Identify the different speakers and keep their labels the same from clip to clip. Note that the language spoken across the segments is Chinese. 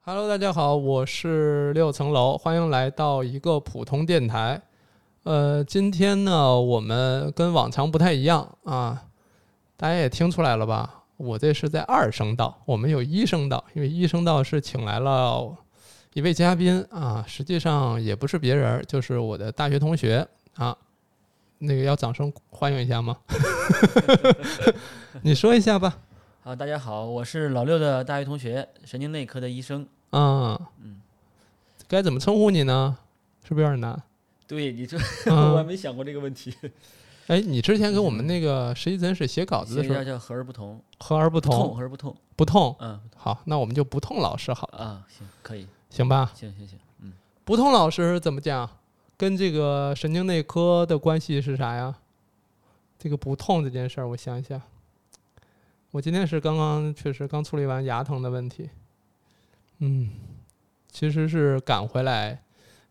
Speaker 1: Hello，大家好，我是六层楼，欢迎来到一个普通电台。呃，今天呢，我们跟往常不太一样啊，大家也听出来了吧？我这是在二声道，我们有一声道，因为一声道是请来了一位嘉宾啊，实际上也不是别人儿，就是我的大学同学啊。那个要掌声欢迎一下吗？ 你说一下吧。
Speaker 2: 好，大家好，我是老六的大学同学，神经内科的医生。
Speaker 1: 啊，
Speaker 2: 嗯，
Speaker 1: 该怎么称呼你呢？是不是有点难？
Speaker 2: 对你这， 我还
Speaker 1: 嗯，
Speaker 2: 没想过这个问题。
Speaker 1: 哎，你之前给我们那个实习诊室写稿子的时
Speaker 2: 叫
Speaker 1: 候，
Speaker 2: 叫和而不同，
Speaker 1: 和而不
Speaker 2: 不痛
Speaker 1: 同，
Speaker 2: 和而不痛。
Speaker 1: 不痛。
Speaker 2: 嗯
Speaker 1: 好，那我们就不痛老师好了，
Speaker 2: 啊，行，可以，
Speaker 1: 行吧？
Speaker 2: 行行行，嗯，
Speaker 1: 不痛老师怎么讲？跟这个神经内科的关系是啥呀？这个不痛这件事儿，我想一想。我今天是刚刚确实刚处理完牙疼的问题，嗯，其实是赶回来，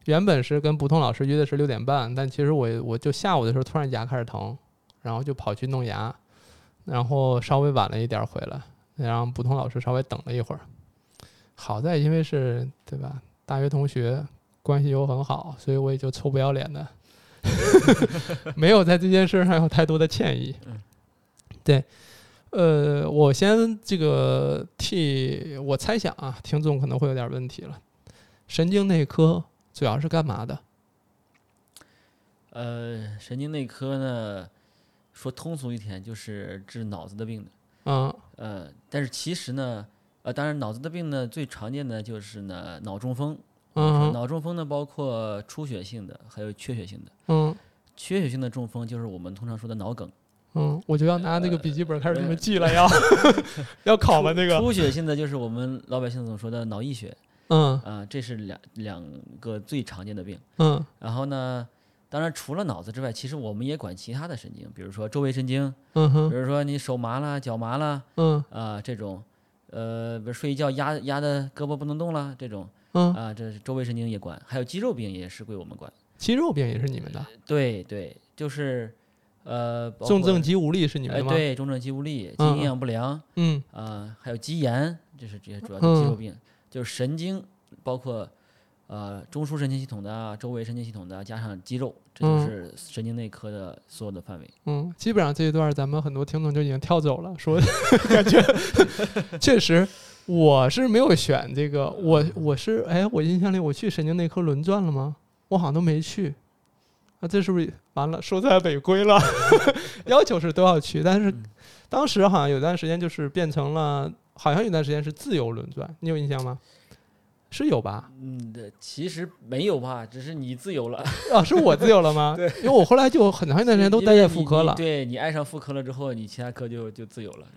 Speaker 1: 原本是跟不痛老师约的是六点半，但其实我我就下午的时候突然牙开始疼，然后就跑去弄牙，然后稍微晚了一点儿回来，让不痛老师稍微等了一会儿。好在因为是对吧，大学同学关系又很好，所以我也就臭不要脸的，没有在这件事上有太多的歉意
Speaker 2: 嗯。
Speaker 1: 对，呃，我先这个替我猜想啊，听众可能会有点问题了。神经内科主要是干嘛的？
Speaker 2: 呃，神经内科呢，说通俗一点就是治脑子的病的。
Speaker 1: 嗯
Speaker 2: 呃，但是其实呢，呃，当然脑子的病呢，最常见的就是呢脑中风。
Speaker 1: 嗯
Speaker 2: 脑中风呢，包括出血性的，还有缺血性的。
Speaker 1: 嗯
Speaker 2: 缺血性的中风就是我们通常说的脑梗。
Speaker 1: 嗯，我就要拿那个笔记本开始给你们记了，要要考了那个。
Speaker 2: 出血性的就是我们老百姓总说的脑溢血。
Speaker 1: 嗯
Speaker 2: 啊、这是两两个最常见的病。
Speaker 1: 嗯
Speaker 2: 然后呢，当然除了脑子之外，其实我们也管其他的神经，比如说周围神经，
Speaker 1: 嗯
Speaker 2: 比
Speaker 1: 哼
Speaker 2: 如说你手麻了、脚麻了
Speaker 1: 嗯
Speaker 2: 啊、这种，呃，比如睡一觉压压的胳膊不能动了这种
Speaker 1: 嗯，
Speaker 2: 啊、这是周围神经也管，还有肌肉病也是归我们管。
Speaker 1: 肌肉病也是你们的，
Speaker 2: 对对，就是呃，包
Speaker 1: 重
Speaker 2: 括
Speaker 1: 症肌无力是你们
Speaker 2: 哎
Speaker 1: 的吗？
Speaker 2: 对，重症肌无力、肌
Speaker 1: 嗯
Speaker 2: 营养不良啊、
Speaker 1: 嗯
Speaker 2: 还有肌炎，这是这些主要的肌肉
Speaker 1: 嗯
Speaker 2: 病，就是神经包括。呃，中枢神经系统的啊，周围神经系统的啊，加上肌肉，这就
Speaker 1: 嗯
Speaker 2: 是神经内科的所有的范围。
Speaker 1: 嗯，基本上这一段咱们很多听众就已经跳走了， 说感觉确实我是没有选这个，我我是哎，我印象里我去神经内科轮转了吗？我好像都没去。啊，这是不是完了？说出来违规了， 要求是都要去，但是
Speaker 2: 嗯
Speaker 1: 当时好像有段时间就是变成了，好像有段时间是自由轮转，你有印象吗？是有吧？
Speaker 2: 嗯，对，其实没有吧，只是你自由了。
Speaker 1: 啊，是我自由了 吗？因为我后来就很长一段时间都
Speaker 2: 因
Speaker 1: 待
Speaker 2: 为
Speaker 1: 在
Speaker 2: 你
Speaker 1: 妇科
Speaker 2: 你
Speaker 1: 了。
Speaker 2: 对你爱上妇科了之后，你其他科就就自由了。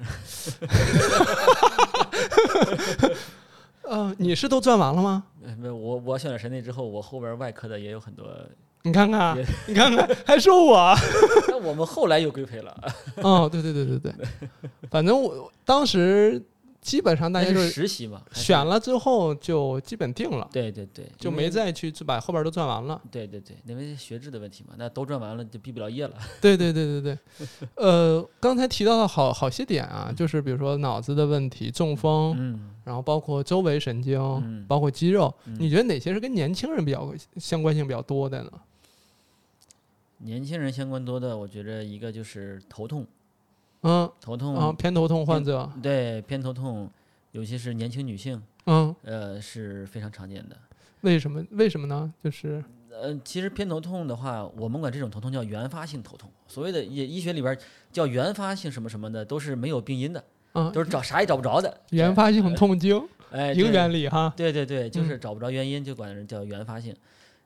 Speaker 1: 嗯、你是都转完了吗？
Speaker 2: 呃没有我我选了神内之后，我后边外科的也有很多，
Speaker 1: 你看看
Speaker 2: 也，
Speaker 1: 你看看，还说 我。
Speaker 2: 但我们后来又规培了，
Speaker 1: 哦，对对对对对，反正我当时基本上大
Speaker 2: 那
Speaker 1: 家就是是
Speaker 2: 实习嘛，还是
Speaker 1: 选。了之后就基本定了，
Speaker 2: 对对对，
Speaker 1: 就
Speaker 2: 因
Speaker 1: 没
Speaker 2: 为。
Speaker 1: 再去把后边都转完了。
Speaker 2: 对对对，因为学制的问题嘛，那都转完了就毕不了业了。
Speaker 1: 对对对对 对，呃，刚才提到的好好些点啊，就是比如说脑子的问题、中风，
Speaker 2: 嗯，
Speaker 1: 然后包括周围神经，
Speaker 2: 嗯
Speaker 1: 包括肌肉，
Speaker 2: 嗯
Speaker 1: 你觉得哪些是跟年轻人比较相关性比较多的呢？
Speaker 2: 年轻人相关多的，我觉着一个就是头痛，
Speaker 1: 嗯，
Speaker 2: 头痛，
Speaker 1: 啊，偏头痛患者，
Speaker 2: 对偏头痛，尤其是年轻女性，
Speaker 1: 嗯，
Speaker 2: 呃，是非常常见的。
Speaker 1: 为什么？为什么呢？就是，
Speaker 2: 呃，其实偏头痛的话，我们管这种头痛叫原发性头痛。所谓的也医学里边儿叫原发性什么什么的，都是没有病因的，
Speaker 1: 嗯，
Speaker 2: 都是找啥也找不着的。
Speaker 1: 原发性痛经，
Speaker 2: 哎，
Speaker 1: 一个
Speaker 2: 对
Speaker 1: 原理哈，
Speaker 2: 对对对，就
Speaker 1: 嗯
Speaker 2: 是找不着原因，就管人叫原发性。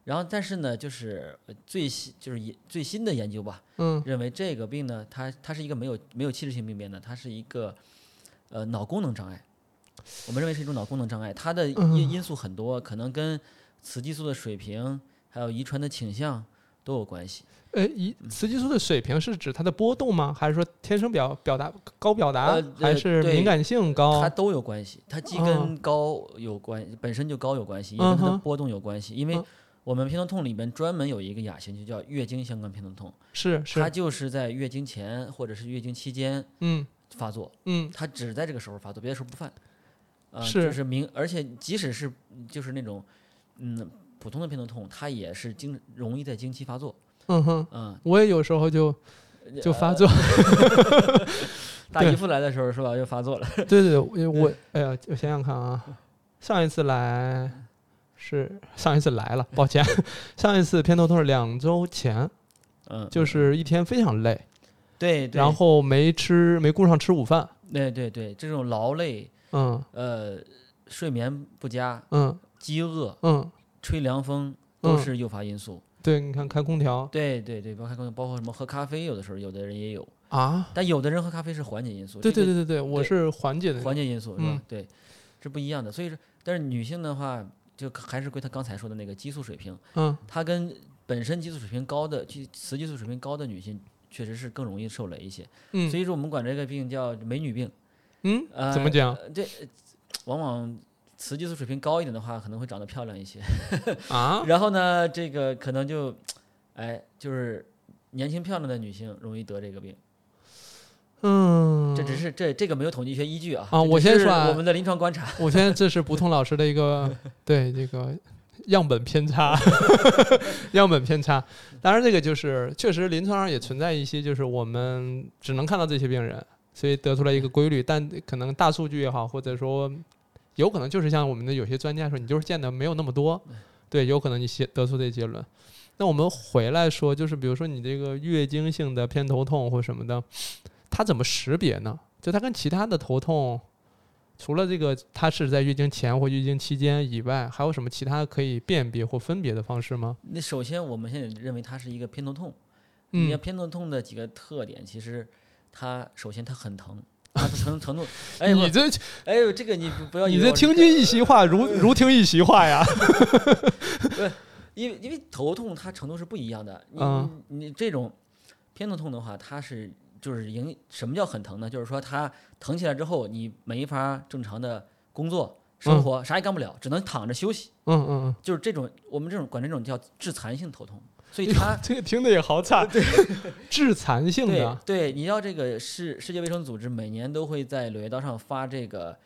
Speaker 2: 然后，但是呢，就是呃最新就是研最新的研究吧，
Speaker 1: 嗯
Speaker 2: 认为这个病呢，它它是一个没有没有器质性病变的，它是一个呃脑功能障碍。我们认为是一种脑功能障碍，它的
Speaker 1: 嗯
Speaker 2: 因因素很多，可能跟雌激素的水平，还有遗传的倾向都有关系。
Speaker 1: 呃，一雌激素的水平是指它的波动吗？还是说天生表表达高表达，
Speaker 2: 呃
Speaker 1: 还
Speaker 2: 呃
Speaker 1: 是
Speaker 2: 对
Speaker 1: 敏感性高
Speaker 2: 它？都有关系，它既跟高有关，本身就高有关系，也
Speaker 1: 哦
Speaker 2: 跟它
Speaker 1: 嗯
Speaker 2: 的
Speaker 1: 哼
Speaker 2: 波动有关系。因为
Speaker 1: 嗯
Speaker 2: 我们偏头痛里面专门有一个亚型，就叫月经相关偏头痛，
Speaker 1: 是
Speaker 2: 它
Speaker 1: 是，
Speaker 2: 就是在月经前或者是月经期间
Speaker 1: 嗯
Speaker 2: 发作，
Speaker 1: 嗯
Speaker 2: 它只在这个时候发作，别的时候不犯。呃，
Speaker 1: 是
Speaker 2: 就是明，而且即使是就是那种嗯普通的偏头痛，它也是经容易在经期发作，
Speaker 1: 嗯哼，
Speaker 2: 嗯，
Speaker 1: 我也有时候就
Speaker 2: 呃
Speaker 1: 就发 作，
Speaker 2: 大姨夫来的时候是吧，又发作了，
Speaker 1: 对对对，我哎呀，我想想看啊，上一次来是上一次来了，抱歉， 上一次偏头痛是两周前，
Speaker 2: 嗯，
Speaker 1: 就是一天非常累，
Speaker 2: 对，对
Speaker 1: 然后没吃没顾上吃午饭，
Speaker 2: 对对对，这种劳累，
Speaker 1: 嗯
Speaker 2: 呃，睡眠不佳、
Speaker 1: 嗯
Speaker 2: 饥饿、
Speaker 1: 嗯，
Speaker 2: 吹凉风
Speaker 1: 嗯
Speaker 2: 都是诱发因素。
Speaker 1: 对，
Speaker 2: 对
Speaker 1: 你看开空调
Speaker 2: 对对对，包括包括什么喝咖啡，有的时候有的人也有，
Speaker 1: 啊，
Speaker 2: 但有的人喝咖啡是缓解因素。
Speaker 1: 对
Speaker 2: 这
Speaker 1: 对
Speaker 2: 个
Speaker 1: 对对对，我
Speaker 2: 对
Speaker 1: 是缓解的，
Speaker 2: 缓解因素是吧？
Speaker 1: 嗯
Speaker 2: 对，这不一样的。所以说，但是女性的话，就还是归她刚才说的那个激素水平，
Speaker 1: 嗯
Speaker 2: 她跟本身激素水平高的、激雌激素水平高的女性，确实是更容易受累一些。
Speaker 1: 嗯
Speaker 2: 所以说，我们管这个病叫美女病。
Speaker 1: 嗯，
Speaker 2: 呃，
Speaker 1: 怎么 讲
Speaker 2: 呃？这呃往往雌激素水平高一点的话，可能会长得漂亮一些。
Speaker 1: 啊，
Speaker 2: 然后呢，这个可能就，哎，就是年轻漂亮的女性容易得这个病。
Speaker 1: 嗯，
Speaker 2: 这只是这这个没有统计学依据啊。
Speaker 1: 啊
Speaker 2: 这只
Speaker 1: 我先
Speaker 2: 是
Speaker 1: 说啊
Speaker 2: 我们的临床观察。
Speaker 1: 我现在这是不痛老师的一个对这个样本偏差， 样本偏差。当然，这个就是确实临床上也存在一些，就是我们只能看到这些病人，所以得出来一个规律。但可能大数据也好，或者说有可能就是像我们的有些专家说，你就是见的没有那么多，对，有可能你先得出这结论。那我们回来说，就是比如说你这个月经性的偏头痛或什么的，它怎么识别呢？就它跟其他的头痛，除了这个它是在月经前或月经期间以外，还有什么其他可以辨别或分别的方式吗？
Speaker 2: 那首先，我们现在认为它是一个偏头痛。你看
Speaker 1: 嗯，
Speaker 2: 偏头痛的几个特点，其实它首先它很疼，它的疼疼痛。哎，
Speaker 1: 你
Speaker 2: 我
Speaker 1: 这
Speaker 2: 哎呦，这个你不不要以
Speaker 1: 你
Speaker 2: 为
Speaker 1: 这
Speaker 2: 我是
Speaker 1: 听君一席话， 如如听一席话呀。
Speaker 2: 因为因为头痛它程度是不一样的。你、
Speaker 1: 嗯
Speaker 2: 你这种偏头痛的话，它是就是影什么叫很疼呢？就是说它疼起来之后，你没法正常的工作、生活，啥也干不了，只能躺着休息。
Speaker 1: 嗯嗯
Speaker 2: 就是这种我们这种管这种叫致残性头痛。所以
Speaker 1: 嗯，
Speaker 2: 它
Speaker 1: 这个听的也好惨， 致残性
Speaker 2: 对
Speaker 1: 的，
Speaker 2: 对，你要这个世世界卫生组织每年都会在《柳叶刀》上发这个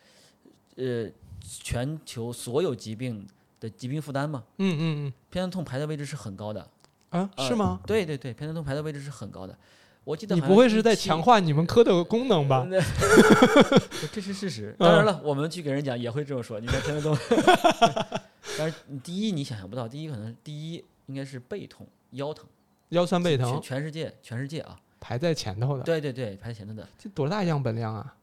Speaker 2: 呃全球所有疾病的疾病负担嘛。
Speaker 1: 嗯嗯
Speaker 2: 偏头痛排的位置是很高的，
Speaker 1: 嗯啊，
Speaker 2: 呃
Speaker 1: 是吗？？
Speaker 2: 对对对，偏头痛排的位置是很高的。我记得
Speaker 1: 你
Speaker 2: 好
Speaker 1: 不
Speaker 2: 像呃
Speaker 1: 会是在强化你们科的功能吧？嗯
Speaker 2: 那 这是事实。当然了，我们去给人讲也会这么说。你看偏头痛， 但是第一你想象不到，第一可能第一应该是背痛、腰疼，
Speaker 1: 腰酸背
Speaker 2: 全
Speaker 1: 疼
Speaker 2: 全世界全世界啊，
Speaker 1: 排在前头的，
Speaker 2: 对对对，排前头的
Speaker 1: 这多大样本量啊？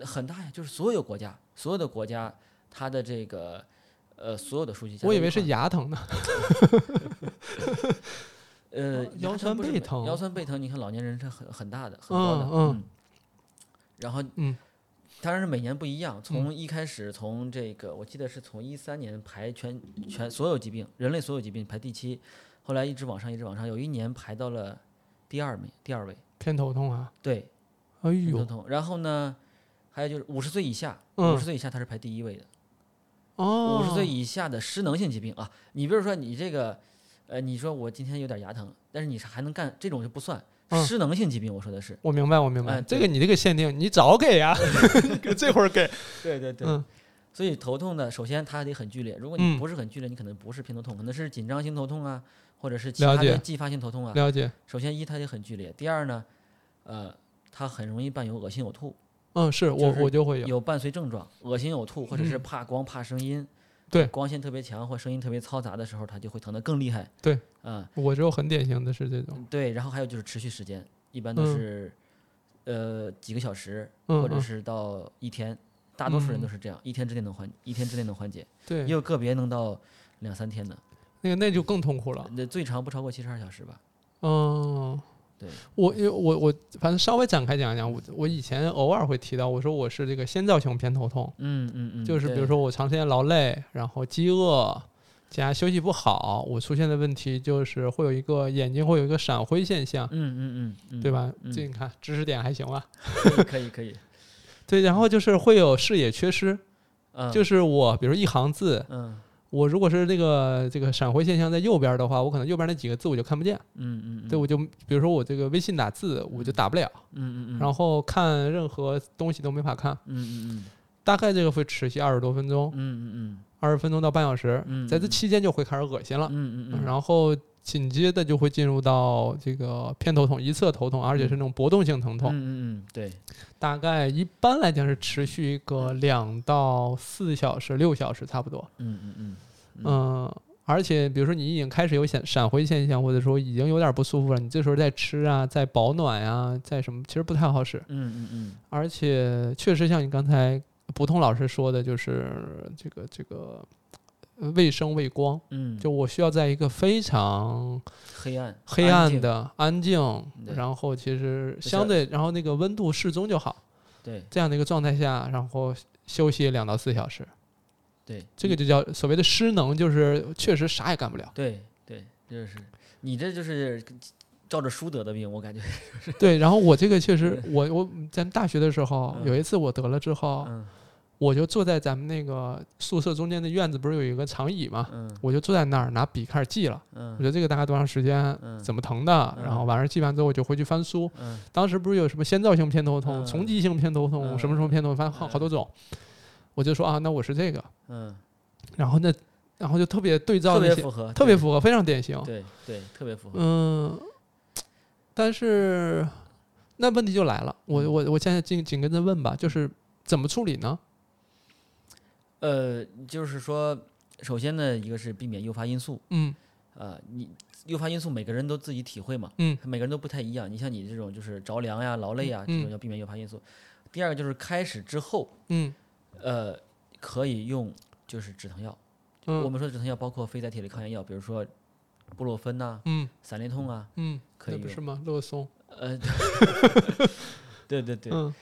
Speaker 2: 很大呀，就是所有国家所有的国家它的这个呃所有的数据加在一块儿，
Speaker 1: 我以为是牙疼呢。
Speaker 2: 呃
Speaker 1: 哦腰
Speaker 2: 牙
Speaker 1: 酸
Speaker 2: 不是
Speaker 1: 背
Speaker 2: 每
Speaker 1: 疼
Speaker 2: 腰酸背疼，你看老年人是很很大的，很高的，
Speaker 1: 嗯嗯
Speaker 2: 然后
Speaker 1: 嗯，
Speaker 2: 当然是每年不一样，从一开始从这个我记得是从一三年排全全所有疾病，人类所有疾病排第七，后来一直往上一直往上，有一年排到了第二名第二位，
Speaker 1: 偏头痛啊！
Speaker 2: 对，
Speaker 1: 哎
Speaker 2: 偏头
Speaker 1: 呦，
Speaker 2: 痛，然后呢？还有就是五十岁以下，
Speaker 1: 嗯
Speaker 2: 五十岁以下它是排第一位的。
Speaker 1: 哦，
Speaker 2: 五十岁以下的失能性疾病啊，你比如说你这个，呃，你说我今天有点牙疼，但是你是还能干，这种就不算
Speaker 1: 嗯
Speaker 2: 失能性疾病。我说的是，
Speaker 1: 我明白，我明白，
Speaker 2: 哎
Speaker 1: 这
Speaker 2: 对
Speaker 1: 个你这个限定，你早给 呀，你给这会儿给，
Speaker 2: 对对
Speaker 1: 嗯
Speaker 2: 所以头痛呢，首先它得很剧烈。如果你
Speaker 1: 嗯
Speaker 2: 不是很剧烈，你可能不是偏头痛，可能是紧张性头痛啊，或者是其
Speaker 1: 了
Speaker 2: 他的
Speaker 1: 解
Speaker 2: 继发性头痛啊。
Speaker 1: 了解，
Speaker 2: 首先一它得很剧烈，第二呢，呃，它很容易伴有恶心呕吐，
Speaker 1: 嗯，是我
Speaker 2: 就是
Speaker 1: 我就会有，
Speaker 2: 有伴随症状，恶心呕吐，或者是怕光、怕声音。
Speaker 1: 嗯对
Speaker 2: 光线特别强或声音特别嘈杂的时候，它就会疼得更厉害。
Speaker 1: 对
Speaker 2: 啊、
Speaker 1: 我就很典型的是这种，
Speaker 2: 嗯对，然后还有就是持续时间，一般都
Speaker 1: 嗯
Speaker 2: 是、呃几个小时，
Speaker 1: 嗯
Speaker 2: 或者
Speaker 1: 嗯
Speaker 2: 是到一天，大多数人都
Speaker 1: 嗯
Speaker 2: 是这样，一天之内能缓，一天之内能缓解，
Speaker 1: 对
Speaker 2: 也，有个别能到两三天的，
Speaker 1: 那个那就更痛苦了，
Speaker 2: 那最长不超过七十二小时吧。
Speaker 1: 嗯，
Speaker 2: 对，
Speaker 1: 我因为我我反正稍微展开讲一讲，我我以前偶尔会提到，我说我是这个先兆性偏头痛，
Speaker 2: 嗯嗯嗯，
Speaker 1: 就是比
Speaker 2: 对
Speaker 1: 如，说我长时间劳累，然后饥饿。加休息不好，我出现的问题就是会有一个眼睛会有一个闪灰现象，
Speaker 2: 嗯嗯嗯嗯，
Speaker 1: 对吧？
Speaker 2: 嗯
Speaker 1: 这你看知识点还行吧？
Speaker 2: 可以？可以可以，
Speaker 1: 对，然后就是会有视野缺失，
Speaker 2: 嗯，
Speaker 1: 就是是我，比如一行字，
Speaker 2: 嗯
Speaker 1: 我如果是这个这个闪回现象在右边的话，我可能右边那几个字我就看不见，
Speaker 2: 嗯嗯，
Speaker 1: 对，
Speaker 2: 嗯
Speaker 1: 我就比如说我这个微信打字我就打不了，
Speaker 2: 嗯嗯嗯，
Speaker 1: 然后看任何东西都没法看。
Speaker 2: 嗯嗯嗯，
Speaker 1: 大概这个会持续二十多分钟，
Speaker 2: 嗯
Speaker 1: 二十分钟到半小时，
Speaker 2: 嗯
Speaker 1: 在这
Speaker 2: 嗯
Speaker 1: 期间就会开始恶心
Speaker 2: 嗯
Speaker 1: 了，
Speaker 2: 嗯嗯嗯，后
Speaker 1: 然后紧接着就会进入到这个偏头痛、一侧头痛，而且是那种搏动性疼痛，
Speaker 2: 嗯嗯嗯嗯，对，
Speaker 1: 大概一般来讲是持续一个两到四小时、六小时差不多。
Speaker 2: 嗯嗯嗯
Speaker 1: 嗯，而且比如说你已经开始有闪闪回现象，或者说已经有点不舒服了，你这时候再吃啊，再保暖呀、再什么，其实不太好使。
Speaker 2: 嗯嗯嗯
Speaker 1: 而且确实像你刚才呃不痛老师说的，就是这个这个呃卫生卫光，
Speaker 2: 嗯，
Speaker 1: 就我需要在一个非常
Speaker 2: 黑暗
Speaker 1: 黑
Speaker 2: 安
Speaker 1: 暗
Speaker 2: 静
Speaker 1: 的、安静，
Speaker 2: 对
Speaker 1: 然后其实
Speaker 2: 是
Speaker 1: 相对，然后那个温度适中就好，
Speaker 2: 对
Speaker 1: 这样的一个状态下，然后休息两到四小时，
Speaker 2: 对，
Speaker 1: 这个就叫所谓的失能，就是确实啥也干不了。
Speaker 2: 对对，就是你这就是照着书得的病，我感觉，
Speaker 1: 对，然后我这个确实，我我咱大学的时候
Speaker 2: 嗯
Speaker 1: 有一次我得了之后，
Speaker 2: 嗯
Speaker 1: 我就坐在咱们那个宿舍中间的院子，不是有一个长椅嘛，
Speaker 2: 嗯
Speaker 1: 我就坐在那儿拿笔开始记了。我觉
Speaker 2: 嗯
Speaker 1: 得这个大概多长时间，
Speaker 2: 嗯
Speaker 1: 怎么疼的，
Speaker 2: 嗯
Speaker 1: 然后晚上记完之后我就回去翻书。
Speaker 2: 嗯
Speaker 1: 当时不是有什么先兆性偏头痛、
Speaker 2: 嗯
Speaker 1: 从击性偏头痛、
Speaker 2: 嗯
Speaker 1: 什么什么偏头痛，反正好
Speaker 2: 嗯
Speaker 1: 好多种。我就说啊，那我是这个，
Speaker 2: 嗯，
Speaker 1: 然后那然后就特别对照
Speaker 2: 特
Speaker 1: 那
Speaker 2: 别
Speaker 1: 些，
Speaker 2: 符合，
Speaker 1: 特别符合，非常典型
Speaker 2: 合。对对，特别符合，
Speaker 1: 嗯，但是那问题就来了，我
Speaker 2: 嗯
Speaker 1: 我我现在紧紧跟着问吧，就是怎么处理呢？
Speaker 2: 呃，就是说，首先呢，一个是避免诱发因素，
Speaker 1: 嗯
Speaker 2: 呃，你诱发因素每个人都自己体会嘛，
Speaker 1: 嗯，
Speaker 2: 每个人都不太一样。你像你这种就是着凉呀、劳累呀，
Speaker 1: 嗯
Speaker 2: 这种要避免诱发因素。第二个就是开始之后，
Speaker 1: 嗯
Speaker 2: 呃，可以用就是止疼药。我
Speaker 1: 嗯
Speaker 2: 们说的止疼药包括非甾体类抗炎药，比如说布洛芬呐、
Speaker 1: 嗯
Speaker 2: 散列痛啊，
Speaker 1: 嗯，
Speaker 2: 可以
Speaker 1: 那不
Speaker 2: 用
Speaker 1: 是吗？乐松，
Speaker 2: 呃， 对对对。
Speaker 1: 嗯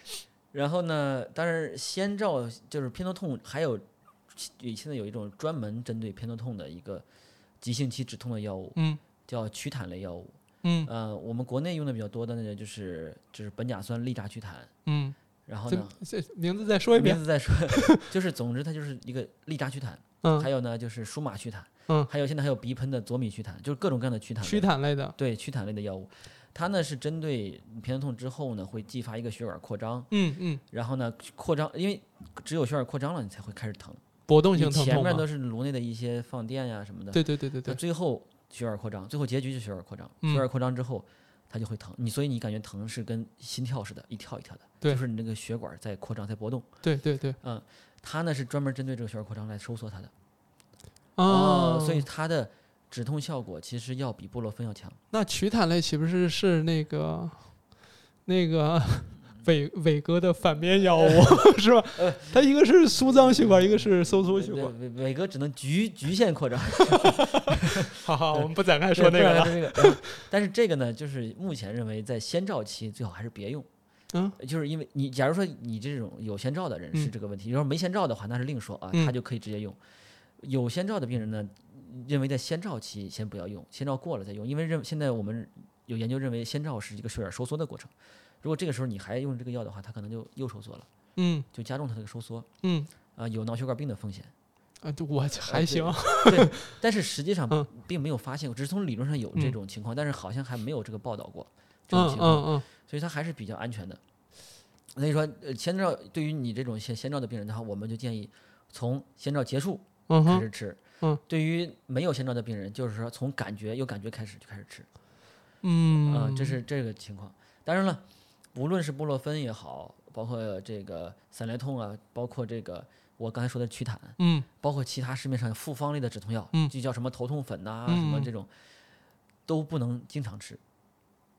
Speaker 2: 然后呢，当然先兆就是偏头痛，还有现现在有一种专门针对偏头痛的一个急性期止痛的药物，
Speaker 1: 嗯
Speaker 2: 叫曲坦类药物。
Speaker 1: 嗯
Speaker 2: 呃，我们国内用的比较多的那个就是就是苯甲酸利达曲坦，
Speaker 1: 嗯，
Speaker 2: 然后
Speaker 1: 这
Speaker 2: 呢，
Speaker 1: 这名字再说一
Speaker 2: 名
Speaker 1: 遍，
Speaker 2: 字再说， 就是总之它就是一个利达曲坦，
Speaker 1: 嗯
Speaker 2: 还有呢就是舒马曲坦，
Speaker 1: 嗯
Speaker 2: 还有现在还有鼻喷的左米曲坦，就是各种各样的曲坦类，
Speaker 1: 曲坦类的，
Speaker 2: 对曲坦类的药物，它呢是针对偏头痛之后呢会激发一个血管扩张，
Speaker 1: 嗯嗯，
Speaker 2: 然后呢扩张，因为只有血管扩张了你才会开始疼，
Speaker 1: 搏动
Speaker 2: 你
Speaker 1: 性疼
Speaker 2: 前
Speaker 1: 痛
Speaker 2: 面
Speaker 1: 嘛
Speaker 2: 都，是颅内的一些放电呀什么的，
Speaker 1: 对对对对
Speaker 2: 那
Speaker 1: 对，
Speaker 2: 最后血管扩张，最后结局是血管扩张，
Speaker 1: 嗯
Speaker 2: 血管扩张之后它就会疼，你所以你感觉疼是跟心跳似的，一跳一跳的，
Speaker 1: 对
Speaker 2: 就是你那个血管在扩张在搏动，
Speaker 1: 对对对，
Speaker 2: 它呢是专门针对这个血管扩张来收缩它的，
Speaker 1: 哦，
Speaker 2: 所以它的止痛效果其实要比布洛芬要强，
Speaker 1: 那曲坦类岂不是是那个那个
Speaker 2: 嗯
Speaker 1: 伟伟哥的反面药物 是吧？
Speaker 2: 呃
Speaker 1: 它一个是舒张血管，一个是收缩血
Speaker 2: 伟
Speaker 1: 管。
Speaker 2: 伟伟哥只能局局限扩张，
Speaker 1: 好好，我们不展开
Speaker 2: 对
Speaker 1: 说那
Speaker 2: 不
Speaker 1: 个啊
Speaker 2: 然
Speaker 1: 了。
Speaker 2: 说这 个，然后但是这个呢，就是目前认为在先兆期最好还是别用。呃
Speaker 1: 嗯，
Speaker 2: 就是因为你，假如说你这种有先兆的人是
Speaker 1: 嗯
Speaker 2: 这个问题，要是没先兆的话，那是另说啊，
Speaker 1: 嗯
Speaker 2: 他就可以直接用。有先兆的病人呢，认为在先兆期先不要用，先兆过了再用，因为认现在我们有研究认为先兆是一个血管收缩的过程，如果这个时候你还用这个药的话，它可能就又收缩了，
Speaker 1: 嗯
Speaker 2: 就加重它这个收缩
Speaker 1: 嗯
Speaker 2: 啊、有脑血管病的风险。
Speaker 1: 啊，这我还行。
Speaker 2: 对，但是实际上
Speaker 1: 嗯
Speaker 2: 并没有发现过，只是从理论上有这
Speaker 1: 嗯
Speaker 2: 种情况，但是好像还没有这个报道过这种
Speaker 1: 嗯
Speaker 2: 情况，
Speaker 1: 嗯嗯
Speaker 2: 所以它还是比较安全的。所以说，呃，先兆对于你这种先先兆的病人的话，我们就建议从先兆结束
Speaker 1: 嗯
Speaker 2: 开
Speaker 1: 哼，
Speaker 2: 始吃。
Speaker 1: 嗯
Speaker 2: 对于没有先兆的病人，就是说从感觉有感觉开始就开始吃
Speaker 1: 嗯
Speaker 2: 啊、这是这个情况。当然了，无论是布洛芬也好，包括这个散列痛啊，包括这个我刚才说的曲坦，
Speaker 1: 嗯
Speaker 2: 包括其他市面上复方类的止痛药，
Speaker 1: 嗯
Speaker 2: 就叫什么头痛粉呐、
Speaker 1: 嗯
Speaker 2: 什么
Speaker 1: 嗯
Speaker 2: 这种，都不能经常吃。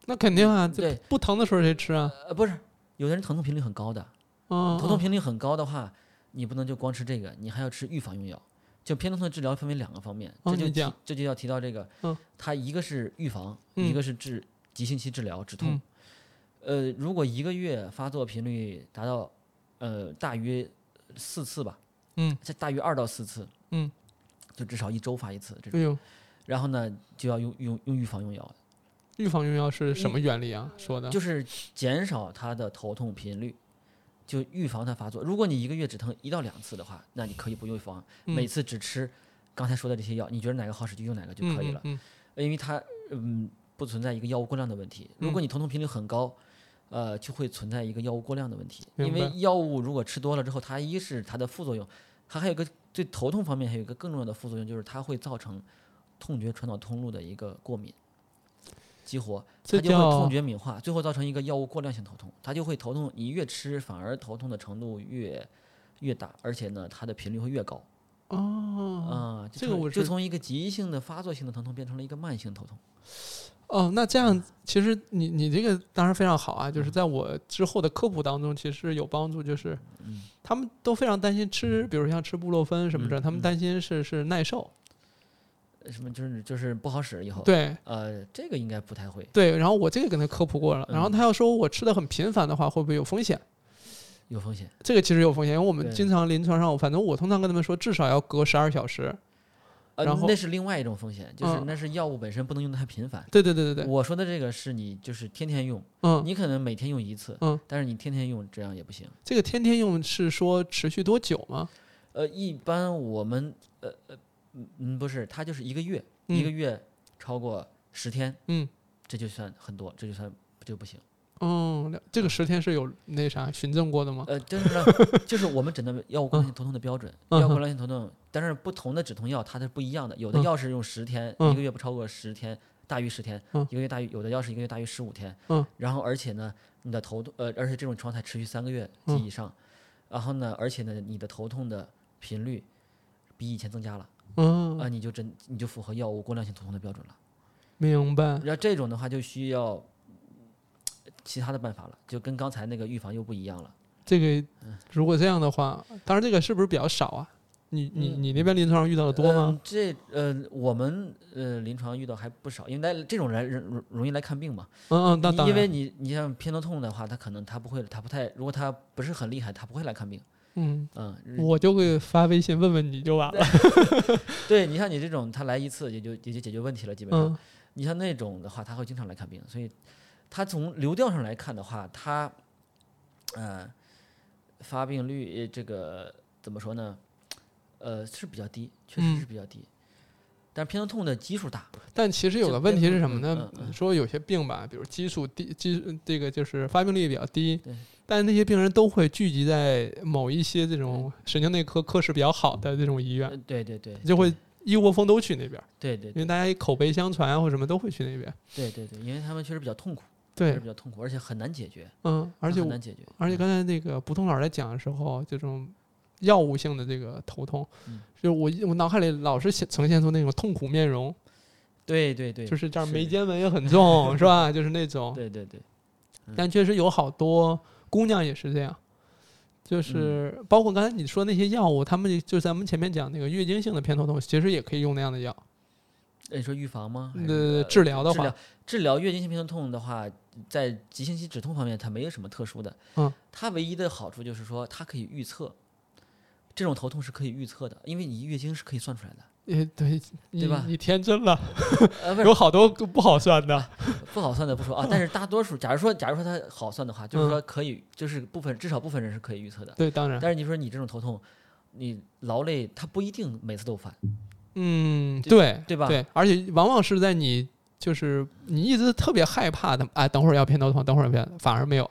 Speaker 1: 那肯定啊，这
Speaker 2: 对
Speaker 1: 不疼的时候谁吃啊？
Speaker 2: 呃，不是，有的人疼痛频率很高的，
Speaker 1: 嗯，
Speaker 2: 头痛
Speaker 1: 嗯
Speaker 2: 频率很高的话，你不能就光吃这个，你还要吃预防用药。就偏头痛的治疗分为两个方面，
Speaker 1: 哦
Speaker 2: 这就
Speaker 1: 你
Speaker 2: 提
Speaker 1: 讲
Speaker 2: 这就要提到这个，
Speaker 1: 嗯
Speaker 2: 它一个是预防，
Speaker 1: 嗯
Speaker 2: 一个是治急性期治疗止痛。呃，如果一个月发作频率达到呃大于四次吧，
Speaker 1: 嗯，
Speaker 2: 这大于二到四次，
Speaker 1: 嗯，
Speaker 2: 就至少一周发一次这种。
Speaker 1: 哎呦，
Speaker 2: 然后呢，就要用用用预防用药，
Speaker 1: 预防用药是什么原理啊？说的
Speaker 2: 嗯就是减少它的头痛频率，就预防它发作。如果你一个月只疼一到两次的话，那你可以不用预防，
Speaker 1: 嗯
Speaker 2: 每次只吃刚才说的这些药，你觉得哪个好使就用哪个就可以了，
Speaker 1: 嗯，嗯
Speaker 2: 因为它嗯不存在一个药物过量的问题。如果你头痛频率很高，呃，就会存在一个药物过量的问题。
Speaker 1: 明
Speaker 2: 因为
Speaker 1: 白
Speaker 2: 药物如果吃多了之后，它一是它的副作用，它还有一个对头痛方面还有一个更重要的副作用，就是它会造成痛觉传导通路的一个过敏、激活，它
Speaker 1: 这
Speaker 2: 就会痛
Speaker 1: 叫
Speaker 2: 觉敏化，最后造成一个药物过量性头痛，它就会头痛，你越吃反而头痛的程度越越大，而且呢，它的频率会越高。
Speaker 1: 哦
Speaker 2: 啊、就
Speaker 1: 这个
Speaker 2: 从
Speaker 1: 我
Speaker 2: 就是从一个急性的发作性的疼痛变成了一个慢性头痛。
Speaker 1: 哦，那这样其实你你这个当然非常好
Speaker 2: 嗯
Speaker 1: 啊，就是在我之后的科普当中，其实有帮助，就是
Speaker 2: 嗯
Speaker 1: 他们都非常担心吃，比如像吃布洛芬什么的，
Speaker 2: 嗯哦
Speaker 1: 他们
Speaker 2: 嗯
Speaker 1: 担心是是耐受，
Speaker 2: 什么就是就是不好使以后，
Speaker 1: 对。
Speaker 2: 呃，这个应该不太会。
Speaker 1: 对，然后我这个跟他科普过了，
Speaker 2: 嗯
Speaker 1: 然后他要说我吃的很频繁的话，会不会有风险？
Speaker 2: 有风险。
Speaker 1: 这个其实有风险，因为我们
Speaker 2: 对
Speaker 1: 经常临床上，我反正我通常跟他们说，至少要隔十二小时。
Speaker 2: 呃
Speaker 1: 然后，
Speaker 2: 那是另外一种风险，就是
Speaker 1: 嗯
Speaker 2: 那是药物本身不能用的太频繁。
Speaker 1: 对对对对对，
Speaker 2: 我说的这个是你就是天天用，
Speaker 1: 嗯，
Speaker 2: 你可能每天用一次，
Speaker 1: 嗯
Speaker 2: 但是你天天用这样也不行。
Speaker 1: 这个天天用是说持续多久吗？
Speaker 2: 呃，一般我们呃呃嗯嗯不是，它就是一个月，一个
Speaker 1: 嗯
Speaker 2: 月超过十天，
Speaker 1: 嗯，
Speaker 2: 这就算很多，这就算这就不行。
Speaker 1: 嗯，了这个十天是有那啥循证过的吗？
Speaker 2: 呃，就是呢，就是我们诊断药物过量性头痛的标准，
Speaker 1: 嗯
Speaker 2: 药物
Speaker 1: 哼
Speaker 2: 过量性头痛，但是不同的止痛药它是不一样的，有的
Speaker 1: 嗯
Speaker 2: 药是用十天，
Speaker 1: 嗯
Speaker 2: 一个月不超过十天，大于十天，
Speaker 1: 嗯
Speaker 2: 一个月大于有的药是一个月大于十五天，
Speaker 1: 嗯
Speaker 2: 然后而且呢，你的头痛，呃，而且这种状态持续三个月及
Speaker 1: 嗯
Speaker 2: 以上，然后呢，而且呢，你的头痛的频率比以前增加了，啊、
Speaker 1: 嗯，
Speaker 2: 你就真你就符合药物过量性头痛的标准了。
Speaker 1: 明白。
Speaker 2: 然后这种的话就需要其他的办法了，就跟刚才那个预防又不一样了。
Speaker 1: 这个如果这样的话，当然这个是不是比较少啊？你你
Speaker 2: 嗯
Speaker 1: 你那边临床上遇到的多吗
Speaker 2: 嗯？这呃，我们呃临床遇到还不少，因为来这种人容容易来看病嘛。
Speaker 1: 嗯嗯，那
Speaker 2: 你
Speaker 1: 当
Speaker 2: 呃因为
Speaker 1: 然，
Speaker 2: 你你像偏头痛的话，他可能他不会，他不太，如果他不是很厉害，他不会来看病。
Speaker 1: 嗯，
Speaker 2: 嗯，
Speaker 1: 我就会发微信问问你就完了。
Speaker 2: 对你像你这种，他来一次也就也就解决问题了，基本上。
Speaker 1: 嗯
Speaker 2: 你像那种的话，他会经常来看病，所以他从流调上来看的话，他呃发病率呃这个怎么说呢？呃，是比较低，确实
Speaker 1: 嗯啊
Speaker 2: 是比较低。但是偏头痛的基数大，
Speaker 1: 但其实有
Speaker 2: 就
Speaker 1: 个问题
Speaker 2: 并不
Speaker 1: 是什么呢
Speaker 2: 嗯嗯？嗯
Speaker 1: 说有些病吧，比如基数低，基这个就是发病率比较低
Speaker 2: 对，
Speaker 1: 但是那些病人都会聚集在某一些这种神经内科科室比较好的这种医
Speaker 2: 呃
Speaker 1: 院，
Speaker 2: 对对对，
Speaker 1: 就会一窝蜂都去那边，
Speaker 2: 对对
Speaker 1: 因为
Speaker 2: 对
Speaker 1: 大家口碑相传啊或什么都会去那边。
Speaker 2: 对对对，因为他们确实比较痛苦，确实
Speaker 1: 对
Speaker 2: 比，较痛苦，而且很难解决，
Speaker 1: 嗯，而且
Speaker 2: 很
Speaker 1: 我
Speaker 2: 难解决，
Speaker 1: 而且
Speaker 2: 嗯
Speaker 1: 刚才那个不痛老师在讲的时候，这种药物性的这个头痛
Speaker 2: 嗯，
Speaker 1: 就是我一我脑海里老是显呈现出那种痛苦面容，
Speaker 2: 对对对，
Speaker 1: 就是这样
Speaker 2: 是
Speaker 1: 眉
Speaker 2: 的
Speaker 1: 间纹也很重，是吧？就是那种。
Speaker 2: 对对对，嗯
Speaker 1: 但确实有好多姑娘也是这样，就是
Speaker 2: 嗯
Speaker 1: 包括刚才你说那些药物，他们就咱们前面讲那个月经性的偏头痛，其实也可以用那样的药。
Speaker 2: 那哎你说预防吗？还是
Speaker 1: 呃，
Speaker 2: 呃
Speaker 1: 治疗的
Speaker 2: 治
Speaker 1: 话
Speaker 2: 疗，治疗月经性偏头痛的话，在急性期止痛方面，它没有什么特殊的。
Speaker 1: 嗯，
Speaker 2: 它唯一的好处就是说，它可以预测，这种头痛是可以预测的，因为你月经是可以算出 来的。
Speaker 1: 呃，对，你
Speaker 2: 对吧
Speaker 1: 你天真了，
Speaker 2: 呃，不是
Speaker 1: 有好多个不好算的。
Speaker 2: 不好算的不说啊，但是大多数，假如说假如说它好算的话，
Speaker 1: 嗯
Speaker 2: 就是说可以，就是部分至少部分人是可以预测的。
Speaker 1: 对，当然，
Speaker 2: 但是你说你这种头痛，你劳累，它不一定每次都犯。
Speaker 1: 嗯，对，
Speaker 2: 对吧
Speaker 1: 对，而且往往是在你就是你一直特别害怕的，哎，等会儿要偏头痛，等会儿要偏，反而没有。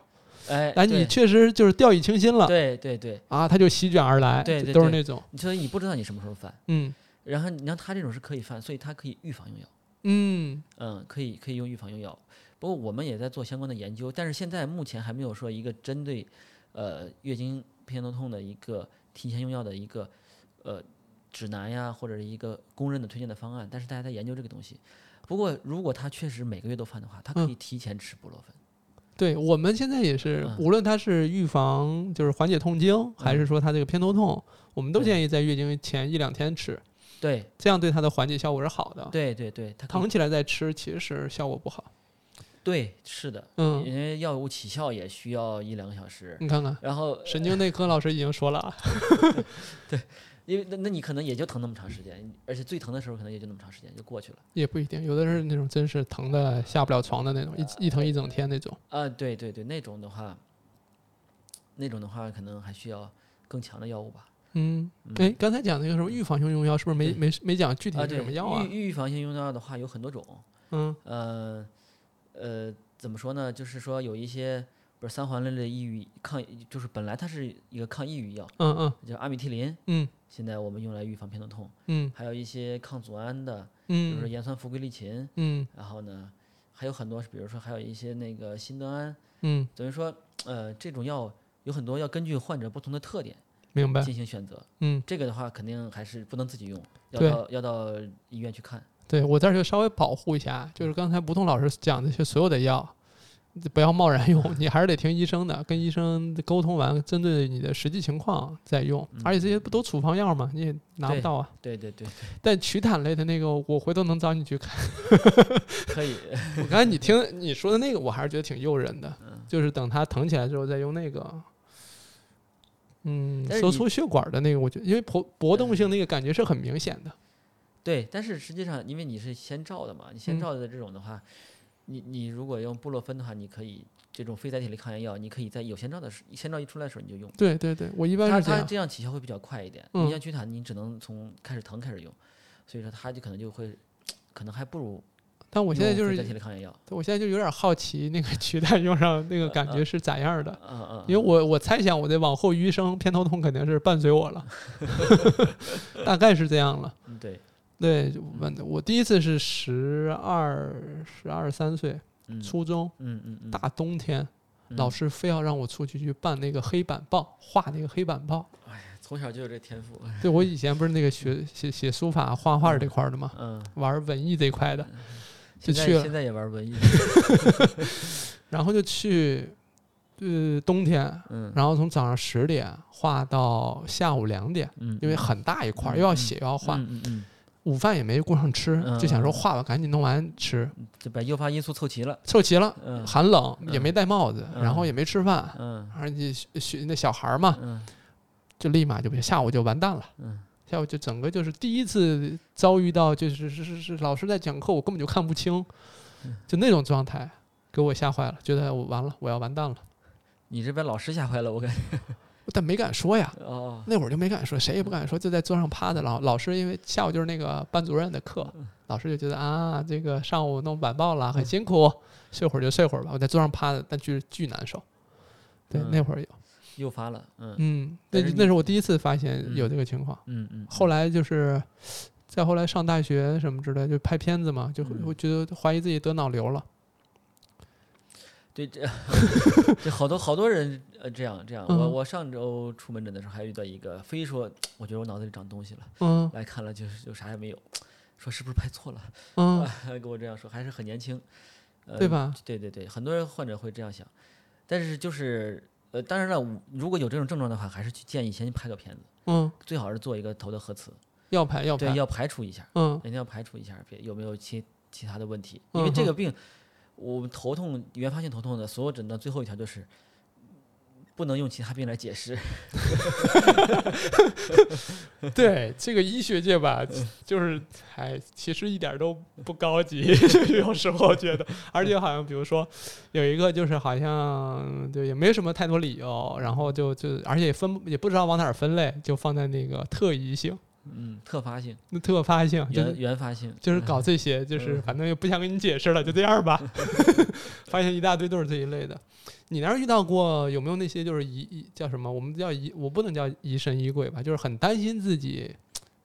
Speaker 2: 哎，
Speaker 1: 哎，
Speaker 2: 对
Speaker 1: 你确实就是掉以轻心了
Speaker 2: 对对对，
Speaker 1: 啊，它就席卷而来，
Speaker 2: 对对
Speaker 1: 都是
Speaker 2: 对
Speaker 1: 那种，
Speaker 2: 所以你不知道你什么时候犯，
Speaker 1: 嗯
Speaker 2: 然后你让他这种是可以犯，所以他可以预防用药，
Speaker 1: 嗯
Speaker 2: 嗯，可以可以用预防用药。不过我们也在做相关的研究，但是现在目前还没有说一个针对呃月经偏头痛的一个提前用药的一个呃指南呀，或者是一个公认的推荐的方案。但是大家在研究这个东西。不过如果他确实每个月都犯的话，他可
Speaker 1: 嗯
Speaker 2: 以提前吃布洛芬。
Speaker 1: 对我们现在也是，
Speaker 2: 嗯
Speaker 1: 无论它是预防就是缓解痛经，还是说它这个偏头痛，我们都
Speaker 2: 对
Speaker 1: 建议在月经前一两天吃，
Speaker 2: 对
Speaker 1: 这样对它的缓解效果是好的。
Speaker 2: 对对对，他可以
Speaker 1: 疼起来再吃，其实效果不好。
Speaker 2: 对是的，
Speaker 1: 嗯，
Speaker 2: 因为药物起效也需要一两个小时。
Speaker 1: 你看看，
Speaker 2: 然后
Speaker 1: 神经内科老师已经说了啊，
Speaker 2: 因为那那你可能也就疼那么长时间，而且最疼的时候可能也就那么长时间就过去了。
Speaker 1: 也不一定，有的是那种真是疼的下不了床的那种，一一疼一整天那种。
Speaker 2: 啊，对对对，那种的话，那种的话可能还需要更强的药物吧。
Speaker 1: 嗯，
Speaker 2: 嗯
Speaker 1: 哎，刚才讲那个什么预防性用药，是不是没
Speaker 2: 对
Speaker 1: 没没讲具体
Speaker 2: 啊，
Speaker 1: 是
Speaker 2: 对，
Speaker 1: 什么药啊？
Speaker 2: 预预防性用药的话有很多种，
Speaker 1: 嗯
Speaker 2: 呃呃，怎么说呢？就是说有一些不是三环类的抑郁抗，就是本来它是一个抗抑郁药，
Speaker 1: 嗯嗯
Speaker 2: 就是阿米替林，
Speaker 1: 嗯
Speaker 2: 现在我们用来预防偏头痛，
Speaker 1: 嗯
Speaker 2: 还有一些抗组胺的，比如说
Speaker 1: 嗯
Speaker 2: 盐酸氟归利嗪，
Speaker 1: 嗯
Speaker 2: 然后呢，还有很多，比如说还有一些那个辛德安，
Speaker 1: 嗯，
Speaker 2: 等于说，呃，这种药有很多要根据患者不同的特点
Speaker 1: 明白。
Speaker 2: 进行选择，
Speaker 1: 嗯，
Speaker 2: 这个的话肯定还是不能自己用，要
Speaker 1: 对
Speaker 2: 到要到医院去看。
Speaker 1: 对我这儿就稍微保护一
Speaker 2: 嗯
Speaker 1: 下，就是刚才不痛老师讲的这些所有的药，不要贸然用，你还是得听医生的，跟医生沟通完，针对你的实际情况再用。而且这些不都处方药吗？你也拿不
Speaker 2: 嗯对
Speaker 1: 到啊。
Speaker 2: 对对对，
Speaker 1: 但曲坦类的那个，我回头能找你去看。
Speaker 2: 可以，
Speaker 1: 我刚才你听你说的那个，我还是觉得挺诱人的，
Speaker 2: 嗯
Speaker 1: 就是等它疼起来之后再用那个。嗯，
Speaker 2: 但是
Speaker 1: 收
Speaker 2: 你嗯
Speaker 1: 缩血管的那个，我觉得因为搏搏动性那个感觉是很明显的。
Speaker 2: 对，但是实际上，因为你是先照的嘛，
Speaker 1: 嗯
Speaker 2: 你先照的这种的话，你你如果用布洛芬的话，你可以这种非载体类抗炎药，你可以在有先兆的时，先兆一出来的时候你就用。
Speaker 1: 对对对，我一般
Speaker 2: 它
Speaker 1: 是这
Speaker 2: 它
Speaker 1: 样。
Speaker 2: 这样起效会比较快一点。
Speaker 1: 嗯
Speaker 2: 你像曲坦，你只能从开始疼开始用，所以说它就可能就会，可能还不如
Speaker 1: 但我现在
Speaker 2: 用
Speaker 1: 就
Speaker 2: 非
Speaker 1: 是
Speaker 2: 载体类抗炎药。
Speaker 1: 我现在就有点好奇，那个取代用上那个感觉是咋样的？
Speaker 2: 嗯嗯，
Speaker 1: 因为我我猜想，我的往后余生偏头痛肯定是伴随 我了，大概是这样了。
Speaker 2: 嗯对，
Speaker 1: 对，我我第一次是十二、十二三岁，
Speaker 2: 嗯
Speaker 1: 初中，
Speaker 2: 嗯嗯嗯，
Speaker 1: 大冬天，
Speaker 2: 嗯
Speaker 1: 老师非要让我出去去办那个黑板报，画那个黑板报。
Speaker 2: 哎从小就有这天赋。
Speaker 1: 对我以前不是那个学写写书法、画画这块儿的嘛，
Speaker 2: 嗯，
Speaker 1: 玩文艺这块的，就
Speaker 2: 现在
Speaker 1: 去了
Speaker 2: 现在也玩 文艺。
Speaker 1: 然后就去，呃，冬天，
Speaker 2: 嗯
Speaker 1: 然后从早上十点画到下午两点，
Speaker 2: 嗯，
Speaker 1: 因为很大一块儿，
Speaker 2: 嗯
Speaker 1: 又要写又要画，
Speaker 2: 嗯嗯
Speaker 1: 午饭也没顾上吃，
Speaker 2: 嗯
Speaker 1: 就想说画吧，赶紧弄完吃，
Speaker 2: 嗯，就把诱发因素凑齐了。
Speaker 1: 凑齐了，
Speaker 2: 嗯
Speaker 1: 寒冷也没戴帽子，
Speaker 2: 嗯
Speaker 1: 然后也没吃饭，
Speaker 2: 嗯
Speaker 1: 而且学学那小孩儿嘛，
Speaker 2: 嗯
Speaker 1: 就立马就不行下午就完蛋了。
Speaker 2: 嗯
Speaker 1: 下午就整个就是第一次遭遇到，就是是是是老师在讲课，我根本就看不清，
Speaker 2: 嗯
Speaker 1: 就那种状态，给我吓坏了，觉得我完了，我要完蛋了，
Speaker 2: 你这边老师吓坏了，我感觉
Speaker 1: 但没敢说呀，
Speaker 2: 哦，
Speaker 1: 那会儿就没敢说，谁也不敢说，就在桌上趴着。老老师因为下午就是那个班主任的课，
Speaker 2: 嗯
Speaker 1: 老师就觉得啊，这个上午弄晚报了，很辛苦，睡会儿就睡会儿吧。我在桌上趴着，但巨巨难受。对，
Speaker 2: 嗯
Speaker 1: 那会儿有，
Speaker 2: 诱发了，嗯
Speaker 1: 嗯，那
Speaker 2: 但是你
Speaker 1: 那是我第一次发现有这个情况。
Speaker 2: 嗯嗯，
Speaker 1: 后来就是，再后来上大学什么之类，就拍片子嘛，就会
Speaker 2: 嗯
Speaker 1: 我觉得怀疑自己得脑瘤了。
Speaker 2: 对这这好多好多人呃这样这样，我
Speaker 1: 嗯
Speaker 2: 我上周出门诊的时候还遇到一个，非说我觉得我脑子里长东西了，
Speaker 1: 嗯
Speaker 2: 来看了就是就啥也没有，说是不是拍错了，
Speaker 1: 嗯，
Speaker 2: 跟我这样说，还是很年轻，呃
Speaker 1: 对吧？
Speaker 2: 对对对，很多人患者会这样想，但是就是呃，当然了，我如果有这种症状的话，还是去建议先拍个片子，
Speaker 1: 嗯，
Speaker 2: 最好是做一个头的核磁，
Speaker 1: 要排要
Speaker 2: 对，
Speaker 1: 排。
Speaker 2: 要排除一下。
Speaker 1: 嗯
Speaker 2: 一定要排除一下，别有没有其其他的问题，
Speaker 1: 嗯
Speaker 2: 因为这
Speaker 1: 哼
Speaker 2: 个病，我们头痛原发性头痛的所有诊断最后一条就是。不能用其他病来解释，
Speaker 1: 对这个医学界吧，就是哎，其实一点都不高级， 就是有时候觉得，而且好像比如说有一个就是好像就也没什么太多理由，然后就就而且也分也不知道往哪儿分类，就放在那个特异性、
Speaker 2: 嗯，特发性、
Speaker 1: 那特发性，啊就
Speaker 2: 原
Speaker 1: 是
Speaker 2: 原发性，
Speaker 1: 就是
Speaker 2: 嗯
Speaker 1: 搞这些，就是
Speaker 2: 嗯
Speaker 1: 反正也不想跟你解释了，就这样吧。发现一大堆都是这一类的。你那儿遇到过有没有那些就是疑疑叫什么？我们叫疑，我不能叫疑神疑鬼吧，就是很担心自己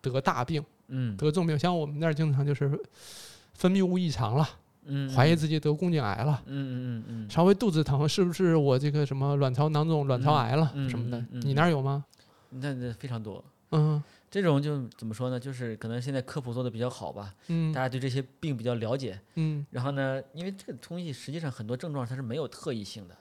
Speaker 1: 得大病。
Speaker 2: 嗯
Speaker 1: 得重病，像我们那儿经常就是分泌物异常了，
Speaker 2: 嗯，
Speaker 1: 怀疑
Speaker 2: 嗯，
Speaker 1: 自己得宫颈癌了，
Speaker 2: 嗯嗯嗯嗯，
Speaker 1: 稍微肚子疼，是不是我这个什么卵巢囊肿、卵巢癌了
Speaker 2: 嗯嗯
Speaker 1: 什么的
Speaker 2: 嗯？嗯
Speaker 1: 你那儿有吗？
Speaker 2: 那那非常多。
Speaker 1: 嗯
Speaker 2: 这种就怎么说呢？就是可能现在科普做的比较好吧，大
Speaker 1: 嗯
Speaker 2: 家对这些病比较了解。
Speaker 1: 嗯
Speaker 2: 然后呢，因为这个东西实际上很多症状它是没有特异性的。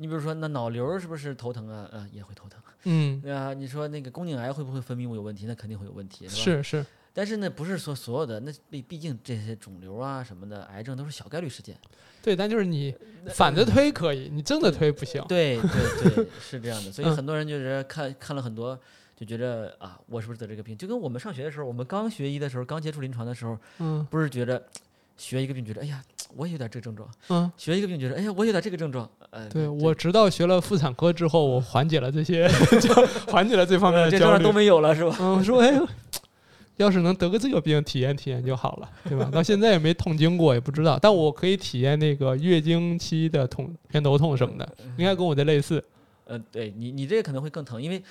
Speaker 2: 你比如说，那脑瘤儿是不是头疼啊？嗯、也会头疼。
Speaker 1: 嗯，
Speaker 2: 对啊，你说那个宫颈癌会不会分泌物有问题？那肯定会有问题，吧？
Speaker 1: 是是，
Speaker 2: 但是呢，不是说所有的，那毕毕竟这些肿瘤啊什么的癌症都是小概率事件。
Speaker 1: 对，但就是你反着推可以，你正着推不行。
Speaker 2: 嗯对对对，是这样的。所以
Speaker 1: 哦嗯
Speaker 2: 很多人就是看看了很多，就觉着啊，我是不是得这个病？就跟我们上学的时候，我们刚学医的时候，刚接触临床的时候，
Speaker 1: 嗯
Speaker 2: 不是觉着学一个病觉着，哎呀，我也有点这个症状；
Speaker 1: 嗯，
Speaker 2: 学一个病觉着，哎呀，我也有点这个症状。呃，
Speaker 1: 对
Speaker 2: 这
Speaker 1: 我直到学了妇产科之后，我缓解了这些 ，就缓解了这方面的
Speaker 2: 这症
Speaker 1: 焦
Speaker 2: 状都
Speaker 1: 虑。
Speaker 2: 没有了，是吧？
Speaker 1: 嗯，我说哎呦，要是能得个这个病，体验体验就好了，对吧？到现在也没痛经过，也不知道，但我可以体验那个月经期的痛、偏头痛什么的，应该跟我的类似。
Speaker 2: 呃，对你你这个可能会更疼，因为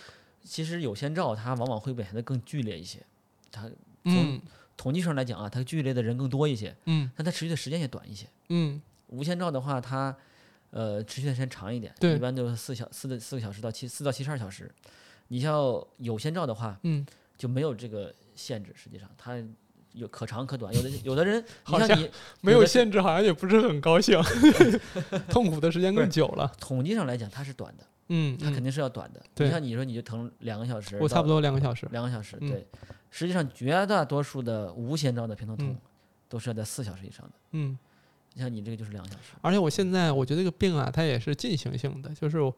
Speaker 2: 其实有先兆它往往会表现得更剧烈一些，它
Speaker 1: 嗯
Speaker 2: 统计上来讲啊，它剧烈的人更多一些，
Speaker 1: 嗯
Speaker 2: 但它持续的时间也短一些。
Speaker 1: 嗯
Speaker 2: 无先兆的话，它呃持续的时间长一点，
Speaker 1: 对
Speaker 2: 一般就是四小四的四个小时到七四到七十二小时。你像有先兆的话，
Speaker 1: 嗯，
Speaker 2: 就没有这个限制，实际上它有可长可短。有的有的 人，你
Speaker 1: 好
Speaker 2: 像
Speaker 1: 像
Speaker 2: 你
Speaker 1: 没
Speaker 2: 有
Speaker 1: 有
Speaker 2: 的
Speaker 1: 限制，好像也不是很高兴， 痛苦的时间
Speaker 2: 不是
Speaker 1: 更久了。
Speaker 2: 统计上来讲，它是短的，
Speaker 1: 嗯，
Speaker 2: 它肯
Speaker 1: 嗯
Speaker 2: 定是要短的。
Speaker 1: 对
Speaker 2: 你像你说你就疼两个小时，
Speaker 1: 我差不多两个小时。
Speaker 2: 两个小时，
Speaker 1: 嗯
Speaker 2: 对。实际上绝大多数的无先兆的偏头痛
Speaker 1: 嗯
Speaker 2: 都是要在四小时以上的，
Speaker 1: 嗯。
Speaker 2: 你像你这个就是两个小时。
Speaker 1: 而且我现在我觉得这个病啊，它也是进行性的，就是我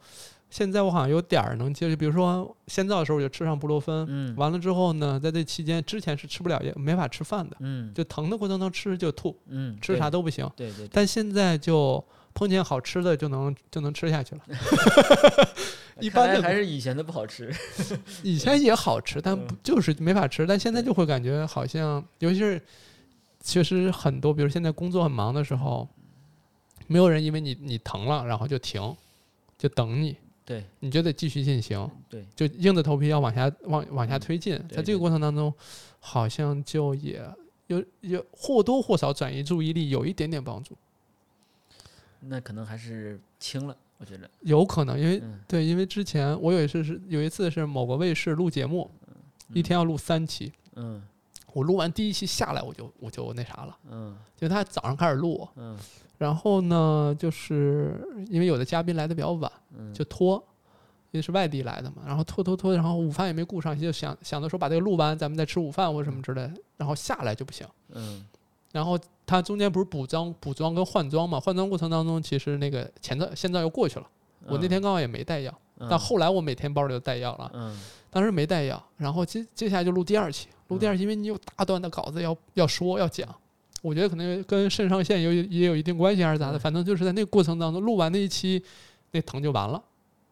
Speaker 1: 现在我好像有点儿能接受，比如说先兆的时候我就吃上布洛芬，
Speaker 2: 嗯
Speaker 1: 完了之后呢，在这期间之前是吃不了也没法吃饭的，
Speaker 2: 嗯
Speaker 1: 就疼的过程中吃就吐，
Speaker 2: 嗯，
Speaker 1: 吃
Speaker 2: 对
Speaker 1: 啥？都不行。
Speaker 2: 对对对
Speaker 1: 但现在就碰见好吃的就能就能吃下 去了，一
Speaker 2: 呃看
Speaker 1: 般
Speaker 2: 来
Speaker 1: 的
Speaker 2: 还是以前的不好吃。
Speaker 1: 以前也好吃，
Speaker 2: 嗯
Speaker 1: 但不就是没法吃，但现在就会感觉好像，尤其是确实很多，比如现在工作很忙的时候，没有人因为你你疼了，然后就停，就等你，
Speaker 2: 对
Speaker 1: 你就得继续进行，
Speaker 2: 对，
Speaker 1: 就硬着头皮要往下往往下推进，
Speaker 2: 嗯对
Speaker 1: 在这个过程当中，好像就也有有或多或少转移注意力有一点点帮助，
Speaker 2: 那可能还是轻了，我觉得。
Speaker 1: 有可能因为
Speaker 2: 嗯
Speaker 1: 对，因为之前我有一次是有一次是某个卫视录节目，一天要录三期。
Speaker 2: 嗯
Speaker 1: 我录完第一期下来，我就我就那啥了，
Speaker 2: 嗯
Speaker 1: 就他早上开始录，
Speaker 2: 嗯
Speaker 1: 然后呢，就是因为有的嘉宾来的比较晚，
Speaker 2: 嗯，
Speaker 1: 就拖，因为是外地来的嘛，然后拖拖拖，然后午饭也没顾上，就想想着说把这个录完，咱们再吃午饭或者什么之类的，然后下来就不行。
Speaker 2: 嗯
Speaker 1: 然后他中间不是补妆、补妆跟换装嘛，换装过程当中，其实那个前兆现在又过去了。我那天刚好也没带药，但后来我每天包里就带药了，
Speaker 2: 嗯
Speaker 1: 当时没带药，然后接接下来就录第二期，录
Speaker 2: 嗯
Speaker 1: 第二期，因为你有大段的稿子要要说要讲，我觉得可能跟肾上腺有也有一定关系还是咋的，
Speaker 2: 嗯
Speaker 1: 反正就是在那个过程当中，录完那一期，那疼就完了，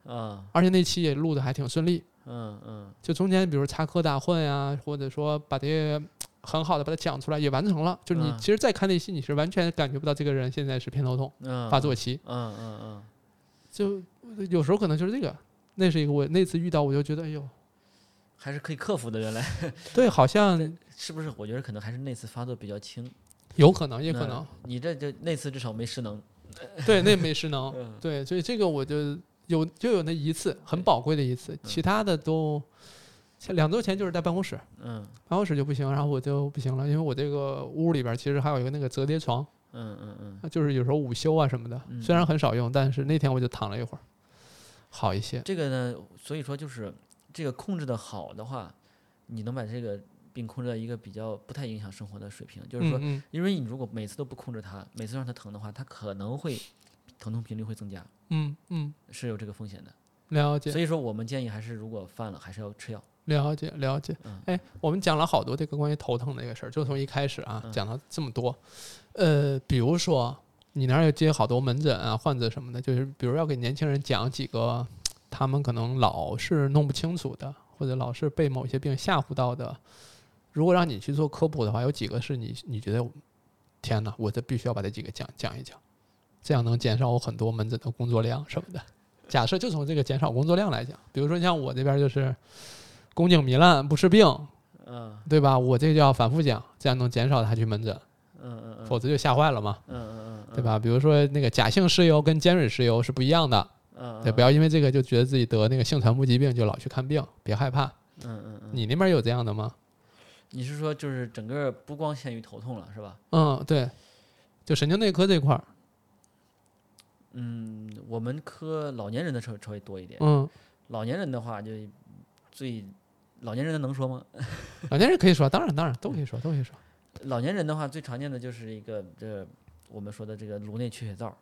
Speaker 2: 啊
Speaker 1: 而且那期也录的还挺顺利，
Speaker 2: 嗯嗯
Speaker 1: 就中间比如插科打诨呀、或者说把这些很好的把它讲出来也完成了，就是你
Speaker 2: 嗯
Speaker 1: 其实再看那期，你是完全感觉不到这个人现在是偏头痛
Speaker 2: 嗯
Speaker 1: 发作期，
Speaker 2: 嗯嗯嗯，
Speaker 1: 就有时候可能就是这个，那是一个我那次遇到我就觉得哎呦，
Speaker 2: 还是可以克服的。原来
Speaker 1: 对，好像
Speaker 2: 是不是？我觉得可能还是那次发作比较轻，
Speaker 1: 有可能也可能。
Speaker 2: 那你这就那次至少没失能。
Speaker 1: 对，那没失能。
Speaker 2: 嗯
Speaker 1: 对，所以这个我就有就有那一次，很宝贵的一次，其他的都前两周前就是在办公室，
Speaker 2: 嗯
Speaker 1: 办公室就不行，然后我就不行了，因为我这个屋里边其实还有一个那个折叠床，
Speaker 2: 嗯嗯嗯，
Speaker 1: 就是有时候午休啊什么的，
Speaker 2: 嗯
Speaker 1: 虽然很少用，但是那天我就躺了一会儿，好一些。
Speaker 2: 这个呢，所以说就是这个控制的好的话，你能把这个病控制到一个比较不太影响生活的水平。就是说，
Speaker 1: 嗯
Speaker 2: 因为你如果每次都不控制它，每次让它疼的话，它可能会疼痛频率会增加，
Speaker 1: 嗯嗯嗯，
Speaker 2: 是有这个风险的。
Speaker 1: 了解
Speaker 2: 所以说，我们建议还是如果犯了，还是要吃药。
Speaker 1: 了解了解
Speaker 2: 嗯。
Speaker 1: 哎，我们讲了好多这个关于头疼的一个事儿，就从一开始啊
Speaker 2: 嗯
Speaker 1: 讲到这么多，呃，比如说你那儿有接好多门诊啊、患者什么的，就是比如要给年轻人讲几个他们可能老是弄不清楚的，或者老是被某些病吓唬到的。如果让你去做科普的话，有几个是你你觉得天哪，我这必须要把这几个讲讲一讲，这样能减少我很多门诊的工作量什么的。假设就从这个减少工作量来讲，比如说像我这边就是宫颈糜烂不治病，
Speaker 2: 嗯
Speaker 1: 对吧？我这就要反复讲，这样能减少他去门诊，
Speaker 2: 嗯嗯嗯
Speaker 1: 否则就吓坏了嘛，
Speaker 2: 嗯嗯嗯，
Speaker 1: 对？吧？比如说那个假性湿疣跟尖锐湿疣是不一样的，
Speaker 2: 嗯，
Speaker 1: 对，不要因为这个就觉得自己得那个性传播疾病就老去看病，别害怕。
Speaker 2: 嗯嗯嗯，
Speaker 1: 你那边有这样的吗？
Speaker 2: 你是说就是整个不光限于头痛了，是吧？
Speaker 1: 嗯，对，就神经内科这块儿，
Speaker 2: 嗯，我们科老年人的稍微稍微多一点。
Speaker 1: 嗯，
Speaker 2: 老年人的话，就最老年人的能说吗？
Speaker 1: 老年人可以说，当然当然都可以说，都可以说。
Speaker 2: 老年人的话，最常见的就是一个这我们说的这个颅内缺血灶，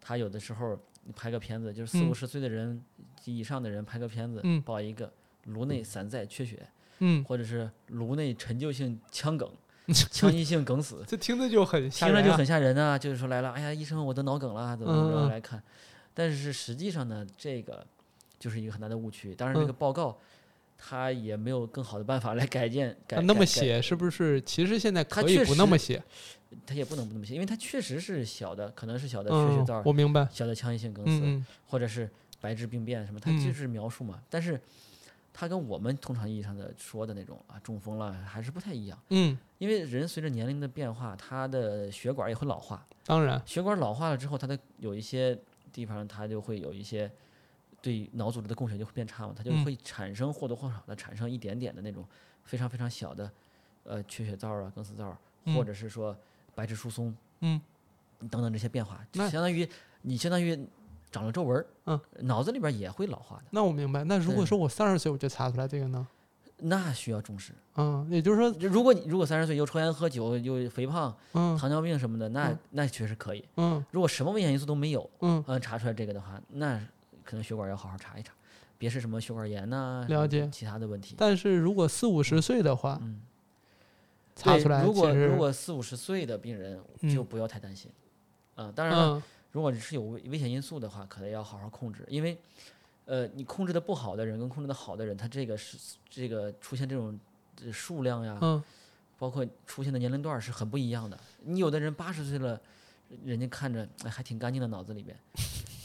Speaker 2: 他有的时候你拍个片子，就是四
Speaker 1: 嗯
Speaker 2: 五十岁的人及以上的人拍个片子
Speaker 1: 嗯，
Speaker 2: 报一个颅内散在缺血，
Speaker 1: 嗯，
Speaker 2: 或者是颅内陈旧性腔 梗、腔溢性梗死，
Speaker 1: 这听着就很吓
Speaker 2: 听着
Speaker 1: 人
Speaker 2: 就
Speaker 1: 啊
Speaker 2: 很吓人啊！就是说来了，哎呀，医生，我得脑梗了，怎么怎么
Speaker 1: 嗯嗯
Speaker 2: 着来看？但是实际上呢，这个就是一个很大的误区。当然，这
Speaker 1: 嗯
Speaker 2: 个报告他也没有更好的办法来改建改
Speaker 1: 那那么
Speaker 2: 改改
Speaker 1: 写是不是？其实现在
Speaker 2: 它
Speaker 1: 可以
Speaker 2: 确
Speaker 1: 不那么
Speaker 2: 实
Speaker 1: 写。
Speaker 2: 它也不能不那么写，因为它确实是小的，可能是小的缺血
Speaker 1: 嗯
Speaker 2: 灶、，
Speaker 1: 我明白。
Speaker 2: 小的腔溢性梗死，
Speaker 1: 嗯嗯
Speaker 2: 或者是白质病变什么，它
Speaker 1: 嗯
Speaker 2: 就是描述嘛。但是它跟我们通常意义上的说的那种啊中风了还是不太一样，
Speaker 1: 嗯，
Speaker 2: 因为人随着年龄的变化，他的血管也会老化，
Speaker 1: 当然，
Speaker 2: 血管老化了之后，它的有一些地方它就会有一些。对脑组织的供血就会变差嘛，它就
Speaker 1: 嗯
Speaker 2: 会产生或多或少的产生一点点的那种非常非常小的，呃，缺血灶啊、梗死灶啊，或
Speaker 1: 嗯
Speaker 2: 者是说白质疏松，
Speaker 1: 嗯，
Speaker 2: 等等这些变化，就
Speaker 1: 那
Speaker 2: 相当于你相当于长了皱纹儿，
Speaker 1: 嗯，
Speaker 2: 脑子里边也会老化的，
Speaker 1: 那我明白。那如果
Speaker 2: 对
Speaker 1: 说我三十岁我就查出来这个呢？
Speaker 2: 那需要重视。
Speaker 1: 嗯，也就是说，
Speaker 2: 如果你如果三十岁又抽烟喝酒又肥胖、
Speaker 1: 嗯
Speaker 2: 糖尿病什么的，那
Speaker 1: 嗯
Speaker 2: 那确实可以。
Speaker 1: 嗯
Speaker 2: 如果什么危险因素都没有，
Speaker 1: 嗯，
Speaker 2: 嗯，查出来这个的话，那可能血管要好好查一查，别是什么血管炎呐、
Speaker 1: 了解
Speaker 2: 其他的问题。
Speaker 1: 但是如果四五十岁的话，
Speaker 2: 嗯，
Speaker 1: 查
Speaker 2: 对
Speaker 1: 出来
Speaker 2: 如果
Speaker 1: 其实
Speaker 2: 如果四五十岁的病人
Speaker 1: 嗯
Speaker 2: 就不要太担心，啊、当然了，
Speaker 1: 嗯
Speaker 2: 如果你是有危危险因素的话，可能要好好控制，因为，呃，你控制的不好的人跟控制的好的人，他这个是这个出现这种呃数量呀，
Speaker 1: 嗯
Speaker 2: 包括出现的年龄段儿是很不一样的。你有的人八十岁了，人家看着哎还挺干净的，脑子里边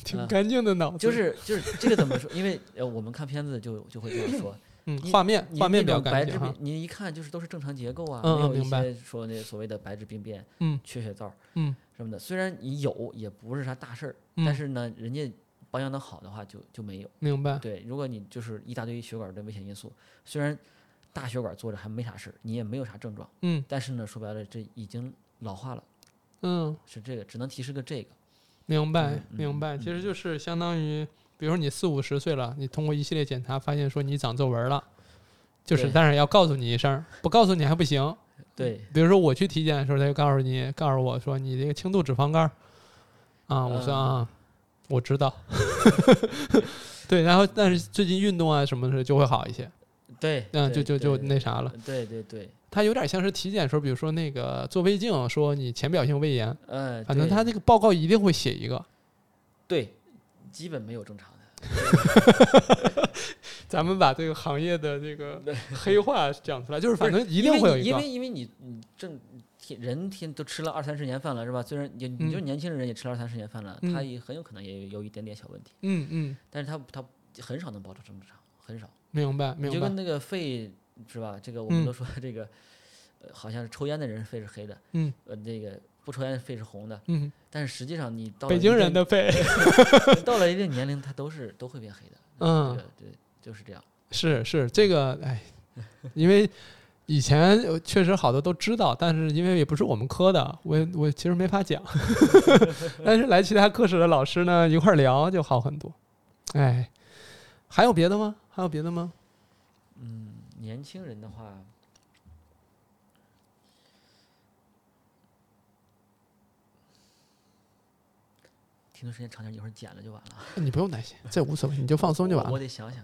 Speaker 1: 挺
Speaker 2: 嗯
Speaker 1: 干净的脑子，
Speaker 2: 就是就是这个怎么说？因为呃我们看片子就就会这样 说，
Speaker 1: 嗯
Speaker 2: 你
Speaker 1: 画面
Speaker 2: 你
Speaker 1: 画面
Speaker 2: 那
Speaker 1: 比较
Speaker 2: 种
Speaker 1: 干
Speaker 2: 白质
Speaker 1: 净
Speaker 2: 病
Speaker 1: 哈，，
Speaker 2: 你一看就是都是正常结构啊，
Speaker 1: 嗯嗯
Speaker 2: 没有一
Speaker 1: 明白
Speaker 2: 些说那所谓的白质病变、
Speaker 1: 嗯
Speaker 2: 缺血灶、
Speaker 1: 嗯
Speaker 2: 什么的。虽然你有，也不是啥大事儿，
Speaker 1: 嗯
Speaker 2: 但是呢，人家保养的好的话就，就没有。
Speaker 1: 明白。
Speaker 2: 对，如果你就是一大堆血管的危险因素，虽然大血管坐着还没啥事儿，你也没有啥症状，
Speaker 1: 嗯
Speaker 2: 但是呢，说白了，这已经老化了，
Speaker 1: 嗯，
Speaker 2: 是这个，只能提示个这个。
Speaker 1: 明白
Speaker 2: 嗯
Speaker 1: 明白。
Speaker 2: 嗯
Speaker 1: 其实就是相当于，比如说你四五十岁了，你通过一系列检查发现说你长皱纹了。就是，
Speaker 2: 对
Speaker 1: 但是要告诉你一声，不告诉你还不行。
Speaker 2: 对，
Speaker 1: 比如说我去体检的时候，他就告诉你，告诉我说你这个轻度脂肪肝儿，啊，我说
Speaker 2: 嗯
Speaker 1: 啊，我知道。 对，然后但是最近运动啊什么的就会好一些，
Speaker 2: 对，
Speaker 1: 嗯，就
Speaker 2: 对
Speaker 1: 就就
Speaker 2: 对
Speaker 1: 那啥了。
Speaker 2: 对对对，
Speaker 1: 它有点像是体检时候，比如说那个做胃镜，说你浅表性胃炎，
Speaker 2: 呃，
Speaker 1: 反正
Speaker 2: 对
Speaker 1: 他这个报告一定会写一个。
Speaker 2: 对，基本没有正常的。
Speaker 1: 咱们把这个行业的这 个黑话讲出来，就是反正一
Speaker 2: 因
Speaker 1: 定
Speaker 2: 为
Speaker 1: 会有
Speaker 2: 你
Speaker 1: 一
Speaker 2: 因
Speaker 1: 个。
Speaker 2: 为因为你你正天人天都吃了二三十年饭了是吧？虽然也你就是
Speaker 1: 嗯
Speaker 2: 年轻人也吃了二三十年饭了，他
Speaker 1: 嗯
Speaker 2: 也很有可能也有有一点点小问题，
Speaker 1: 嗯嗯，
Speaker 2: 但是他他很少能保证正常，很少。
Speaker 1: 明白
Speaker 2: 你就
Speaker 1: 明白
Speaker 2: 跟。那个肺是吧？这个我们
Speaker 1: 嗯
Speaker 2: 都说这个，呃，好像是抽烟的人肺是黑的，
Speaker 1: 嗯，
Speaker 2: 呃，那个不抽烟的肺是红的，
Speaker 1: 嗯，
Speaker 2: 但是实际哦上你到了
Speaker 1: 北
Speaker 2: 一
Speaker 1: 京人
Speaker 2: 定
Speaker 1: 的肺，
Speaker 2: 到了一定年龄，它都是都会变黑的，
Speaker 1: 嗯
Speaker 2: 这，个对，就是这样。
Speaker 1: 是是，这个哎，因为以前呃确实好多都知道，但是因为也不是我们科的，我我其实没法讲。 但是来其他科室的老师呢一块儿聊就好很多。哎，还有别的吗？还有别的吗？
Speaker 2: 年轻人的话，停顿时间长点，一会儿剪了就完了。
Speaker 1: 你不用担心，这无所谓，你就放松就
Speaker 2: 我
Speaker 1: 完
Speaker 2: 我
Speaker 1: 了。
Speaker 2: 得想想，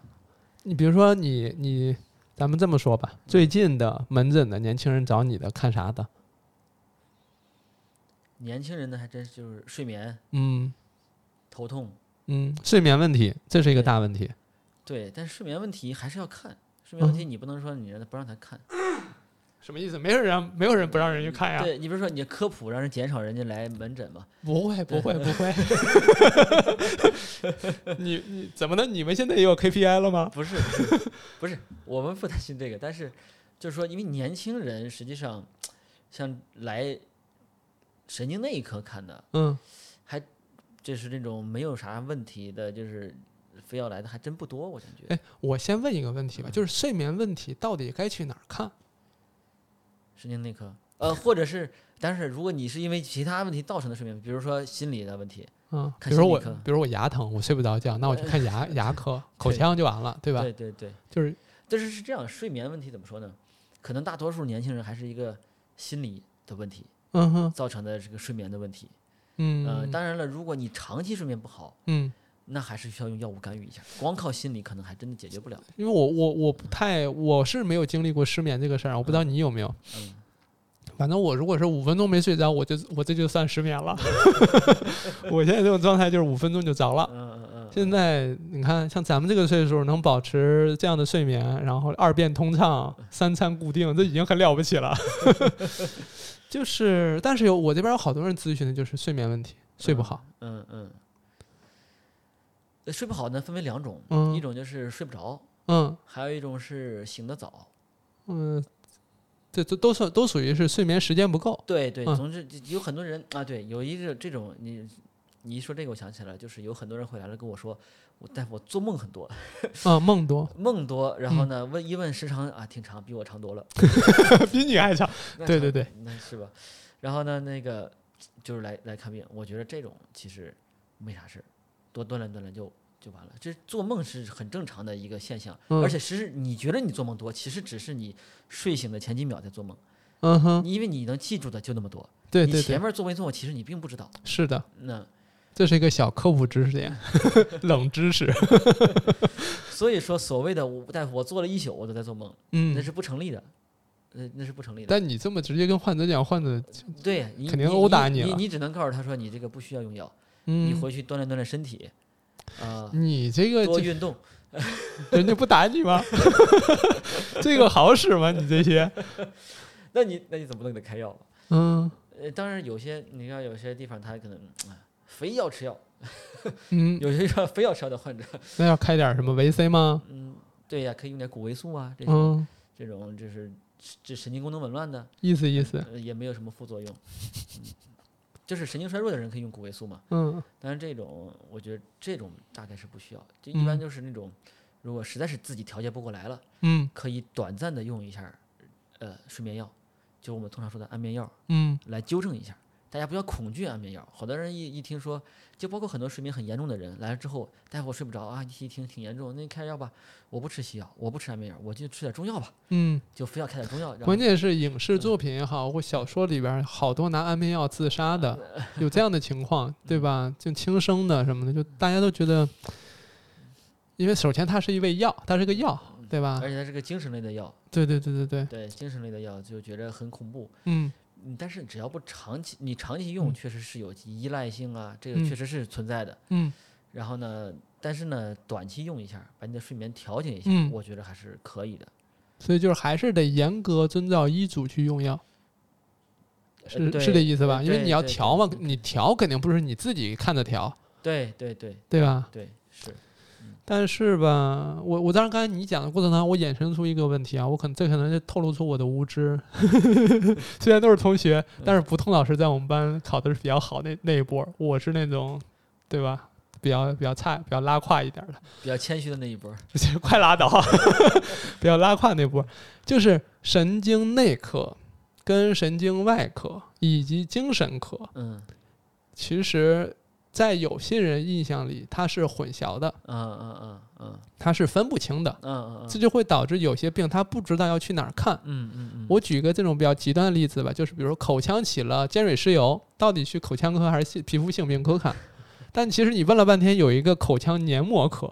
Speaker 1: 你比如说你你，咱们这么说吧，最近的门诊的年轻人找你的看啥的？
Speaker 2: 年轻人呢，还真是就是睡眠、
Speaker 1: 嗯
Speaker 2: 头痛，
Speaker 1: 嗯，睡眠问题，这是一个
Speaker 2: 对
Speaker 1: 大问题。
Speaker 2: 对，但是睡眠问题还是要看。睡眠问题
Speaker 1: 嗯
Speaker 2: 你不能说你让他不让他看，
Speaker 1: 什么意思？没有人没有人不让人去看哎呀？
Speaker 2: 对你比如说你科普让人减少人家来门诊嘛，
Speaker 1: 不会，不
Speaker 2: 对
Speaker 1: 会，不 会。你你怎么的？你们现在也有 KPI 了吗？
Speaker 2: 不是不是不是，我们不担心这个，但是就是说，因为年轻人实际上像来神经内科看的，
Speaker 1: 嗯
Speaker 2: 就是这种没有啥问题的，就是非要来的还真不多，我感觉。
Speaker 1: 哎，我先问一个问题吧，就是睡眠问题到底该去哪儿看？
Speaker 2: 神经内科， 呃，或者是，但是如果你是因为其他问题造成的睡眠，比如说心理的问题，
Speaker 1: 嗯，比
Speaker 2: 看
Speaker 1: 如说
Speaker 2: 心理
Speaker 1: 我，
Speaker 2: 科呃
Speaker 1: 比如我牙疼，我睡不着觉，那我去看牙牙科、口
Speaker 2: 对
Speaker 1: 腔就完了，对吧？
Speaker 2: 对对对，
Speaker 1: 就是
Speaker 2: 但是是这样，睡眠问题怎么说呢？可能大多数年轻人还是一个心理的问题
Speaker 1: 嗯哼
Speaker 2: 造成的这个睡眠的问题。呃，
Speaker 1: 嗯
Speaker 2: 当然了，如果你长期睡眠不好。
Speaker 1: 嗯，
Speaker 2: 那还是需要用药物干预一下，光靠心理可能还真的解决不 了。
Speaker 1: 因为我我我不太我是没有经历过失眠这个事儿啊，我不知道你有没有。
Speaker 2: 嗯，
Speaker 1: 反正我如果是五分钟没睡着， 我就我这就算失眠了。我现在这种状态就是五分钟就着了。
Speaker 2: 嗯嗯嗯嗯
Speaker 1: 现在你看，像咱们这个岁数能保持这样的睡眠，然后二便通畅，三餐固定，这已经很了不起了。 就是，但是有我这边有好多人咨询的就是睡眠问题，睡不好。
Speaker 2: 嗯嗯。呃睡不好呢，分为两种，
Speaker 1: 嗯
Speaker 2: 一种就是睡不着，
Speaker 1: 嗯
Speaker 2: 还有一种是醒得早。
Speaker 1: 嗯，这都都算都属于是睡眠时间不够。
Speaker 2: 对对，
Speaker 1: 嗯
Speaker 2: 总之就有很多人啊，对，有一个这种你你一说这个，我想起来了，就是有很多人会来了跟我说，我但我做梦很多，
Speaker 1: 啊，梦 多
Speaker 2: 梦多，然后呢问一问时长啊，挺长，比我长多了。
Speaker 1: 比你还长。
Speaker 2: 那
Speaker 1: 对
Speaker 2: 长
Speaker 1: 对对，
Speaker 2: 那是吧？然后呢，那个就是来来看病，我觉得这种其实没啥事儿，多锻炼锻炼就就完了。这做梦是很正常的一个现象，
Speaker 1: 嗯
Speaker 2: 而且实是你觉得你做梦多，其实只是你睡醒的前几秒在做梦，
Speaker 1: 嗯哼，
Speaker 2: 因为你能记住的就那么多，
Speaker 1: 对
Speaker 2: 你
Speaker 1: 对
Speaker 2: 前
Speaker 1: 对，
Speaker 2: 面做没做，其实你并不知道。
Speaker 1: 是的，
Speaker 2: 那
Speaker 1: 这是一个小科普知识 点，冷知识。
Speaker 2: 所以说，所谓的我大夫，我做了一宿我都在做梦，那
Speaker 1: 嗯，
Speaker 2: 是不成立的，那那是不成立的。
Speaker 1: 但你这么直接跟患者讲，患者
Speaker 2: 对，啊你
Speaker 1: 肯定殴打
Speaker 2: 你
Speaker 1: 你
Speaker 2: 你
Speaker 1: 了
Speaker 2: 你只能告诉他说你这个不需要用药，
Speaker 1: 嗯，
Speaker 2: 你回去锻炼锻炼身体，啊、
Speaker 1: 你这个
Speaker 2: 多
Speaker 1: 就
Speaker 2: 运动。
Speaker 1: 人家不打你 吗？这个好使吗？你这些，
Speaker 2: 那你那你怎么能给他开药啊？
Speaker 1: 嗯
Speaker 2: 呃，当然有些你看有些地方他可能哎非要吃药，
Speaker 1: 嗯，
Speaker 2: 有些地方非要吃药的患者，
Speaker 1: 那要开点什么维 C 吗？
Speaker 2: 嗯，对呀、可以用点谷维素啊，这种、
Speaker 1: 嗯，
Speaker 2: 这种就是治神经功能紊乱的，
Speaker 1: 意思意思，
Speaker 2: 呃也没有什么副作用。嗯就是神经衰弱的人可以用谷维素嘛，
Speaker 1: 嗯
Speaker 2: 但是这种我觉得这种大概是不需要，就一般
Speaker 1: 嗯
Speaker 2: 就是那种，如果实在是自己调节不过来了，
Speaker 1: 嗯
Speaker 2: 可以短暂的用一下儿，呃，睡眠药，就我们通常说的安眠药，
Speaker 1: 嗯
Speaker 2: 来纠正一下。大家不要恐惧安眠药，好多人一一听说，就包括很多睡眠很严重的人来了之后，大夫我睡不着啊，一听挺严重，那你开药吧，我不吃西药，我不吃安眠药，我就吃点中药吧，
Speaker 1: 嗯，
Speaker 2: 就非要开点中药。然后嗯
Speaker 1: 关键是影视作品也好，或小说里边好多拿安眠药自杀 的，有这样的情况，对吧？就轻生的什么的，就
Speaker 2: 嗯
Speaker 1: 大家都觉得，因为首先它是一味药，它是个药，
Speaker 2: 嗯
Speaker 1: 对吧
Speaker 2: 而？且它是个精神类的药，
Speaker 1: 对对对对对，
Speaker 2: 对精神类的药就觉得很恐怖。
Speaker 1: 嗯
Speaker 2: 嗯，但是只要不长期，你长期用，确实是有依赖性啊，这个
Speaker 1: 嗯
Speaker 2: 确实是存在的。
Speaker 1: 嗯
Speaker 2: 然后呢，但是呢，短期用一下，把你的睡眠调节一下，
Speaker 1: 嗯
Speaker 2: 我觉得还是可以的。
Speaker 1: 所以就是还是得严格遵照医嘱去用药，是
Speaker 2: 呃对
Speaker 1: 是这意思吧？
Speaker 2: 对
Speaker 1: 因为
Speaker 2: 对
Speaker 1: 你要
Speaker 2: 对
Speaker 1: 调嘛
Speaker 2: 对，对
Speaker 1: 你调肯定不是你自己看着调，
Speaker 2: 对对对
Speaker 1: 对吧？
Speaker 2: 对，是，
Speaker 1: 但是吧，我我当然刚才你讲的过程当中，我衍生出一个问题啊，我可能这可能就透露出我的无知。 虽然都是同学，但是不痛老师在我们班考的是比较好那那一波，我是那种，对吧？比较比较菜，比较拉胯一点的。
Speaker 2: 比较谦虚的那一波儿。
Speaker 1: 快拉倒， 不要拉胯那波，就是神经内科、跟神经外科以及精神科，
Speaker 2: 嗯
Speaker 1: 其实，在有些人印象里，它是混淆的，
Speaker 2: 嗯嗯嗯嗯
Speaker 1: 它是分不清的，
Speaker 2: 嗯嗯
Speaker 1: 这就会导致有些病他不知道要去哪儿看。
Speaker 2: 嗯嗯嗯，
Speaker 1: 我举一个这种比较极端的例子吧，就是比如口腔起了尖锐湿疣，到底去口腔科还是性皮肤性病科看？但其实你问了半天，有一个口腔黏膜科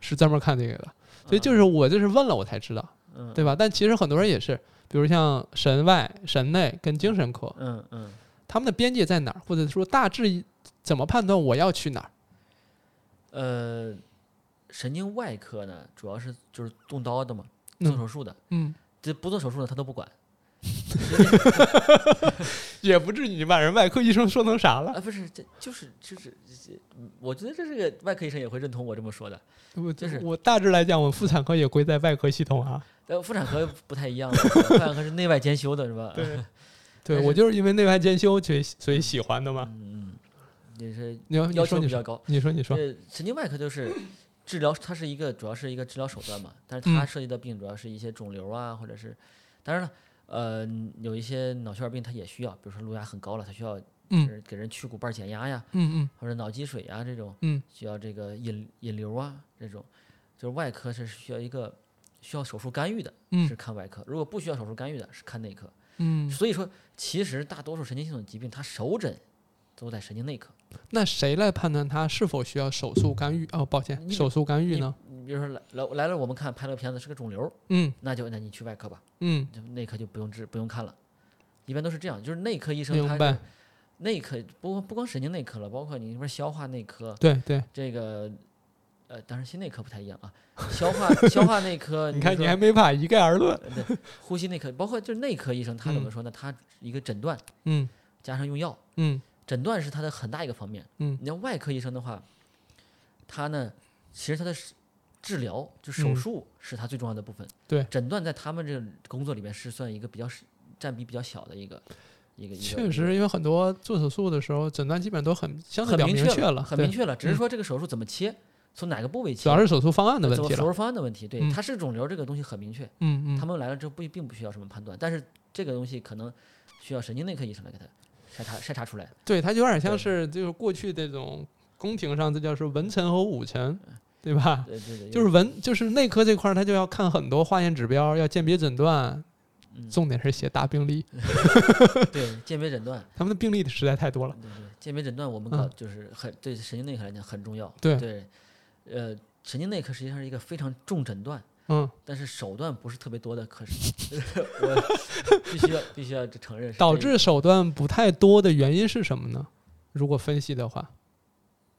Speaker 1: 是专门看这个的，所以就是我这是问了我才知道。
Speaker 2: 嗯
Speaker 1: 对吧？但其实很多人也是，比如像神外、神内跟精神科，
Speaker 2: 嗯嗯，
Speaker 1: 他们的边界在哪儿，或者说大致怎么判断我要去哪儿？
Speaker 2: 呃，神经外科呢，主要是就是动刀的嘛，
Speaker 1: 嗯
Speaker 2: 做手术的，
Speaker 1: 嗯，
Speaker 2: 这不做手术的他都不管。
Speaker 1: 也不至于你把人外科医生说成啥了。
Speaker 2: 啊，不是，这就是就是，这嗯我觉得这是个外科医生也会认同我这么说的。
Speaker 1: 我
Speaker 2: 呃就是
Speaker 1: 我大致来讲，我妇产科也归在外科系统啊。
Speaker 2: 但妇产 科不太一样，妇产科是内外兼修的，是吧？
Speaker 1: 对，
Speaker 2: 但
Speaker 1: 对
Speaker 2: 是
Speaker 1: 我就是因为内外兼修，所以所以喜欢的嘛。
Speaker 2: 嗯，也是
Speaker 1: 你要你
Speaker 2: 嗯要
Speaker 1: 说
Speaker 2: 求
Speaker 1: 你
Speaker 2: 比较
Speaker 1: 说
Speaker 2: 高。
Speaker 1: 你说你说，
Speaker 2: 呃，神经外科就是治疗，它是一个主要是一个治疗手段嘛，但是它
Speaker 1: 嗯
Speaker 2: 涉及的病主要是一些肿瘤啊，或者是，当然了，呃，有一些脑血管病它也需要，比如说颅压很高了，它需要
Speaker 1: 嗯
Speaker 2: 呃给人去骨瓣减压呀，
Speaker 1: 嗯
Speaker 2: 或者脑积水啊这种，
Speaker 1: 嗯，
Speaker 2: 需要这个引引流啊这种，就是外科是需要一个需要手术干预的，
Speaker 1: 嗯
Speaker 2: 是看外科；如果不需要手术干预的，是看内科。
Speaker 1: 嗯嗯，
Speaker 2: 所以说，其实大多数神经系统疾病，它首诊都在神经内科。
Speaker 1: 那谁来判断他是否需要手术干预？
Speaker 2: 嗯
Speaker 1: 哦，抱歉，
Speaker 2: 你
Speaker 1: 手术干预呢？
Speaker 2: 你比如说来来来了，我们看拍了片子是个肿瘤，
Speaker 1: 嗯
Speaker 2: 那就那你去外科吧，
Speaker 1: 嗯，
Speaker 2: 就内科就不用治不用看了。一般都是这样，就是内科医生
Speaker 1: 明
Speaker 2: 他是
Speaker 1: 白。
Speaker 2: 内科不不光神经内科了，包括你什么消化内科，
Speaker 1: 对对，
Speaker 2: 这个呃，当然心内科不太一样啊，消化消化内科，
Speaker 1: 你看
Speaker 2: 比
Speaker 1: 你
Speaker 2: 如
Speaker 1: 还没法一概而论。
Speaker 2: 说呃对呼吸内科，包括就是内科医生，他怎么
Speaker 1: 嗯
Speaker 2: 说呢？他一个诊断
Speaker 1: 嗯
Speaker 2: 加上用药，
Speaker 1: 嗯
Speaker 2: 诊断是他的很大一个方面。
Speaker 1: 嗯，
Speaker 2: 你像外科医生的话，他呢，其实他的是治疗就手
Speaker 1: 嗯
Speaker 2: 术是他最重要的部分。
Speaker 1: 对
Speaker 2: 诊断在他们这个工作里面是算一个比较是占比比较小的一个一个一个。
Speaker 1: 确实，因为很多做手术的时候诊断基本都很相对
Speaker 2: 很
Speaker 1: 比较
Speaker 2: 明
Speaker 1: 明
Speaker 2: 确
Speaker 1: 了，
Speaker 2: 很
Speaker 1: 对
Speaker 2: 明确了，只是
Speaker 1: 嗯
Speaker 2: 说这个手术怎么切，从哪个部位切，
Speaker 1: 主要是手术方案的呃问
Speaker 2: 怎么
Speaker 1: 题
Speaker 2: 手
Speaker 1: 了。
Speaker 2: 术方案的问题。对，
Speaker 1: 嗯
Speaker 2: 它是肿瘤这个东西很明确，
Speaker 1: 嗯
Speaker 2: 他
Speaker 1: 嗯，
Speaker 2: 们来了之后不并不需要什么判断，但是这个东西可能需要神经内科医生来给他筛查筛查出来。
Speaker 1: 对，它就有点像
Speaker 2: 对
Speaker 1: 是就是过去这种宫廷上这叫是文臣和武臣，对吧？
Speaker 2: 对对对，
Speaker 1: 就是文就是内科这块儿，他就要看很多化验指标，要鉴别诊断，
Speaker 2: 嗯
Speaker 1: 重点是写大病例。
Speaker 2: 对鉴别诊断。
Speaker 1: 他们的病例实在太多了。
Speaker 2: 对对，鉴别诊断我们
Speaker 1: 嗯
Speaker 2: 搞就是很对神经内科来讲很重要。
Speaker 1: 对
Speaker 2: 呃，神经内科实际上是一个非常重诊断，
Speaker 1: 嗯，
Speaker 2: 但是手段不是特别多的科室， 我必须要必须要承认是
Speaker 1: 导
Speaker 2: 这个
Speaker 1: 致手段不太多的原因是什么呢？如果分析的话，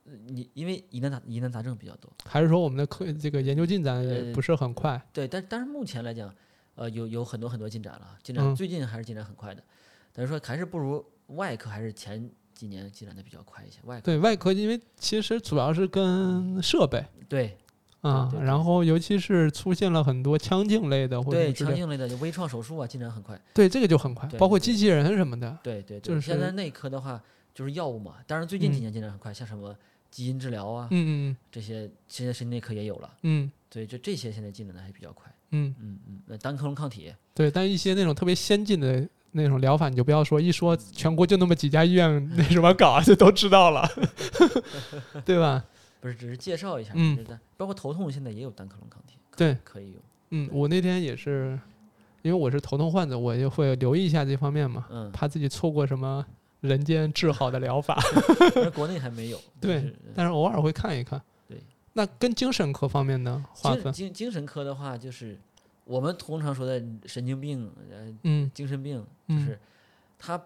Speaker 2: 呃你因为疑难杂疑难杂症比较多。
Speaker 1: 还是说我们的科这个研究进展
Speaker 2: 呃
Speaker 1: 也不是很快？
Speaker 2: 对，但但是目前来讲，呃，有有很多很多进展了，进展、
Speaker 1: 嗯
Speaker 2: 最近还是进展很快的，但是说还是不如外科还是前几年进展的比较快一些。外科
Speaker 1: 对外科，因为其实主要是跟设备
Speaker 2: 对
Speaker 1: 啊
Speaker 2: 对，对
Speaker 1: 然后尤其是出现了很多腔镜类的或者
Speaker 2: 对
Speaker 1: 之
Speaker 2: 腔
Speaker 1: 类，
Speaker 2: 镜类的就微创手术啊，进展很快。
Speaker 1: 对这个就很快，
Speaker 2: 对
Speaker 1: 包括
Speaker 2: 对对啊
Speaker 1: 机器人什么的。
Speaker 2: 对对对，
Speaker 1: 就是
Speaker 2: 现在内科的话就是药物嘛，当然最近几
Speaker 1: 嗯
Speaker 2: 年进展很快，像什么基因治疗啊、
Speaker 1: 嗯嗯
Speaker 2: 这些，现在神经内科也有了，
Speaker 1: 嗯
Speaker 2: 对，就这些现在进展的还比较快。
Speaker 1: 嗯，
Speaker 2: 嗯嗯，那单克隆抗体，
Speaker 1: 对。但一些那种特别先进的那种疗法，你就不要说，一说全国就那么几家医院那什么搞，就都知道了， 对吧？
Speaker 2: 不是只是介绍一下，
Speaker 1: 嗯
Speaker 2: 就是包括头痛现在也有单克隆抗体，可
Speaker 1: 对
Speaker 2: 可以用，
Speaker 1: 嗯，我那天也是，因为我是头痛患者，我就会留意一下这方面嘛，
Speaker 2: 嗯，
Speaker 1: 怕自己错过什么人间至好的疗法，
Speaker 2: 而国内还没有，
Speaker 1: 对
Speaker 2: 就是嗯
Speaker 1: 但是偶尔会看一看。
Speaker 2: 对，
Speaker 1: 那跟精神科方面呢划
Speaker 2: 精
Speaker 1: 分？
Speaker 2: 精精神科的话，就是我们通常说的神经病、呃
Speaker 1: 嗯
Speaker 2: 精神病，就
Speaker 1: 嗯
Speaker 2: 是它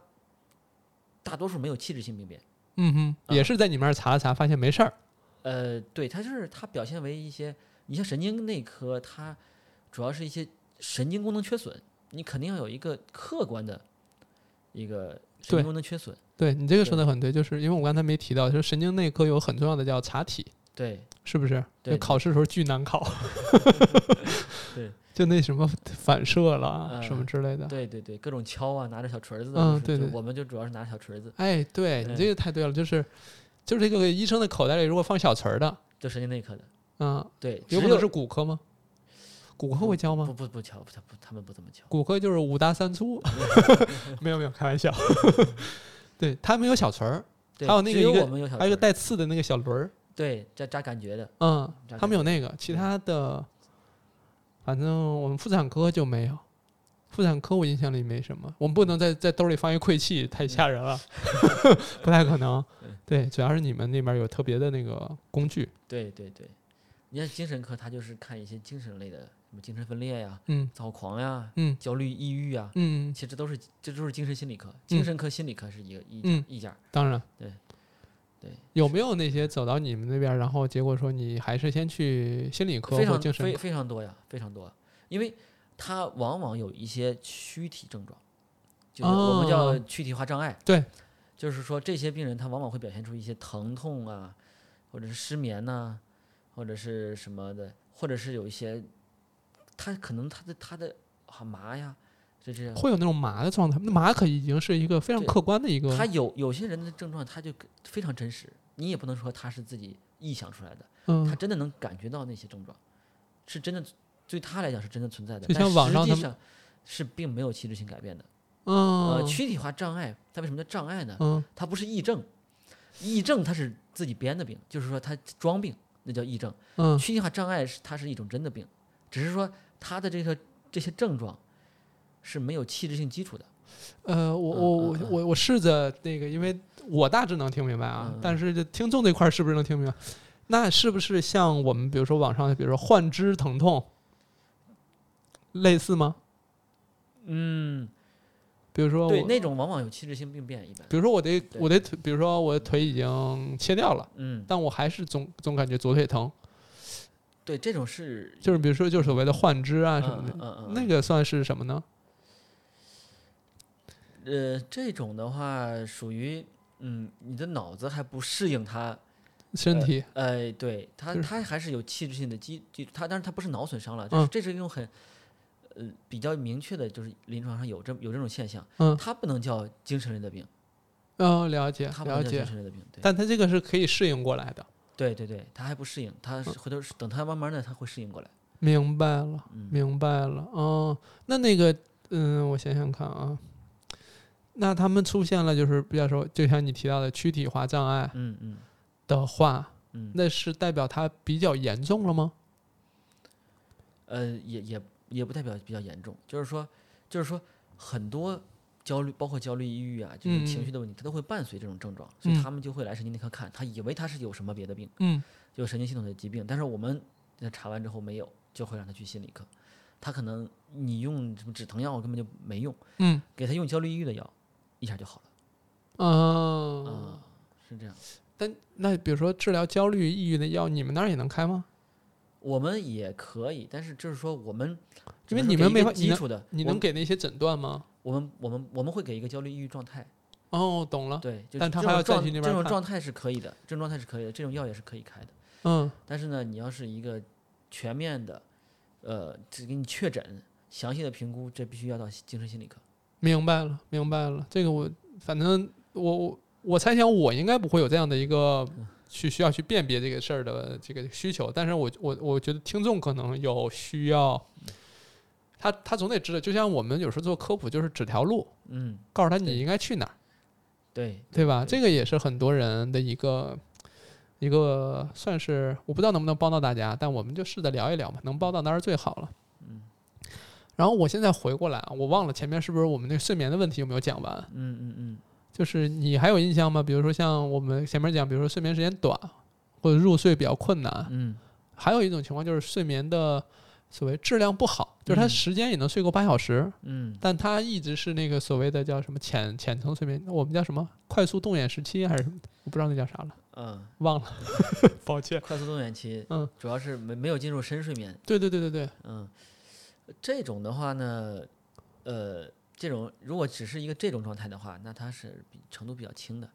Speaker 2: 大多数没有器质性病变。
Speaker 1: 嗯哼，
Speaker 2: 啊
Speaker 1: 也是在你们那儿查了查，发现没事儿。
Speaker 2: 呃，对，它就是它表现为一些，你像神经内科，它主要是一些神经功能缺损，你肯定要有一个客观的一个神
Speaker 1: 对
Speaker 2: 经功能缺损。
Speaker 1: 对你这个说的很对，就是因为我刚才没提到，就是神经内科有很重要的叫查体，
Speaker 2: 对
Speaker 1: 是不是？
Speaker 2: 对。
Speaker 1: 就考试的时候巨难考
Speaker 2: 对，
Speaker 1: 就那什么反射啦
Speaker 2: 嗯
Speaker 1: 什么之类的。
Speaker 2: 对对对，各种敲啊，拿着小锤儿子的，
Speaker 1: 嗯
Speaker 2: 就是
Speaker 1: 对
Speaker 2: 就
Speaker 1: 对
Speaker 2: 我们就主要是拿小锤儿子，
Speaker 1: 哎，对你
Speaker 2: 嗯
Speaker 1: 这个太对了，就是就是这个医生的口袋里如果放小词儿的，
Speaker 2: 就神经内科的。
Speaker 1: 嗯，
Speaker 2: 对，只
Speaker 1: 有可能是骨科吗？骨科会教
Speaker 2: 不
Speaker 1: 吗？
Speaker 2: 不不敲，不敲，不他们不这么敲。
Speaker 1: 骨科就是五大三 粗，没有没有，开玩笑。 对，他没有小词儿，
Speaker 2: 对，
Speaker 1: 还有那
Speaker 2: 只
Speaker 1: 个一个
Speaker 2: 我们有小
Speaker 1: 还有一个
Speaker 2: 锤儿
Speaker 1: 带刺的那个小轮儿，
Speaker 2: 对扎扎感觉的，
Speaker 1: 嗯，他
Speaker 2: 扎感
Speaker 1: 们有那个，其他的，反正我们妇产科就没有。妇产科我印象里没什么，我们不能在在兜里放一溃气，太吓人了， 不太可能。对，主要是你们那边有特别的那个工具，
Speaker 2: 对对对，你看精神科，他就是看一些精神类的，什么精神分裂呀、
Speaker 1: 嗯
Speaker 2: 躁狂呀、
Speaker 1: 嗯
Speaker 2: 焦虑、抑郁啊，
Speaker 1: 嗯，
Speaker 2: 其实都是这都是精神心理科，精
Speaker 1: 嗯
Speaker 2: 神科、心理科是一个一
Speaker 1: 嗯
Speaker 2: 家一家。
Speaker 1: 当然，
Speaker 2: 对对，
Speaker 1: 有没有那些走到你们那边，然后结果说你还是先去心理科
Speaker 2: 非
Speaker 1: 或
Speaker 2: 常
Speaker 1: 精神
Speaker 2: 非
Speaker 1: 科？
Speaker 2: 非常多呀，非常多，因为它往往有一些躯体症状，就是我们叫
Speaker 1: 哦
Speaker 2: 躯体化障碍。
Speaker 1: 对，
Speaker 2: 就是说这些病人他往往会表现出一些疼痛啊，或者是失眠呐、或者是什么的，或者是有一些他可能他的他的啊麻呀，就这样。
Speaker 1: 会有那种麻的状态，那麻可已经是一个非常
Speaker 2: 对
Speaker 1: 客观的一个，
Speaker 2: 他有有些人的症状，他就非常真实，你也不能说他是自己臆想出来的。他
Speaker 1: 嗯，
Speaker 2: 真的能感觉到那些症状，是真的对他来讲是真的存在的，
Speaker 1: 就
Speaker 2: 但
Speaker 1: 像网上
Speaker 2: 实
Speaker 1: 他
Speaker 2: 际
Speaker 1: 们
Speaker 2: 上是并没有器质性改变的。呃，
Speaker 1: 嗯，
Speaker 2: 躯体化障碍，它为什么叫障碍呢？
Speaker 1: 嗯，
Speaker 2: 它不是癔症，癔症它是自己编的病，就是说它装病，那叫癔症。
Speaker 1: 嗯，
Speaker 2: 躯体化障碍是它是一种真的病，只是说它的这个这些症状是没有器质性基础的。
Speaker 1: 呃，我
Speaker 2: 嗯
Speaker 1: 我我
Speaker 2: 嗯嗯
Speaker 1: 我我试着那个，因为我大致能听明白啊
Speaker 2: 嗯嗯，
Speaker 1: 但是这听众这块儿是不是能听明白？那是不是像我们比如说网上，比如说幻肢疼痛，类似吗？
Speaker 2: 嗯，
Speaker 1: 比如说
Speaker 2: 对，
Speaker 1: 哦我，
Speaker 2: 那种往往有器质性病变一般。
Speaker 1: 比如说我的
Speaker 2: 对
Speaker 1: 我的腿，比如说我的腿已经切掉了，
Speaker 2: 嗯，
Speaker 1: 但我还是总总感觉左腿疼，
Speaker 2: 对这种是
Speaker 1: 就是比如说就是所谓的幻肢啊什么的，
Speaker 2: 嗯嗯嗯，
Speaker 1: 那个算是什么呢？
Speaker 2: 呃，这种的话属于嗯，你的脑子还不适应它，
Speaker 1: 身体
Speaker 2: 呃，对它
Speaker 1: 就是
Speaker 2: 它还是有器质性的机，就它当然它不是脑损伤了，
Speaker 1: 嗯
Speaker 2: 这这是一种很呃比较明确的，就是临床上有这有这种现象，
Speaker 1: 嗯
Speaker 2: 它不能叫精神类的病，
Speaker 1: 哦，了解
Speaker 2: 它不能
Speaker 1: 了
Speaker 2: 叫精
Speaker 1: 解，
Speaker 2: 神类的病，对
Speaker 1: 但它这个是可以适应过来的，
Speaker 2: 对对对，它还不适应，它是回头是等它慢慢的它会适应过来，
Speaker 1: 明白了。
Speaker 2: 嗯，
Speaker 1: 明白了哦，那那个，嗯，我想想看啊，那他们出现了就是比较说，就像你提到的躯体化障碍
Speaker 2: 嗯嗯
Speaker 1: 的话，
Speaker 2: 嗯，
Speaker 1: 那是代表他比较严重了吗？
Speaker 2: 呃，也也也不代表比较严重，就是说，就是说很多焦虑，包括焦虑、抑郁啊，就是情绪的问题，它都会伴随这种症状，所
Speaker 1: 嗯
Speaker 2: 以他们就会来神经内科看，他以为他是有什么别的病，
Speaker 1: 嗯，
Speaker 2: 有神经系统的疾病，但是我们呃查完之后没有，就会让他去心理科，他可能你用什么止疼药根本就没用，
Speaker 1: 嗯，
Speaker 2: 给他用焦虑抑郁的药，一下就好了，
Speaker 1: 哦，
Speaker 2: 啊、是这样。
Speaker 1: 但那比如说治疗焦虑、抑郁的药，你们那儿也能开吗？
Speaker 2: 我们也可以，但是就是说，我们只
Speaker 1: 因为
Speaker 2: 能说
Speaker 1: 你
Speaker 2: 给
Speaker 1: 们
Speaker 2: 一
Speaker 1: 没
Speaker 2: 个
Speaker 1: 法你
Speaker 2: 基
Speaker 1: 能
Speaker 2: 础的，
Speaker 1: 你
Speaker 2: 我
Speaker 1: 能给那些诊断吗？
Speaker 2: 我们我们我们会给一个焦虑抑郁状态，
Speaker 1: 哦，懂了，
Speaker 2: 对，就
Speaker 1: 但
Speaker 2: 是
Speaker 1: 他
Speaker 2: 这
Speaker 1: 还
Speaker 2: 种
Speaker 1: 要再
Speaker 2: 状
Speaker 1: 去那边
Speaker 2: 这种
Speaker 1: 看
Speaker 2: 状态是可以的，这种状态是可以的，这种药也是可以开的。
Speaker 1: 嗯，
Speaker 2: 但是呢，你要是一个全面的，呃，只给你确诊、详细的评估，这必须要到精神心理科。
Speaker 1: 明白了，明白了。这个我反正我我我猜想我应该不会有这样的一个去需要去辨别这个事儿的这个需求，但是我我我觉得听众可能有需要，他他总得知道，就像我们有时候做科普就是指条路，
Speaker 2: 嗯，
Speaker 1: 告诉他
Speaker 2: 对
Speaker 1: 你应该去哪儿，
Speaker 2: 对，
Speaker 1: 对吧？
Speaker 2: 对
Speaker 1: 这个也是很多人的一个。一个算是我不知道能不能帮到大家，但我们就试着聊一聊嘛，能帮到当然最好了。
Speaker 2: 嗯
Speaker 1: 然后我现在回过来啊，我忘了前面是不是我们那个睡眠的问题有没有讲完？
Speaker 2: 嗯嗯嗯，
Speaker 1: 就是你还有印象吗？比如说像我们前面讲，比如说睡眠时间短，或者入睡比较困难，
Speaker 2: 嗯
Speaker 1: 还有一种情况就是睡眠的所谓质量不好，就是他
Speaker 2: 嗯
Speaker 1: 时间也能睡够八小时，
Speaker 2: 嗯
Speaker 1: 但他一直是那个所谓的叫什么浅浅层睡眠，我们叫什么快速动眼时期还是什么的，我不知道那叫啥了，
Speaker 2: 嗯，
Speaker 1: 忘 了，抱歉。
Speaker 2: 快速动眼期，
Speaker 1: 嗯，
Speaker 2: 主要是没没有进入深睡眠，
Speaker 1: 对对对对对，
Speaker 2: 嗯，这种的话呢，呃，这种如果只是一个这种状态的话，那它是比程度比较轻的，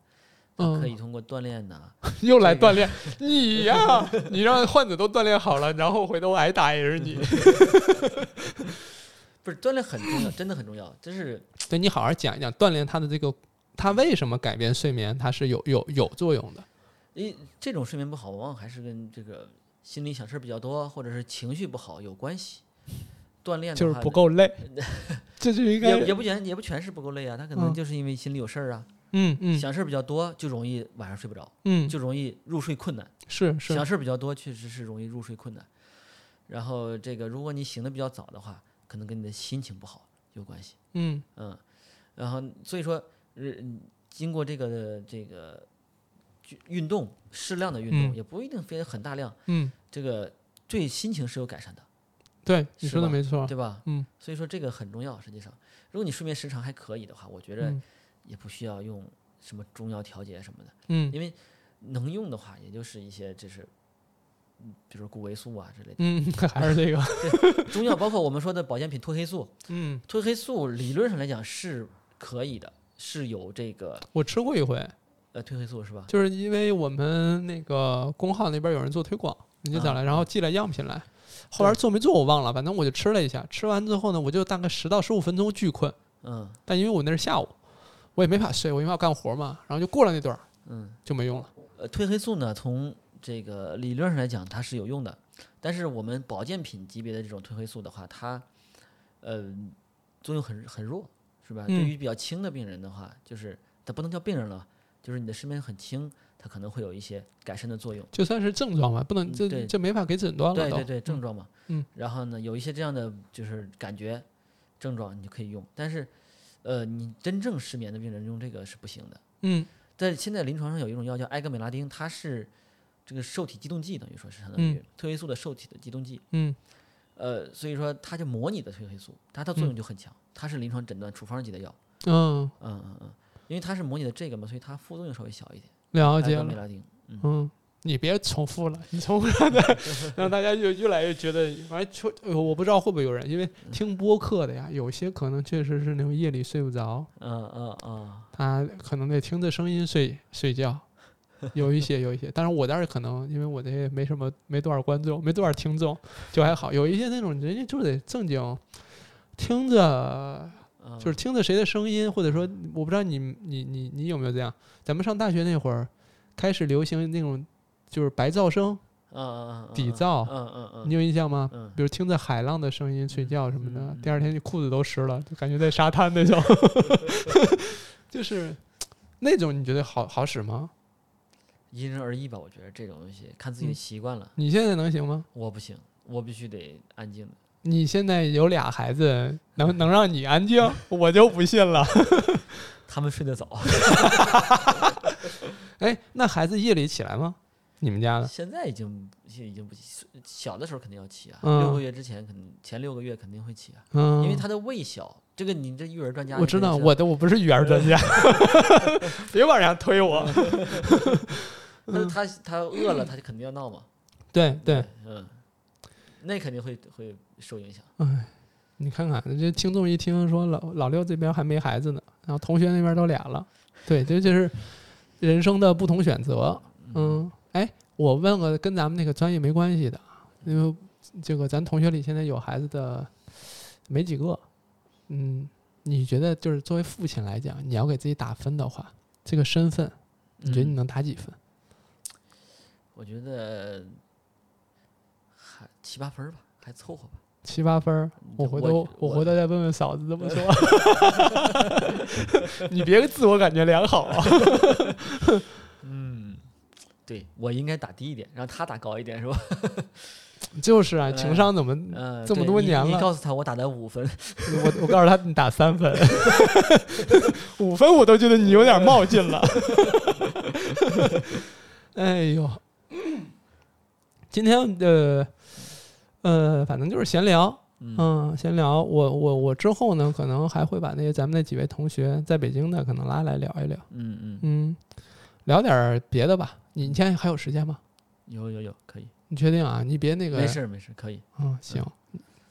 Speaker 2: 它可以
Speaker 1: 嗯，
Speaker 2: 通过锻炼呐、
Speaker 1: 又来锻炼你呀、你让患者都锻炼好了，然后回头挨打也是你。
Speaker 2: 不是锻炼很重要，真的很重要，这是
Speaker 1: 对你好好讲一讲，锻炼他的这个，他为什么改变睡眠，它是有有有作用的。
Speaker 2: 因为这种睡眠不好，往往还是跟这个心里想事儿比较多，或者是情绪不好有关系。锻炼的
Speaker 1: 就是
Speaker 2: 话
Speaker 1: 不，够 累，这就应该
Speaker 2: 也也不全也不全是不够累啊，他可能
Speaker 1: 嗯
Speaker 2: 就是因为心里有事儿啊，
Speaker 1: 嗯嗯
Speaker 2: 想事儿比较多，就容易晚上睡不着，
Speaker 1: 嗯，
Speaker 2: 就容易入睡困难。
Speaker 1: 是是
Speaker 2: 想事儿比较多，确实是容易入睡困难。然后这个，如果你醒得比较早的话，可能跟你的心情不好有关系。
Speaker 1: 嗯
Speaker 2: 嗯，然后所以说，呃，嗯经过这个这个就运动，适量的运动、
Speaker 1: 嗯
Speaker 2: 也不一定非得很大量，
Speaker 1: 嗯，
Speaker 2: 这个对心情是有改善的，
Speaker 1: 对，你
Speaker 2: 是
Speaker 1: 说的
Speaker 2: 吧
Speaker 1: 没错，
Speaker 2: 对吧？
Speaker 1: 嗯，
Speaker 2: 所以说这个很重要。实际上，如果你睡眠时长还可以的话，我觉着
Speaker 1: 嗯
Speaker 2: 也不需要用什么中药调节什么的，
Speaker 1: 嗯
Speaker 2: 因为能用的话，也就是一些就是，嗯比如谷维素啊之类的。
Speaker 1: 嗯， 还是这个，
Speaker 2: 中药包括我们说的保健品褪黑素，
Speaker 1: 嗯，
Speaker 2: 褪黑素理论上来讲是可以的，是有这个
Speaker 1: 我吃过一回，
Speaker 2: 呃褪黑素是吧？
Speaker 1: 就是因为我们那个工号那边有人做推广，你就找
Speaker 2: 嗯
Speaker 1: 来，然后寄了样品来，后来做没做我忘了，反正我就吃了一下，吃完之后呢，我就大概十到十五分钟巨困，
Speaker 2: 嗯
Speaker 1: 但因为我那是下午，我也没法睡，我因为要干活嘛，然后就过了那段儿
Speaker 2: 嗯，
Speaker 1: 就没用了，
Speaker 2: 呃，褪黑素呢，从这个理论上来讲它是有用的，但是我们保健品级别的这种褪黑素的话，它呃作用很很弱，是吧？对
Speaker 1: 嗯
Speaker 2: 于比较轻的病人的话，就是它不能叫病人了，就是你的失眠很轻，它可能会有一些改善的作用。
Speaker 1: 就算是症状吧，不能
Speaker 2: 嗯
Speaker 1: 这
Speaker 2: 对
Speaker 1: 这没法给诊断了
Speaker 2: 对
Speaker 1: 都
Speaker 2: 对，对，症状嘛。
Speaker 1: 嗯。
Speaker 2: 然后呢，有一些这样的就是感觉症状，你就可以用。但是，呃，你真正失眠的病人用这个是不行的。
Speaker 1: 嗯
Speaker 2: 在现在临床上有一种药叫埃格美拉汀，它是这个受体激动剂，等于说是相当于褪黑素的受体的激动剂。
Speaker 1: 嗯
Speaker 2: 呃，所以说它就模拟的褪黑素，它它作用就很强，它是临床诊断处方级的药。
Speaker 1: 嗯，
Speaker 2: 嗯嗯嗯，因为它是模拟的这个嘛，所以它副作用稍微小一点。
Speaker 1: 了
Speaker 2: 埃
Speaker 1: 解
Speaker 2: 格
Speaker 1: 了
Speaker 2: 美。拉汀，嗯
Speaker 1: 嗯，你别重复了，你重复 的让大家就越来越觉得，反正就哎呦我不知道会不会有人，因为
Speaker 2: 嗯
Speaker 1: 听播客的呀，有些可能确实是那种夜里睡不着，
Speaker 2: 嗯嗯嗯，
Speaker 1: 他可能得听着声音睡睡觉，有一些有一些，当然我当时可能因为我这也没什么没多少观众，没多少听众，就还好。有一些那种人家就得正经听着，
Speaker 2: 嗯
Speaker 1: 就是听着谁的声音，或者说我不知道你你你你有没有这样？咱们上大学那会儿开始流行那种就是白噪声、
Speaker 2: 嗯嗯嗯
Speaker 1: 底
Speaker 2: 嗯
Speaker 1: 噪，
Speaker 2: 嗯嗯嗯，
Speaker 1: 你有印象吗？
Speaker 2: 嗯
Speaker 1: 比如听着海浪的声音睡觉什么的，
Speaker 2: 嗯嗯嗯
Speaker 1: 第二天你裤子都湿了，就感觉在沙滩那 种， 就是那种你觉得好好使吗？
Speaker 2: 因人而异吧，我觉得这种东西看自己
Speaker 1: 嗯
Speaker 2: 的习惯了。
Speaker 1: 你现在能行吗？
Speaker 2: 我不行，我必须得安静的。
Speaker 1: 你现在有俩孩子，能能让你安静，我就不信 了。
Speaker 2: 他们睡得早，
Speaker 1: 哎，那孩子夜里起来吗？你们家的？
Speaker 2: 现在已经现在已经不起小的时候肯定要起啊，
Speaker 1: 嗯
Speaker 2: 六个月之前肯定前六个月肯定会起啊，
Speaker 1: 嗯，
Speaker 2: 因为他的胃小。这个你这育儿专家，
Speaker 1: 我知道我的我不是语言专家， 别往上推我。
Speaker 2: 他
Speaker 1: 嗯
Speaker 2: 他他饿了，他就肯定要闹嘛。
Speaker 1: 对对，，
Speaker 2: 嗯，那肯定会会受影响。
Speaker 1: 你看看这听众一听说老老六这边还没孩子呢，然后同学那边都俩了，对，这就是人生的不同选择。嗯，哎，我问个跟咱们那个专业没关系的，因为这个咱同学里现在有孩子的没几个。嗯，你觉得就是作为父亲来讲，你要给自己打分的话，这个身份，你觉得你能打几分？
Speaker 2: 我觉得还七八分儿吧，还凑合吧。
Speaker 1: 七八分儿，我回头我
Speaker 2: 我
Speaker 1: 回头再问问嫂子怎 么说。你别自我感觉良好啊！
Speaker 2: 嗯，对我应该打低一点，让他打高一点是吧？
Speaker 1: 就是啊，
Speaker 2: 哎
Speaker 1: 情商怎么？
Speaker 2: 嗯，
Speaker 1: 这么
Speaker 2: 对
Speaker 1: 多
Speaker 2: 你
Speaker 1: 年
Speaker 2: 你
Speaker 1: 了
Speaker 2: 告诉他我打的五分，
Speaker 1: 我我告诉他你打三分， 五分我都觉得你有点冒进了。 哎呦，今天的呃，反正就是闲聊，
Speaker 2: 嗯
Speaker 1: 嗯，闲聊。我我我之后呢，可能还会把那些咱们那几位同学在北京的，可能拉来聊一聊。
Speaker 2: 嗯嗯，
Speaker 1: 嗯，聊点儿别的吧。你你现在还有时间吗？
Speaker 2: 有有有，可以，
Speaker 1: 你确定啊？你别那个
Speaker 2: 没事儿没事儿，可以。
Speaker 1: 嗯，行。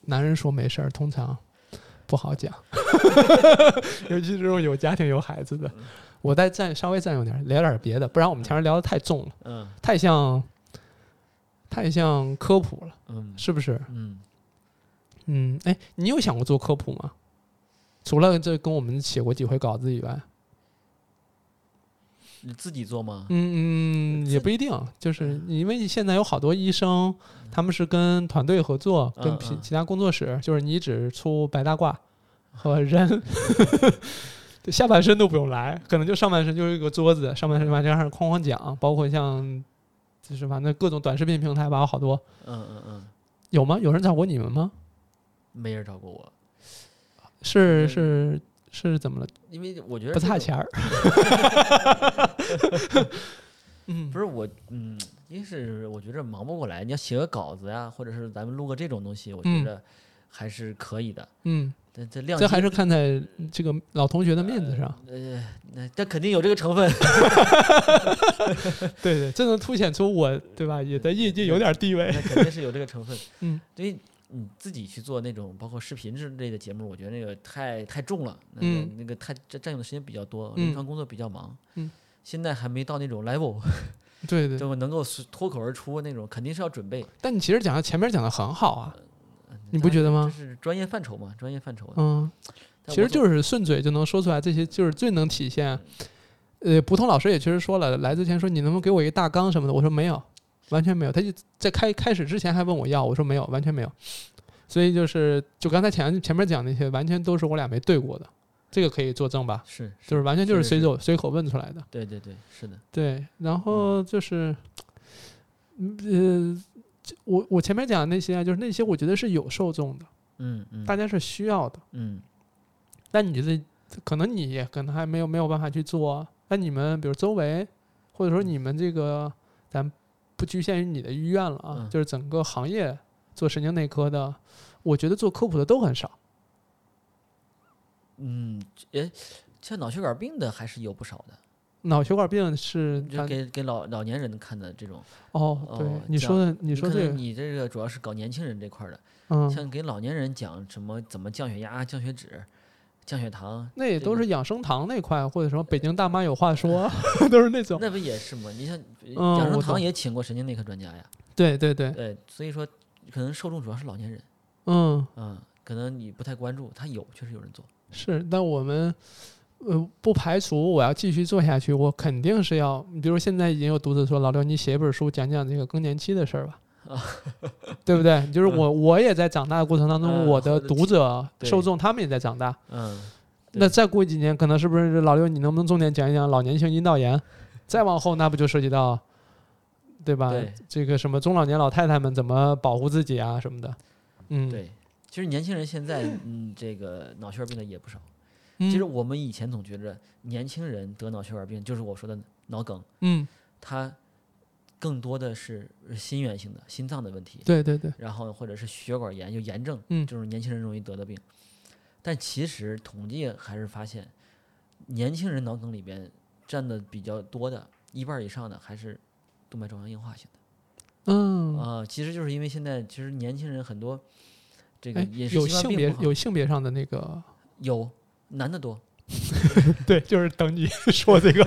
Speaker 1: 男人说没事儿，通常不好 讲，尤其是这种有家庭有孩子的。
Speaker 2: 嗯
Speaker 1: 我再占稍微占用点儿，聊点儿别的，不然我们前面聊的太重了，
Speaker 2: 嗯
Speaker 1: 太像太像科普了，
Speaker 2: 嗯
Speaker 1: 是不是？
Speaker 2: 嗯，
Speaker 1: 嗯，哎，你有想过做科普吗？除了这跟我们写过几回稿子以外，
Speaker 2: 你自己做吗？
Speaker 1: 嗯嗯，也不一定，就是你因为现在有好多医生，他们是跟团队合作，
Speaker 2: 嗯
Speaker 1: 跟其
Speaker 2: 嗯
Speaker 1: 其他工作室，就是你只出白大褂和人， 对下半身都不用来，可能就上半身就是一个桌子，上半身完加上哐哐讲，包括像就是反正各种短视频平台吧，有好多
Speaker 2: 嗯嗯嗯，
Speaker 1: 有吗？有人找过你们吗？
Speaker 2: 没人找过我，
Speaker 1: 是
Speaker 2: 嗯
Speaker 1: 是是怎么了？
Speaker 2: 因为我觉得
Speaker 1: 不
Speaker 2: 这
Speaker 1: 差
Speaker 2: 种
Speaker 1: 钱儿。嗯
Speaker 2: 不是我，嗯，一是我觉着忙不过来，你要写个稿子啊呀，或者是咱们录个这种东西，我觉
Speaker 1: 嗯
Speaker 2: 着还是可以的。
Speaker 1: 嗯，
Speaker 2: 但这量
Speaker 1: 这
Speaker 2: 级，
Speaker 1: 还是看在这个老同学的面子上。
Speaker 2: 那这肯定有这个成分。 呃
Speaker 1: 对对，这能凸显出我对吧？也在业界有点地位。
Speaker 2: 那肯定是有这个成分。
Speaker 1: 嗯，
Speaker 2: 所以你自己去做那种包括视频之类的节目，我觉得那个太太重了，那个、
Speaker 1: 嗯
Speaker 2: 那个太占占用的时间比较多，
Speaker 1: 嗯
Speaker 2: 临床工作比较忙。
Speaker 1: 嗯，
Speaker 2: 现在还没到那种 level，
Speaker 1: 对对，
Speaker 2: 就能够是脱口而出那种，肯定是要准备。
Speaker 1: 但你其实讲的前面讲的很好啊，
Speaker 2: 嗯
Speaker 1: 你不觉得
Speaker 2: 这
Speaker 1: 吗？
Speaker 2: 是专业范畴嘛？专业范畴。
Speaker 1: 嗯，
Speaker 2: 但
Speaker 1: 其
Speaker 2: 我
Speaker 1: 实
Speaker 2: 总
Speaker 1: 就是顺嘴就能说出来，这些就是最能体现。呃，普通老师也确实说了，来之前说你能不能给我一个大纲什么的，我说没有，完全没有。他就在开开始之前还问我要，我说没有，完全没有。所以就是就刚才前前面讲那些，完全都是我俩没对过的，这个可以作证吧？
Speaker 2: 是是
Speaker 1: 就是完全就是
Speaker 2: 是
Speaker 1: 随
Speaker 2: 是
Speaker 1: 手随口问出来的。
Speaker 2: 对对对，是的，
Speaker 1: 对，然后就是，嗯呃，这我我前面讲的那些啊，就是那些我觉得是有受众的，
Speaker 2: 嗯嗯，
Speaker 1: 大家是需要的。
Speaker 2: 嗯
Speaker 1: 但你这可能你也可能还没有没有办法去做啊。那你们比如周围，或者
Speaker 2: 嗯
Speaker 1: 说你们这个，咱不局限于你的医院了啊，
Speaker 2: 嗯
Speaker 1: 就是整个行业做神经内科的，我觉得做科普的都很少。
Speaker 2: 嗯，哎，像脑血管病的还是有不少的，
Speaker 1: 脑血管病是
Speaker 2: 就
Speaker 1: 它
Speaker 2: 给给老老年人看的这种，
Speaker 1: 哦，对
Speaker 2: 哦，
Speaker 1: 你
Speaker 2: 这
Speaker 1: 说的，你说
Speaker 2: 可
Speaker 1: 这
Speaker 2: 能
Speaker 1: 个，
Speaker 2: 你这个主要是搞年轻人这块儿的，
Speaker 1: 嗯，
Speaker 2: 像给老年人讲什么怎么降血压、降血脂、降血糖，
Speaker 1: 那也
Speaker 2: 这
Speaker 1: 都
Speaker 2: 个
Speaker 1: 是养生堂那块，或者什么北京大妈有话说， 都是那种。
Speaker 2: 那不也是吗？你像
Speaker 1: 嗯
Speaker 2: 养
Speaker 1: 我
Speaker 2: 生堂
Speaker 1: 懂哎
Speaker 2: 也请过神经内科专家呀，
Speaker 1: 对对对，
Speaker 2: 对，所以说可能受众主要是老年人，
Speaker 1: 嗯，
Speaker 2: 嗯，可能你不太关注，他有确实有人做，
Speaker 1: 是。但我们呃不排除我要继续做下去，我肯定是要，你比如现在已经有读者说，老刘你写一本书讲讲这个更年期的事 儿吧。对不对？就是我，我也在长大的过程当中，
Speaker 2: 嗯
Speaker 1: 我
Speaker 2: 或
Speaker 1: 的
Speaker 2: 者
Speaker 1: 读者
Speaker 2: 对
Speaker 1: 受众他们也在长大。
Speaker 2: 嗯，对
Speaker 1: 那再过几年，可能是不是老六，你能不能重点讲一讲老年性阴道炎？再往后，那不就涉及到，对吧？
Speaker 2: 对
Speaker 1: 这个什么中老年老太太们怎么保护自己啊什么的。嗯，，
Speaker 2: 对。其实年轻人现在，嗯，这个脑血管病的也不少。
Speaker 1: 嗯、
Speaker 2: 其实我们以前总觉着年轻人得脑血管病，就是我说的脑梗，
Speaker 1: 嗯，
Speaker 2: 它更多的是心源性的、心脏的问题，
Speaker 1: 对对对，
Speaker 2: 然后或者是血管炎，就炎症，
Speaker 1: 嗯
Speaker 2: 就是年轻人容易得的病。但其实统计还是发现，年轻人脑梗里边占的比较多的，一半儿以上的还是动脉粥样硬化型的
Speaker 1: 嗯，
Speaker 2: 啊、其实就是因为现在其实年轻人很多这个
Speaker 1: 哎，
Speaker 2: 饮食
Speaker 1: 有
Speaker 2: 习惯
Speaker 1: 性
Speaker 2: 并
Speaker 1: 别
Speaker 2: 不好，
Speaker 1: 有性别上的那个，
Speaker 2: 有男 的多，
Speaker 1: 对，就是等你 说这个，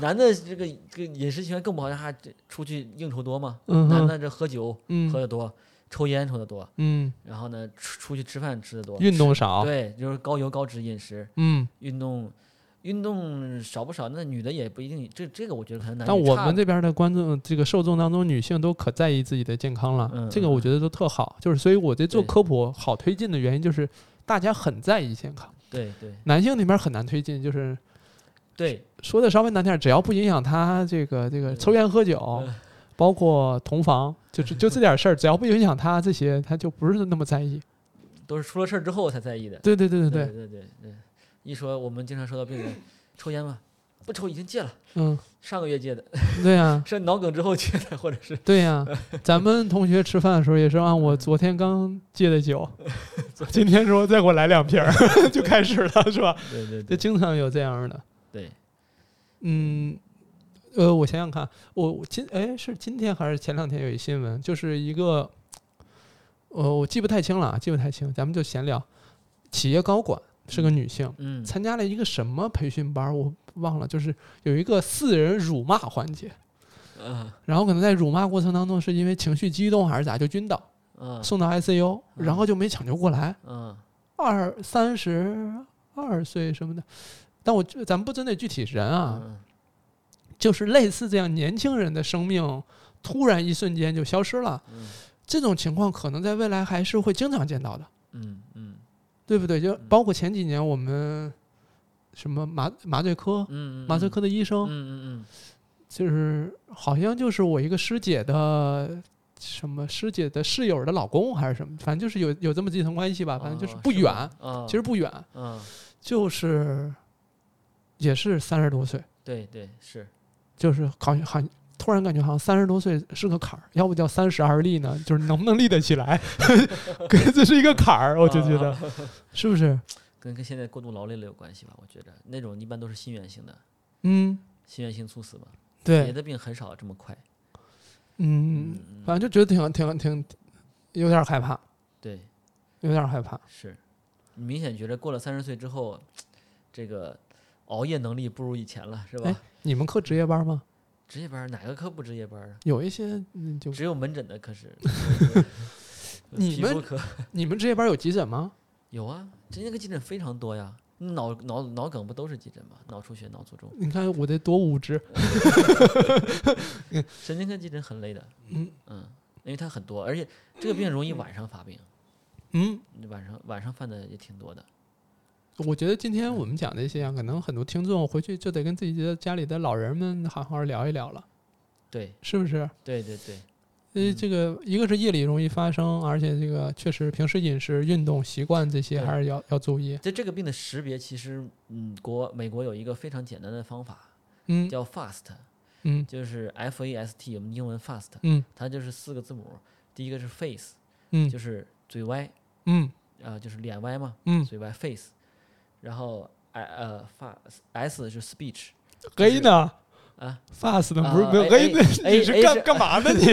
Speaker 2: 男的这个这个饮食习惯更不好，他这出去应酬多嘛，
Speaker 1: 嗯
Speaker 2: 男
Speaker 1: 哼，
Speaker 2: 的这喝酒喝
Speaker 1: 嗯
Speaker 2: 的多，抽烟抽的多，
Speaker 1: 嗯，
Speaker 2: 然后呢出出去吃饭吃的多，
Speaker 1: 运动少，
Speaker 2: 对，就是高油高脂饮食，
Speaker 1: 嗯，
Speaker 2: 运动运动少不少，那女的也不一定，这这个我觉得可能男
Speaker 1: 但
Speaker 2: 女
Speaker 1: 我
Speaker 2: 差
Speaker 1: 们这边的观众这个受众当中，女性都可在意自己的健康了，
Speaker 2: 嗯
Speaker 1: 这个我觉得都特好。就是所以我在做
Speaker 2: 对
Speaker 1: 科普好推进的原因，就是大家很在意健康，
Speaker 2: 对对
Speaker 1: 男性那边很难推进，就是
Speaker 2: 对
Speaker 1: 说的稍微难听点，只要不影响他这个这个
Speaker 2: 嗯
Speaker 1: 抽烟喝酒
Speaker 2: 嗯，
Speaker 1: 包括同房，就是就这点事儿，只要不影响他这些，他就不是那么在意。
Speaker 2: 都是出了事儿之后才在意的。
Speaker 1: 对对对对
Speaker 2: 对
Speaker 1: 对，
Speaker 2: 对对对，一说我们经常收到病人抽烟嘛，不抽已经戒了，
Speaker 1: 嗯，
Speaker 2: 上个月戒的，。
Speaker 1: 对啊呀
Speaker 2: 是脑梗之后戒的，或者是
Speaker 1: 对 呀、咱们同学吃饭的时候也是啊，我昨天刚戒的 酒，今天说再给我来两瓶儿， 就开始了， 是吧？
Speaker 2: 对对
Speaker 1: 就
Speaker 2: 对
Speaker 1: 经常有这样的。
Speaker 2: 对，
Speaker 1: 嗯，呃，我想想看，我我今哎是今天还是前两天有一新闻，就是一个，呃，我记不太清了，啊，记不太清，咱们就闲聊。企业高管是个女性，
Speaker 2: 嗯
Speaker 1: 参加了一个什么培训班儿，我忘了，就是有一个四人辱骂环节，
Speaker 2: 啊
Speaker 1: 然后可能在辱骂过程当中是因为情绪激动还是咋就晕倒，
Speaker 2: 啊
Speaker 1: 送到 ICU，然后就没抢救过来，
Speaker 2: 啊
Speaker 1: 二三十二岁什么的。但我咱们不针对具体人啊，
Speaker 2: 嗯
Speaker 1: 就是类似这样年轻人的生命突然一瞬间就消失了，
Speaker 2: 嗯
Speaker 1: 这种情况可能在未来还是会经常见到的，
Speaker 2: 嗯嗯
Speaker 1: 对不对？就包括前几年我们什么麻麻醉科、
Speaker 2: 嗯，
Speaker 1: 麻醉科的医
Speaker 2: 嗯
Speaker 1: 生，
Speaker 2: 嗯嗯
Speaker 1: 就是好像就是我一个师姐的。什么师姐的室友的老公还是什么，反正就是有有这么几层关系吧，
Speaker 2: 嗯，
Speaker 1: 反正就是
Speaker 2: 哦
Speaker 1: 不
Speaker 2: 吗
Speaker 1: 远，
Speaker 2: 啊，
Speaker 1: 其实不远，
Speaker 2: 啊，
Speaker 1: 哦就是也是三十多岁，
Speaker 2: 对对是，
Speaker 1: 就是好像好像突然感觉好像三十多岁是个坎儿，要不叫三十而立呢，就是能不能立得起来，可这是一个坎儿，我就觉得是不是？
Speaker 2: 跟跟现在过度劳累了有关系吧？我觉着那种一般都是心源性的，
Speaker 1: 嗯，
Speaker 2: 心源性猝死吧，别
Speaker 1: 对，
Speaker 2: 的病很少这么快。
Speaker 1: 嗯，反正就觉得挺挺挺有点害怕，
Speaker 2: 对，
Speaker 1: 有点害怕。
Speaker 2: 是，你明显觉着过了三十岁之后，这个熬夜能力不如以前了，是
Speaker 1: 哎
Speaker 2: 吧？
Speaker 1: 你们课值夜班吗？
Speaker 2: 值夜班儿哪个科不值夜班儿啊？
Speaker 1: 有一些嗯， 就。
Speaker 2: 只有门诊的科是
Speaker 1: 你
Speaker 2: 皮
Speaker 1: 们
Speaker 2: 肤科
Speaker 1: 你们值夜班有急诊吗？
Speaker 2: 有啊，这那个急诊非常多呀，脑脑脑梗不都是急诊吗？脑出血、脑卒中，
Speaker 1: 你看我得多无知，
Speaker 2: 神经科急诊很累的。
Speaker 1: 嗯
Speaker 2: 因为它很多，而且这个病容易晚上发病，
Speaker 1: 嗯，
Speaker 2: 晚上晚上犯的也挺多的。
Speaker 1: 我觉得今天我们讲这些啊，可能很多听众回去就得跟自己的家里的老人们好好聊一聊了，
Speaker 2: 对
Speaker 1: 是不是？
Speaker 2: 对对对，
Speaker 1: 呃，
Speaker 2: 嗯
Speaker 1: 这个一个是夜里容易发生，而且这个确实平时饮食、运动习惯这些
Speaker 2: 对
Speaker 1: 还是要要注意。
Speaker 2: 在这个病的识别，其实嗯，国美国有一个非常简单的方法，
Speaker 1: 嗯
Speaker 2: 叫 FAST，
Speaker 1: 嗯
Speaker 2: 就是 F A S T，我们英文 FAST，
Speaker 1: 嗯
Speaker 2: 它就是四个字母，第一个是 face，
Speaker 1: 嗯
Speaker 2: 就是嘴歪，
Speaker 1: 嗯
Speaker 2: 啊、就是脸歪嘛，
Speaker 1: 嗯
Speaker 2: 嘴歪 face，然后哎呃发 S 是 speech，
Speaker 1: 黑呢
Speaker 2: 啊
Speaker 1: ，fast 呢
Speaker 2: 啊
Speaker 1: 不是没有
Speaker 2: 哎
Speaker 1: 黑呢？
Speaker 2: 哎
Speaker 1: 你是
Speaker 2: 哎
Speaker 1: 干
Speaker 2: 是
Speaker 1: 干嘛呢 你？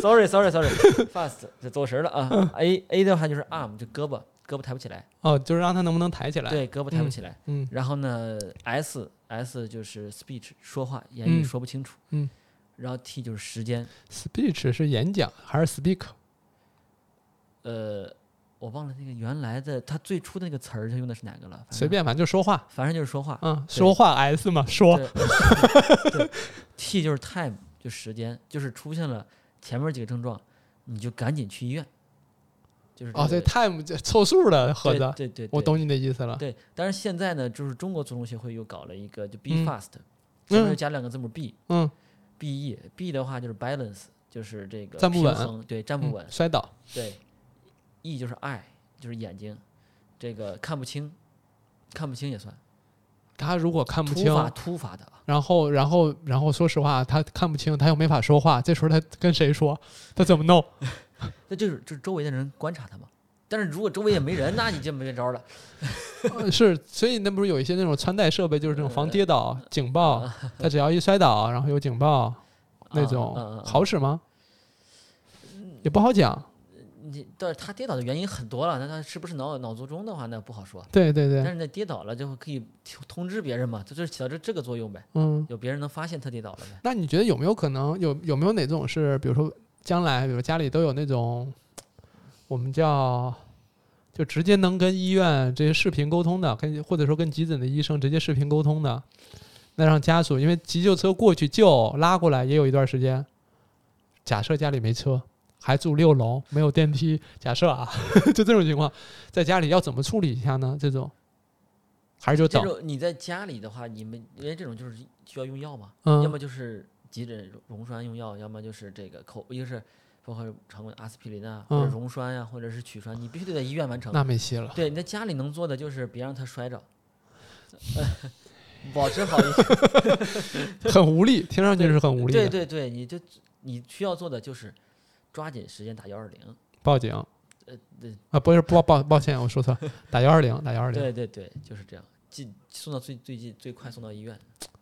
Speaker 2: sorry sorry sorry fast 这走神了
Speaker 1: 嗯
Speaker 2: 啊。A A 的话就是 arm 就胳膊，胳膊抬不起来，
Speaker 1: 哦，就是让他能不能抬起来？
Speaker 2: 对，胳膊抬不起来。
Speaker 1: 嗯
Speaker 2: 然后呢，S S 就是 speech 说话言语
Speaker 1: 嗯
Speaker 2: 说不清楚，
Speaker 1: 嗯
Speaker 2: 然后 T 就是时间，
Speaker 1: ，speech 是演讲还是
Speaker 2: 哎
Speaker 1: speak？
Speaker 2: 呃，我忘了那个原来的他最初的那个词儿他用的是哪个了，反
Speaker 1: 随
Speaker 2: 正
Speaker 1: 便，反正就说话。
Speaker 2: 反正就是说话。
Speaker 1: 嗯，
Speaker 2: 对
Speaker 1: 说话 S 嘛，说
Speaker 2: 对对，T 就是 time 就时间，就是出现了前面几个症状，你就赶紧去医院，就是
Speaker 1: 哦，
Speaker 2: 这
Speaker 1: 对
Speaker 2: 个
Speaker 1: ，time 这凑数的合
Speaker 2: 对
Speaker 1: 着，
Speaker 2: 对对，
Speaker 1: 我
Speaker 2: 对
Speaker 1: 懂你的意思了。
Speaker 2: 对，但是现在呢，就是中国足总协会又搞了一个，就 be
Speaker 1: 嗯
Speaker 2: fast，
Speaker 1: 嗯
Speaker 2: 前面又加两个字母 b，
Speaker 1: 嗯
Speaker 2: ，b e b 的话就是 balance，就是这个
Speaker 1: 站不稳
Speaker 2: 平衡，对，站不
Speaker 1: 嗯
Speaker 2: 稳，
Speaker 1: 摔倒。
Speaker 2: 对，e 就是 eye，就是眼睛，这个看不清，看不清也算，
Speaker 1: 他如果看不
Speaker 2: 突
Speaker 1: 清，
Speaker 2: 发突发的啊，
Speaker 1: 然后然后然后，说实话，他看不清，他又没法说话，这时候他跟谁说？他怎么弄？
Speaker 2: 那就是就是周围的人观察他嘛。但是如果周围也没人，那你就没招了。
Speaker 1: 呃是，所以那不是有一些那种穿戴设备，就是那种防跌倒警报，他只要一摔倒，然后有警报那
Speaker 2: 啊
Speaker 1: 种
Speaker 2: 啊啊，啊
Speaker 1: 好使吗？也不好讲。
Speaker 2: 你但是他跌倒的原因很多了，那他是不是脑脑卒中的话，那不好说。
Speaker 1: 对对
Speaker 2: 但
Speaker 1: 对，
Speaker 2: 是呢，跌倒了就可以通通知别人嘛，这就是起到这这个作用呗，
Speaker 1: 嗯。
Speaker 2: 有别人能发现他跌倒了呗。
Speaker 1: 那你觉得有没有可能有有没有哪种是，比如说将来，比如家里都有那种我们叫就直接能跟医院这些视频沟通的，跟或者说跟急诊的医生直接视频沟通的，那让家属因为急救车过去救拉过来也有一段时间。假设家里没车，还住六楼，没有电梯，假设啊， 就这种情况，在家里要怎么处理一下呢？这种还是就
Speaker 2: 这
Speaker 1: 等，
Speaker 2: 种你在家里的话，你们因为这种就是需要用药嘛，要
Speaker 1: 嗯
Speaker 2: 么就是急诊溶溶栓用药，要么就是这个口，一个是包括常规的阿司匹林啊，或
Speaker 1: 嗯
Speaker 2: 者溶栓呀、或者是取栓，你必须得在医院完成。
Speaker 1: 那没戏了。
Speaker 2: 对，你在家里能做的就是别让他摔着， 呃保持好一些。
Speaker 1: 很无力，听上去是很无力的。
Speaker 2: 对对对，你就你需要做的就是抓紧时间打幺二零。
Speaker 1: 报警。
Speaker 2: 呃对
Speaker 1: 啊，不是抱抱抱歉，我说错，了，打幺二零，打幺二零。
Speaker 2: 对对对，就是这样，进送到最最近最快送到医院，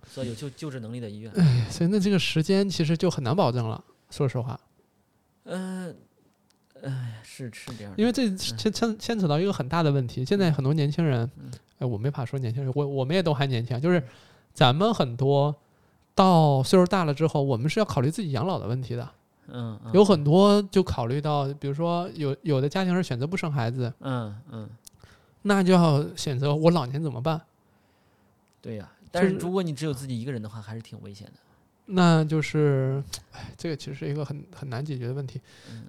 Speaker 2: 所以有救救治能力的医院。
Speaker 1: 哎，所以那这个时间其实就很难保证了。说实话，
Speaker 2: 嗯、呃，哎，是是这样的，
Speaker 1: 因为这牵牵牵扯到一个很大的问题。现
Speaker 2: 嗯
Speaker 1: 在很多年轻人，哎，我没法说年轻人，我我们也都还年轻啊，
Speaker 2: 嗯
Speaker 1: 就是咱们很多到岁数大了之后，我们是要考虑自己养老的问题的。
Speaker 2: 嗯，嗯
Speaker 1: 有很多就考虑到，比如说有有的家庭是选择不生孩子，
Speaker 2: 嗯嗯，
Speaker 1: 那就要选择我老年怎么办？
Speaker 2: 对呀、但是
Speaker 1: 就是
Speaker 2: 如果你只有自己一个人的话，还是挺危险的。
Speaker 1: 那就是，哎，这个其实是一个很很难解决的问题。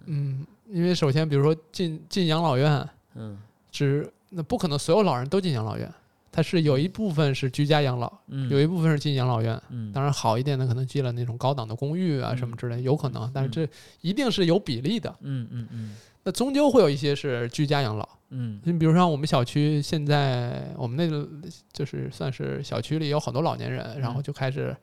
Speaker 1: 嗯，因为首先，比如说进进养老院，
Speaker 2: 嗯
Speaker 1: 只那不可能所有老人都进养老院，它是有一部分是居家养老，
Speaker 2: 嗯，
Speaker 1: 有一部分是进养老院。
Speaker 2: 嗯
Speaker 1: 当然好一点的，可能进了那种高档的公寓啊
Speaker 2: 嗯
Speaker 1: 什么之类，有可能，但是这一定是有比例的。
Speaker 2: 嗯嗯嗯
Speaker 1: 那终究会有一些是居家养老。
Speaker 2: 嗯
Speaker 1: 你比如像我们小区现在，我们那个就是算是小区里有很多老年人，然后就开始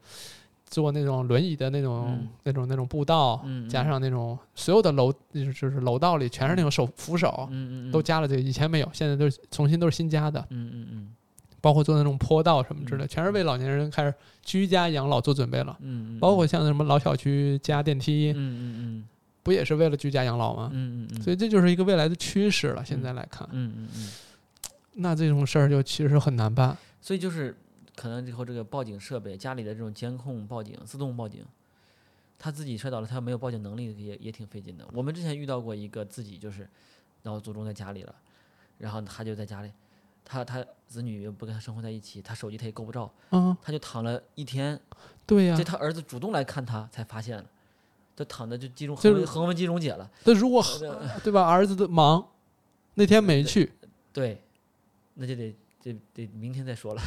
Speaker 1: 做那种轮椅的那种、
Speaker 2: 嗯
Speaker 1: 那种那种步道，
Speaker 2: 嗯嗯
Speaker 1: 加上那种所有的楼就是就是楼道里全是那种手扶手，
Speaker 2: 嗯嗯，
Speaker 1: 都加了这个，以前没有，现在都是重新都是新加的，
Speaker 2: 嗯嗯嗯
Speaker 1: 包括做那种坡道什么之类，全是为老年人开始居家养老做准备了。
Speaker 2: 嗯嗯，
Speaker 1: 包括像什么老小区加电
Speaker 2: 嗯
Speaker 1: 梯，
Speaker 2: 嗯嗯
Speaker 1: 不也是为了居家养老吗？
Speaker 2: 嗯嗯嗯，
Speaker 1: 所
Speaker 2: 以
Speaker 1: 以这就是一个未来的趋势了。现在来看，
Speaker 2: 嗯嗯嗯，
Speaker 1: 那这种事儿就其实很难办。
Speaker 2: 所以就是可能以后这个报警设备，家里的这种监控报警、自动报警，他自己摔倒了，他没有报警能力也也挺费劲的。我们之前遇到过一个自己就是脑卒中在家里了，然后他就在家里，他他子女又不跟他生活在一起，他手机他也够不着，
Speaker 1: 啊，
Speaker 2: 他就躺了一天，
Speaker 1: 对啊呀、
Speaker 2: 就他儿子主动来看他才发现了。就躺着就集中
Speaker 1: 就
Speaker 2: 横
Speaker 1: 是
Speaker 2: 纹横纹肌溶解了，
Speaker 1: 那如果对吧，儿子的忙，那天没去，
Speaker 2: 对，那就得得得明天再说了。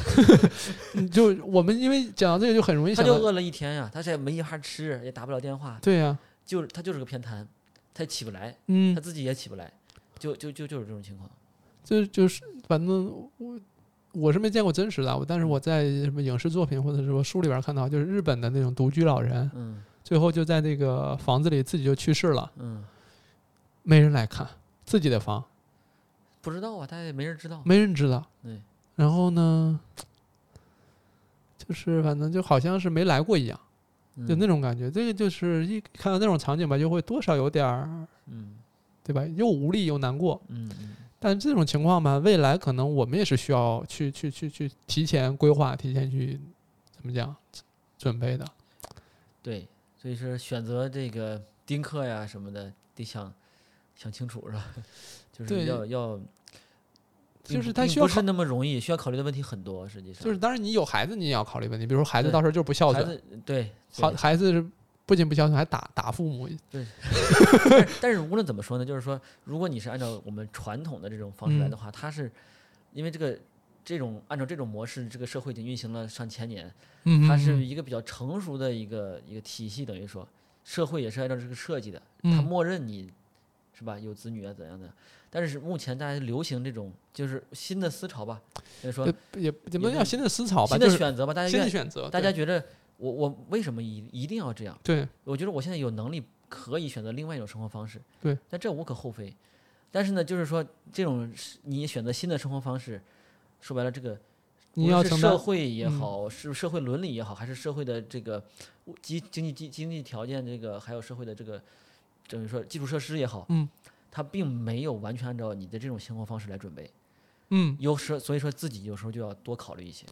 Speaker 1: 你就我们因为讲到这个就很容易
Speaker 2: 他
Speaker 1: 想
Speaker 2: 就
Speaker 1: 到，
Speaker 2: 饿了一天呀、他这也没法吃，也打不了电话，
Speaker 1: 对呀、
Speaker 2: 就是他就是个偏瘫，他也起不来，
Speaker 1: 嗯
Speaker 2: 他，自己也起不来，就就就就是这种情况。
Speaker 1: 就就是反正我我是没见过真实的啊，我但是我在什么影视作品或者说书里边看到，就是日本的那种独居老人，
Speaker 2: 嗯
Speaker 1: 最后就在那个房子里自己就去世了，
Speaker 2: 嗯，
Speaker 1: 没人来看，自己的房
Speaker 2: 不知道啊，他也没人知道。
Speaker 1: 没人知道
Speaker 2: 对，
Speaker 1: 然后呢，就是反正就好像是没来过一样，就那
Speaker 2: 嗯
Speaker 1: 种感觉。这个就是一看到那种场景吧，就会多少有点儿，
Speaker 2: 嗯
Speaker 1: 对吧？又无力又难过。
Speaker 2: 嗯嗯
Speaker 1: 但这种情况吧，未来可能我们也是需要去去去去提前规划，提前去怎么讲准备的。
Speaker 2: 对，所以说选择这个丁克呀什么的，得想想清楚是吧？ 就是
Speaker 1: 对
Speaker 2: 要要，并
Speaker 1: 就是
Speaker 2: 不
Speaker 1: 他
Speaker 2: 并
Speaker 1: 需要
Speaker 2: 不是
Speaker 1: 考
Speaker 2: 那么容易，需要考虑的问题很多，实际上
Speaker 1: 就是当然你有孩子，你也要考虑问题，比如说孩子
Speaker 2: 对
Speaker 1: 到时候就是不孝
Speaker 2: 孩
Speaker 1: 顺，
Speaker 2: 子对
Speaker 1: 好
Speaker 2: 对
Speaker 1: 孩子是不仅不孝顺，还打打父母。
Speaker 2: 但是但是无论怎么说呢，就是说，如果你是按照我们传统的这种方式来
Speaker 1: 嗯
Speaker 2: 的话，它是因为这个这种按照这种模式，这个社会已经运行了上千年，
Speaker 1: 嗯，
Speaker 2: 它
Speaker 1: 嗯
Speaker 2: 是一个比较成熟的一个一个体系，等于说社会也是按照这个设计的，它
Speaker 1: 嗯
Speaker 2: 默认你是吧有子女啊怎样的。但是目前大家流行这种就是新的思潮吧，就是说
Speaker 1: 呃也也不能
Speaker 2: 有
Speaker 1: 叫新的思潮吧，
Speaker 2: 新
Speaker 1: 就
Speaker 2: 的
Speaker 1: 是
Speaker 2: 选择吧，大家
Speaker 1: 新
Speaker 2: 愿
Speaker 1: 的选择，
Speaker 2: 大
Speaker 1: 对
Speaker 2: 家觉得我我为什么一一定要这样？
Speaker 1: 对
Speaker 2: 我觉得我现在有能力可以选择另外一种生活方式，
Speaker 1: 对，
Speaker 2: 那这无可厚非。但是呢，就是说这种是你选择新的生活方式，说白了，这个
Speaker 1: 你
Speaker 2: 无论
Speaker 1: 要
Speaker 2: 是
Speaker 1: 承
Speaker 2: 社
Speaker 1: 担
Speaker 2: 会也
Speaker 1: 嗯
Speaker 2: 好，是社会伦理也好，还是社会的这个物经经济经经济条件这个，还有社会的这个等于说基础设施也好，
Speaker 1: 嗯，
Speaker 2: 它并没有完全按照你的这种生活方式来准备，
Speaker 1: 嗯
Speaker 2: 有时所以说自己有时候就要多考虑一些，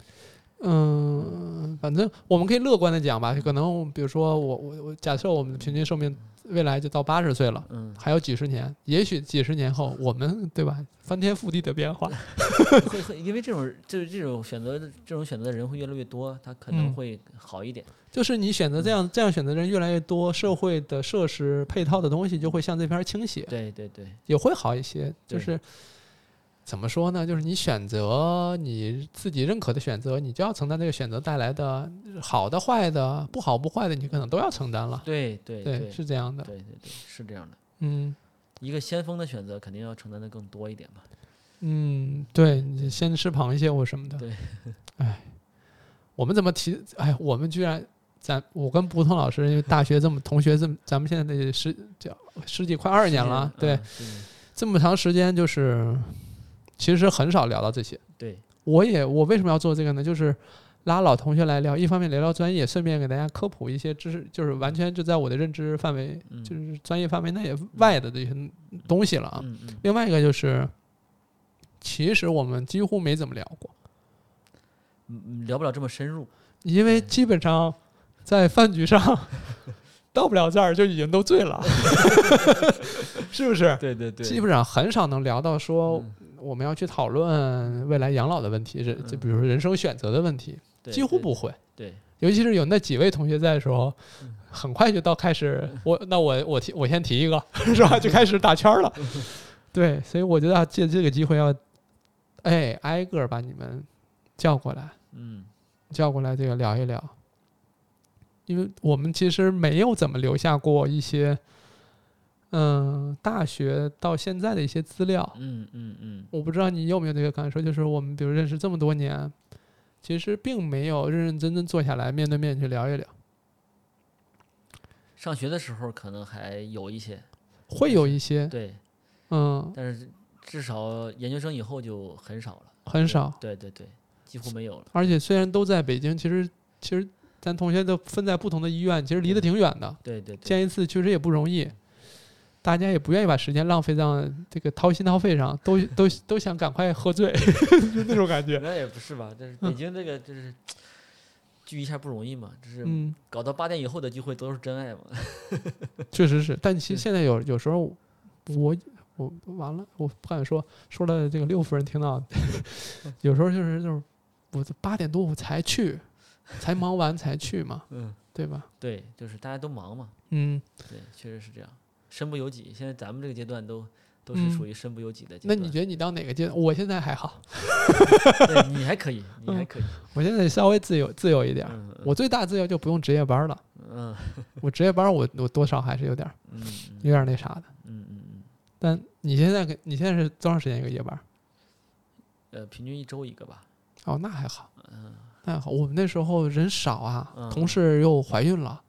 Speaker 1: 嗯，反正我们可以乐观的讲吧，可能比如说我我我假设我们的平均寿命未来就到八十岁了。 ，
Speaker 2: 嗯
Speaker 1: 还有几十年，也许几十年后，我们对吧？翻天覆地的变 化，
Speaker 2: 会会因为这种就是这种选择的这种选择的人会越来越多，他可能
Speaker 1: 嗯
Speaker 2: 会好一点。
Speaker 1: 就是你选择这
Speaker 2: 嗯
Speaker 1: 样这样选择的人越来越多，社会的设施配套的东西就会向这边倾斜。
Speaker 2: 对对对，
Speaker 1: 也会好一些。就
Speaker 2: 对
Speaker 1: 是怎么说呢？就是你选择你自己认可的选择，你就要承担这个选择带来的好的、坏的、不好不坏的，你可能都要承担了。
Speaker 2: 对对对
Speaker 1: 对，是这样的。
Speaker 2: 对对对，是这样的。
Speaker 1: 嗯
Speaker 2: 一个先锋的选择肯定要承担的更多一点嘛。
Speaker 1: 嗯，对，你先吃螃蟹或什么的。
Speaker 2: 对，
Speaker 1: 哎，我们怎么提？哎，我们居然。咱我跟蒲通老师，因为大学这么同学这么，咱们现在得十叫十几快二十年了啊，对
Speaker 2: 嗯，，是
Speaker 1: 这么长时间就是，其实很少聊到这些。
Speaker 2: 对，
Speaker 1: 我也我为什么要做这个呢？就是拉老同学来聊，一方面聊聊专业，顺便给大家科普一些知识，就是完全就在我的认知范围，
Speaker 2: 嗯
Speaker 1: 就是专业范围内外的这些东西了啊。
Speaker 2: 嗯嗯，
Speaker 1: 另外一个就是，其实我们几乎没怎么聊过，
Speaker 2: 嗯聊不了这么深入。
Speaker 1: 因为基本上在饭局 上到不了这儿就已经都醉了， 是不是？
Speaker 2: 对对对
Speaker 1: 基本上很少能聊到说
Speaker 2: 嗯
Speaker 1: 我们要去讨论未来养老的问题，这就
Speaker 2: 嗯
Speaker 1: 比如说人生选择的问题，
Speaker 2: 对
Speaker 1: 几乎
Speaker 2: 对
Speaker 1: 不会。
Speaker 2: 对，
Speaker 1: 尤其是有那几位同学在的时候，很快就到开始我那我我提我先提一个 是吧？就开始打圈儿了。对，所以我觉得要借这个机会要，哎，挨个儿把你们叫过来，
Speaker 2: 嗯
Speaker 1: 叫过来这个聊一聊，因为我们其实没有怎么留下过一些，嗯，大学到现在的一些资料。
Speaker 2: 嗯嗯嗯，
Speaker 1: 我不知道你有没有这个感受，就是我们比如认识这么多年，其实并没有认认真真坐下来面对面去聊一聊。
Speaker 2: 上学的时候可能还有一些，
Speaker 1: 会有一些，
Speaker 2: 对，
Speaker 1: 嗯，
Speaker 2: 但是至少研究生以后就很少了，
Speaker 1: 很少。
Speaker 2: 对对对，几乎没有了。
Speaker 1: 而且虽然都在北京，其实其实咱同学都分在不同的医院，其实离得挺远的，
Speaker 2: 对对对，
Speaker 1: 见一次确实也不容易。大家也不愿意把时间浪费上这个掏心掏肺上，都都都想赶快喝 醉，就那种感觉。
Speaker 2: 那也不是吧，但是
Speaker 1: 嗯
Speaker 2: 北京这个就是聚一下不容易嘛，就是
Speaker 1: 嗯，
Speaker 2: 搞到八点以后的聚会都是真爱嘛。
Speaker 1: 确实是。但其
Speaker 2: 对
Speaker 1: 实现在有有时候我我完了，我不敢说，说了这个六夫人听到， 有时候就是就是我八点多我才去，才忙完才去嘛，
Speaker 2: 嗯，
Speaker 1: 对吧？
Speaker 2: 对，就是大家都忙嘛，
Speaker 1: 嗯，
Speaker 2: 对，确实是这样，身不由己。现在咱们这个阶段都都是属于身不由己的阶
Speaker 1: 嗯那
Speaker 2: 段。
Speaker 1: 你觉得你到哪个阶段？我现在还好，
Speaker 2: 对你还可以，你还可以。
Speaker 1: 我现在稍微自由自由一点儿。
Speaker 2: 嗯
Speaker 1: 嗯我最大自由就不用值夜班了。
Speaker 2: 嗯
Speaker 1: 我值夜班我，我多少还是有点儿
Speaker 2: 嗯
Speaker 1: 有点儿那啥的。
Speaker 2: 嗯嗯嗯，
Speaker 1: 但你现在给你现在是多长时间一个夜班？
Speaker 2: 呃，平均一周一个吧。
Speaker 1: 哦，那还好，
Speaker 2: 嗯
Speaker 1: 那还好。我们那时候人少啊，
Speaker 2: 嗯
Speaker 1: 同事又怀孕了，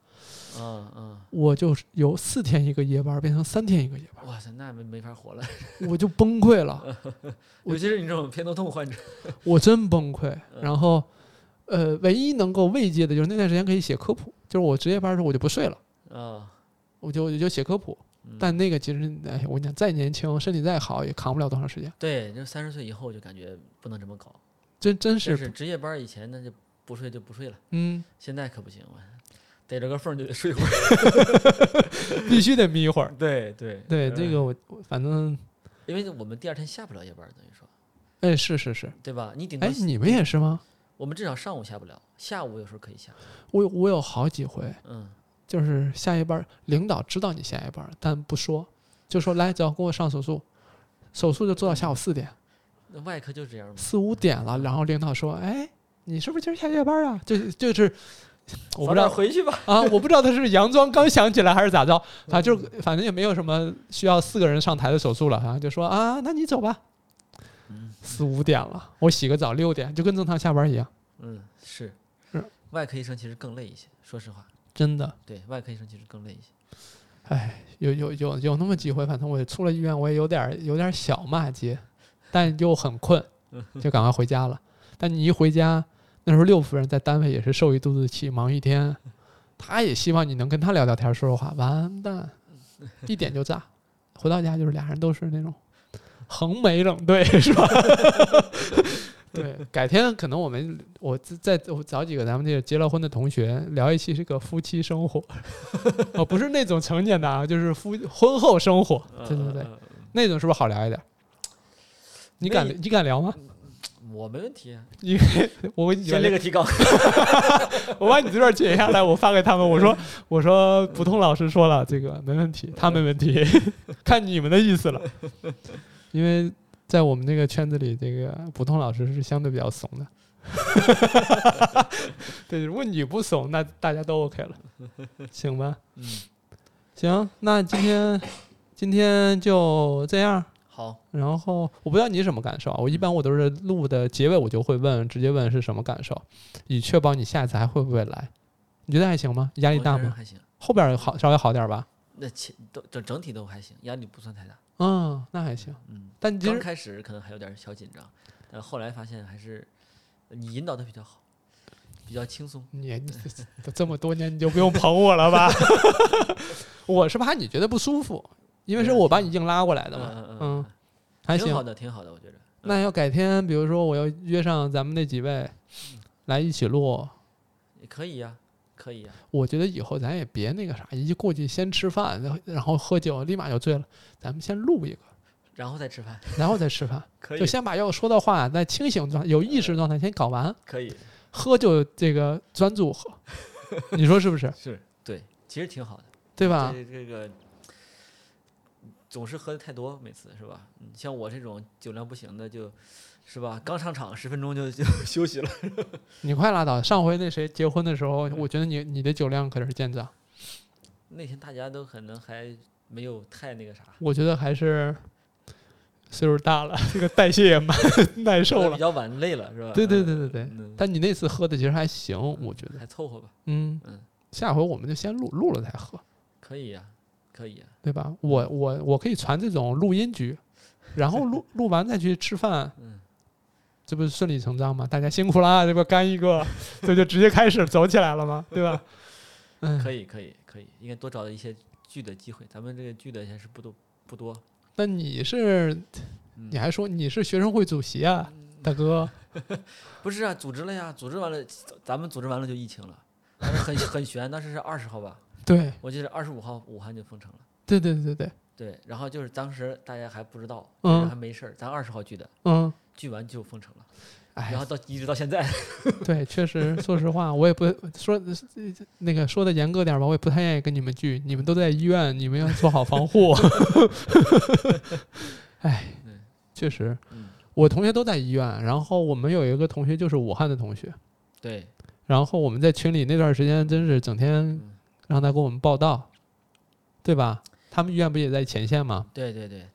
Speaker 2: 嗯嗯，
Speaker 1: 我就由四天一个夜班变成三天一个夜班，
Speaker 2: 哇塞，那没没法活了，
Speaker 1: 我就崩溃了。 我
Speaker 2: 尤其是你这种偏头痛患者，
Speaker 1: 我真崩溃。
Speaker 2: 嗯
Speaker 1: 然后，呃，唯一能够慰藉的就是那段时间可以写科普，就是我值夜班的时候我就不睡了，
Speaker 2: 啊，
Speaker 1: 我就我就写科普。
Speaker 2: 嗯
Speaker 1: 但那个其实，哎，我跟你讲，再年轻，身体再好，也扛不了多长时间。
Speaker 2: 对，就三十岁以后就感觉不能这么搞，
Speaker 1: 真真，
Speaker 2: 就是是值夜班儿以前那就不睡就不睡了，
Speaker 1: 嗯，
Speaker 2: 现在可不行，我逮着个缝儿就得睡会儿。
Speaker 1: 必须得眯一会 儿。
Speaker 2: 对对
Speaker 1: 对，
Speaker 2: 嗯
Speaker 1: 这个我我反正，
Speaker 2: 因为我们第二天下不了夜班儿，等于说，
Speaker 1: 哎，是是是，
Speaker 2: 对吧？你顶多
Speaker 1: 哎，你们也是吗？
Speaker 2: 我们至少上午下不了，下午有时候可以下。
Speaker 1: 我有我有好几回，
Speaker 2: 嗯，
Speaker 1: 就是下一班，领导知道你下一班，但不说，就说来走，跟我上手术，手术就做到下午四点、
Speaker 2: 嗯那外科就是这样嘛。
Speaker 1: 四五点了，然后领导说，哎，你是不是今儿下夜班啊？就就是，我不
Speaker 2: 早
Speaker 1: 知道
Speaker 2: 点回去吧。
Speaker 1: 啊，我不知道他是佯装刚想起来还是咋着，反正就是反正也没有什么需要四个人上台的手术了，然后就说啊，那你走吧。
Speaker 2: 嗯
Speaker 1: 四五点了，我洗个澡，六点就跟正常下班一样，
Speaker 2: 嗯，是
Speaker 1: 是。
Speaker 2: 外科医生其实更累一些，说实话，
Speaker 1: 真的。
Speaker 2: 对外科医生其实更累一些。
Speaker 1: 哎，有有有有那么几回，反正我出了医院，我也有点儿有点儿小骂街，但又很困，就赶快回家了。但你一回家，那时候六夫人在单位也是受一肚子气，忙一天，她也希望你能跟她聊聊天儿、说说话，完蛋，一点就炸。回到家就是俩人都是那种横眉冷对，是吧？ 对，改天可能我们我再我找几个咱们这个结了婚的同学聊一期这个夫妻生活，哦，不是那种成年的啊，就是夫婚后生活，对对对，
Speaker 2: 嗯，嗯嗯
Speaker 1: 那种是不是好聊一点？你敢
Speaker 2: 那
Speaker 1: 你敢聊吗？
Speaker 2: 嗯我没问题啊。
Speaker 1: 你我嗯给你
Speaker 2: 先列个提纲。
Speaker 1: 我把你这段剪下来，我发给他们，我 说我说普通老师说了这个没问题，他没问题， 看你们的意思了。 因为在我们这个圈子里，这个普通老师是相对比较怂的。 对，如果你不怂，那大家都 OK 了， 行吧？
Speaker 2: 嗯，
Speaker 1: 行，那今天今天就这样。
Speaker 2: 好，
Speaker 1: 然后我不知道你什么感受啊，我一般我都是录的结尾我就会问，直接问是什么感受，以确保你下一次还会不会来。你觉得还行吗？压力
Speaker 2: 我
Speaker 1: 大
Speaker 2: 觉得
Speaker 1: 吗？
Speaker 2: 还行，
Speaker 1: 后边儿好稍微好点儿吧。
Speaker 2: 那前都整整体都还行，压力不算太大。
Speaker 1: 嗯，那还行。
Speaker 2: 嗯，
Speaker 1: 但其
Speaker 2: 刚
Speaker 1: 实
Speaker 2: 开始可能还有点小紧张，但后来发现还是你引导的比较好，比较轻松。
Speaker 1: 你你 这这么多年你就不用捧我了 吧？我是怕你觉得不舒服，因为是我把你硬拉过来的嘛。
Speaker 2: 嗯
Speaker 1: 嗯
Speaker 2: 嗯，
Speaker 1: 还
Speaker 2: 挺好
Speaker 1: 行。
Speaker 2: 的，挺好的，我觉得。
Speaker 1: 那要改天，比如说我要约上咱们那几位
Speaker 2: 嗯
Speaker 1: 来一起录，
Speaker 2: 也可以呀、可以呀、
Speaker 1: 我觉得以后咱也别那个啥，一过去先吃饭，然后然后喝酒，立马就醉了。咱们先录一个，
Speaker 2: 然后再吃饭，
Speaker 1: 然后再吃饭，
Speaker 2: 可
Speaker 1: 就先把要说的话在清醒状、有意识状态先搞完，
Speaker 2: 可以，
Speaker 1: 喝就这个专注喝，你说是不是？
Speaker 2: 是对，其实挺好的，
Speaker 1: 对吧？
Speaker 2: 这这个总是喝的太多，每次是吧？嗯，像我这种酒量不行的就，是吧？刚上场十分钟就就 休息了。
Speaker 1: 你快拉倒！上回那谁结婚的时候，我觉得你你的酒量可是见长，
Speaker 2: 那天大家都可能还没有太那个啥，
Speaker 1: 我觉得还是岁数大了，这个代谢也蛮耐受
Speaker 2: 比
Speaker 1: 了。
Speaker 2: 较晚累了是吧？
Speaker 1: 对对
Speaker 2: 嗯
Speaker 1: 对对对
Speaker 2: 嗯
Speaker 1: 但你那次喝的其实还行，我觉得，
Speaker 2: 还凑合吧，
Speaker 1: 嗯
Speaker 2: 嗯，
Speaker 1: 下回我们就先录录了再喝。
Speaker 2: 可以呀、可以呀、
Speaker 1: 对吧？我我我可以传这种录音局，然后 录录完再去吃饭，
Speaker 2: 嗯，
Speaker 1: 这不是顺理成章吗？大家辛苦啦，这不干一个， 这就直接开始走起来了吗？ 对吧？嗯，
Speaker 2: 可以可以可以，应该多找一些聚的机会，咱们这个聚的还是不多不多，
Speaker 1: 那你是
Speaker 2: 嗯
Speaker 1: 你还说你是学生会主席啊，大哥？
Speaker 2: 不是啊，组织了呀，组织完了，咱们组织完了就疫情了，但是很很悬，当时是二十号吧，
Speaker 1: 对
Speaker 2: 我记得二十五号武汉就封城了。
Speaker 1: 对对对对，
Speaker 2: 对，然后就是当时大家还不知道，
Speaker 1: 嗯
Speaker 2: 还没事儿，咱二十号聚的，
Speaker 1: 嗯，
Speaker 2: 聚完就封城了，然
Speaker 1: 哎，
Speaker 2: 后到一直到现在，
Speaker 1: 对，确实，说实话，我也不说那个说的严格点吧，我也不太愿意跟你们聚，你们都在医院，你们要做好防护。 哎，确实。
Speaker 2: 嗯，
Speaker 1: 我同学都在医院，然后我们有一个同学就是武汉的同学，
Speaker 2: 对，
Speaker 1: 然后我们在群里那段时间真是整天
Speaker 2: 嗯，
Speaker 1: 让他给我们报道，对吧？他们医院不也在前线吗？
Speaker 2: 对对对，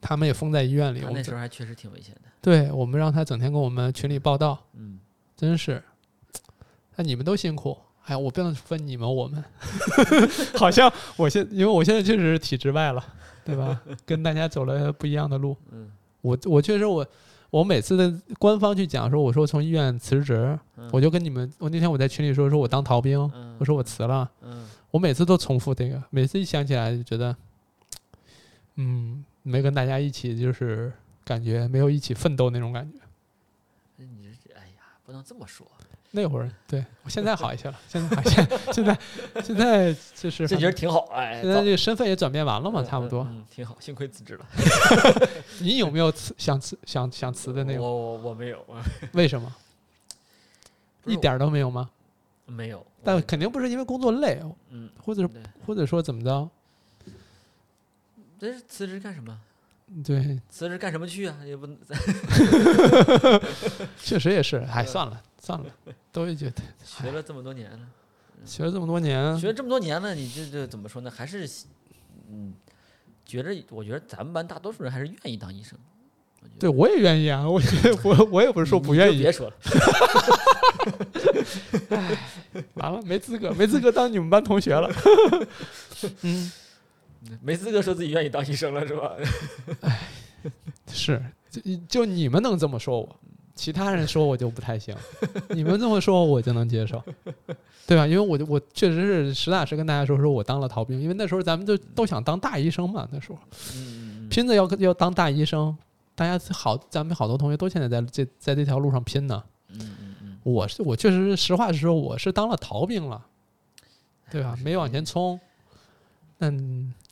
Speaker 1: 他们也封在医院里，
Speaker 2: 他
Speaker 1: 哎我
Speaker 2: 那
Speaker 1: 们
Speaker 2: 时
Speaker 1: 整
Speaker 2: 候还确实挺危险的，
Speaker 1: 对我们让他整天给我们群里报道，
Speaker 2: 嗯，
Speaker 1: 真是，那你们都辛苦，哎呀，我不能分你们我 们，好像我现因为我现在确实是体制外了，对吧？跟大家走了不一样的路。
Speaker 2: 嗯
Speaker 1: 我我确实我我每次的官方去讲说，我说从医院辞职，
Speaker 2: 嗯
Speaker 1: 我就跟你们，我那天我在群里说，说我当逃兵，
Speaker 2: 嗯
Speaker 1: 我说我辞了，
Speaker 2: 嗯
Speaker 1: 我每次都重复这个，每次一想起来就觉得，嗯，没跟大家一起就是感觉没有一起奋斗那种感觉。
Speaker 2: 你这哎呀，不能这么说，
Speaker 1: 那会儿对我现在好一些了，现在好一些， 现在现在就是
Speaker 2: 这觉得挺好哎，
Speaker 1: 现在
Speaker 2: 早
Speaker 1: 这个身份也转变完了嘛，
Speaker 2: 嗯
Speaker 1: 差不多。
Speaker 2: 嗯嗯挺好，幸亏辞职了。
Speaker 1: 你有没有辞想辞想想辞的那种？
Speaker 2: 我我我没有，
Speaker 1: 为什么？
Speaker 2: 不是
Speaker 1: 一点儿都没有吗？
Speaker 2: 我没有，
Speaker 1: 但
Speaker 2: 我
Speaker 1: 肯定不是因为工作累，
Speaker 2: 嗯，
Speaker 1: 或者是
Speaker 2: 对
Speaker 1: 或者说怎么着？
Speaker 2: 这是辞职干什么？
Speaker 1: 对，
Speaker 2: 辞职干什么去啊？也不能
Speaker 1: 确实也 是。哎，算了算了，都已经
Speaker 2: 学了这么多年了，
Speaker 1: 学了这么多年，
Speaker 2: 嗯学了这么多年了，你这这怎么说呢？还是嗯，觉着我觉得咱们班大多数人还是愿意当医生。
Speaker 1: 对我也愿意啊。我觉得我我也不是说不愿
Speaker 2: 你就
Speaker 1: 意
Speaker 2: 别，说了，
Speaker 1: 完了没资格，没资格当你们班同学了。嗯，
Speaker 2: 没资格说自己愿意当医生了，是吧？
Speaker 1: 是，就就你们能这么说我，其他人说我就不太 行。你们这么说我就能接受，对吧？因为我就我确实是实打实跟大家说，说我当了逃兵，因为那时候咱们就都想当大医生嘛，那时候
Speaker 2: 嗯，嗯嗯
Speaker 1: 拼着要要当大医生。大家好，咱们好多同学都现在在这在这条路上拼呢。
Speaker 2: 嗯嗯 嗯，
Speaker 1: 我是我确实是实话实说，我是当了逃兵了，对吧？没往前冲，但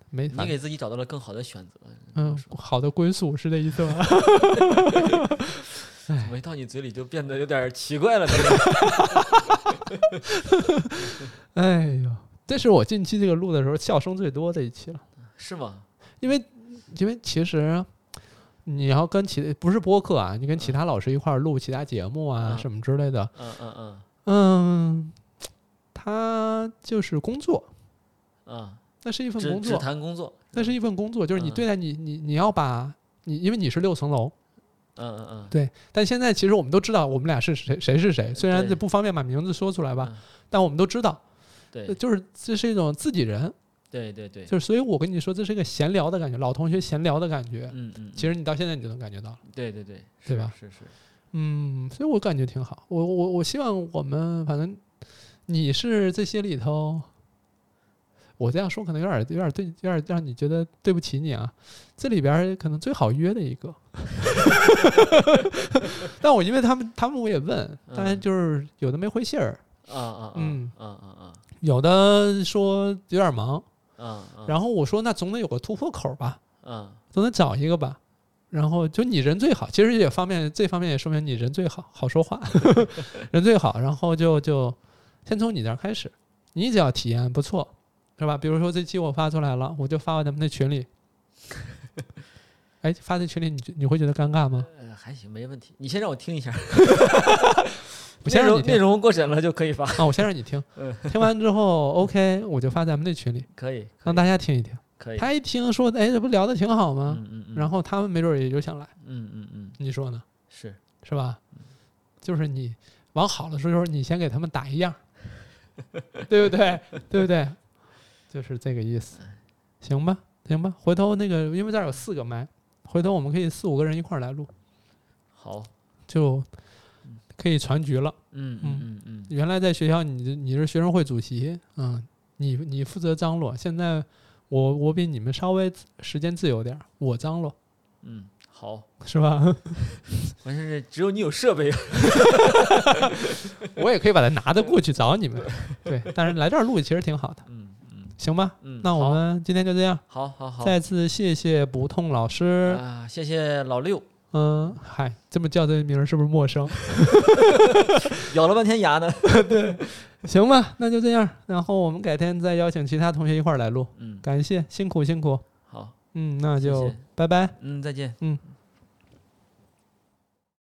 Speaker 1: 没
Speaker 2: 你
Speaker 1: 反
Speaker 2: 给自己找到了更好的选择，
Speaker 1: 嗯好的归宿是这意思吧？
Speaker 2: 怎么一到你嘴里就变得有点奇怪了呢？
Speaker 1: 哎呦，这是我近期这个录的时候笑声最多的一期了，
Speaker 2: 是吗？
Speaker 1: 因为因为其实你要跟其不是播客啊，你跟其他老师一块儿录其他节目啊、
Speaker 2: 嗯
Speaker 1: 什么之类的，
Speaker 2: 嗯嗯
Speaker 1: 嗯，他就是工作，
Speaker 2: 嗯
Speaker 1: 那是一
Speaker 2: 嗯，
Speaker 1: 份
Speaker 2: 只
Speaker 1: 工
Speaker 2: 只
Speaker 1: 作，
Speaker 2: 谈工作，
Speaker 1: 那是一份工作，就是你
Speaker 2: 嗯
Speaker 1: 对待你你你要把你，因为你是六层楼，
Speaker 2: 嗯嗯嗯，
Speaker 1: 对，但现在其实我们都知道我们俩是谁谁是谁，虽然
Speaker 2: 对
Speaker 1: 这不方便把名字说出来吧
Speaker 2: 嗯，
Speaker 1: 但我们都知道，
Speaker 2: 对
Speaker 1: 就是这是一种自己人。
Speaker 2: 对对对，
Speaker 1: 就是，所以我跟你说，这是一个闲聊的感觉，老同学闲聊的感觉。
Speaker 2: 嗯嗯，
Speaker 1: 其实你到现在你就能感觉到了，
Speaker 2: 嗯对对对，
Speaker 1: 对
Speaker 2: 是
Speaker 1: 吧？
Speaker 2: 是是，
Speaker 1: 嗯，所以我感觉挺好。我我我希望我们反正你是这些里头，我这样说可能有点有点对，有点让你觉得对不起你啊。这里边儿可能最好约的一个， 但我因为他们他们我也问，当然
Speaker 2: 嗯
Speaker 1: 就是有的没回信儿，
Speaker 2: 啊啊，
Speaker 1: 嗯
Speaker 2: 啊啊
Speaker 1: 有的说有点忙，
Speaker 2: 啊啊，
Speaker 1: 然后我说那总得有个突破口吧。
Speaker 2: 嗯
Speaker 1: 总得找一个吧。然后就你人最好，其实也方面这方面也说明你人最好，好说话， 人最好。然后就就先从你这儿开始，你只要体验不错，是吧？比如说这期我发出来了，我就发到咱们那群里。哎，发在群里你觉你会觉得尴尬吗？
Speaker 2: 呃，还行，没问题。你先让我听一下，
Speaker 1: 我先
Speaker 2: 内
Speaker 1: 让
Speaker 2: 容嗯
Speaker 1: 你
Speaker 2: 内
Speaker 1: 听
Speaker 2: 容过审了就可以发，
Speaker 1: 啊，我先让你听，听完之后 OK，我就发咱们那群里，
Speaker 2: 可以，可
Speaker 1: 让
Speaker 2: 以
Speaker 1: 大家听一听。
Speaker 2: 可以，
Speaker 1: 他一听说，哎，这不聊的挺好吗？
Speaker 2: 嗯嗯嗯，
Speaker 1: 然
Speaker 2: 后
Speaker 1: 后他们没准也就想来，
Speaker 2: 嗯嗯嗯
Speaker 1: 你说呢？
Speaker 2: 是，
Speaker 1: 是吧？就是你往好了说，就是你先给他们打一样，对不对？对不对？就是这个意思，行吧？行吧？回头那个，因为这儿有四个麦，回头我们可以四五个人一块儿来录，
Speaker 2: 好，
Speaker 1: 就可以全局了。
Speaker 2: 嗯嗯嗯嗯，
Speaker 1: 原来在学校你，你是学生会主席，嗯，你你负责张罗。现在我我比你们稍微时间自由点儿，我张罗
Speaker 2: 嗯，好，
Speaker 1: 是吧？
Speaker 2: 关键是只有你有设备啊。
Speaker 1: 我也可以把它拿着过去找你们，对。但是来这儿录其实挺好的，
Speaker 2: 嗯嗯
Speaker 1: 行吧？
Speaker 2: 嗯，
Speaker 1: 那我
Speaker 2: 好
Speaker 1: 们今天就这样，
Speaker 2: 好好好
Speaker 1: 再次谢谢不痛老师。
Speaker 2: 啊，谢谢老六，
Speaker 1: 嗯，嗨，这么叫这名儿是不是陌 生？
Speaker 2: 咬了半天牙呢。
Speaker 1: 行吧，那就这样。然后我们改天再邀请其他同学一块儿来录，
Speaker 2: 嗯，
Speaker 1: 感谢，辛苦辛苦。
Speaker 2: 好，
Speaker 1: 嗯，那
Speaker 2: 谢
Speaker 1: 就
Speaker 2: 谢
Speaker 1: 拜拜。
Speaker 2: 嗯，再见。
Speaker 1: 嗯，
Speaker 2: 嗯。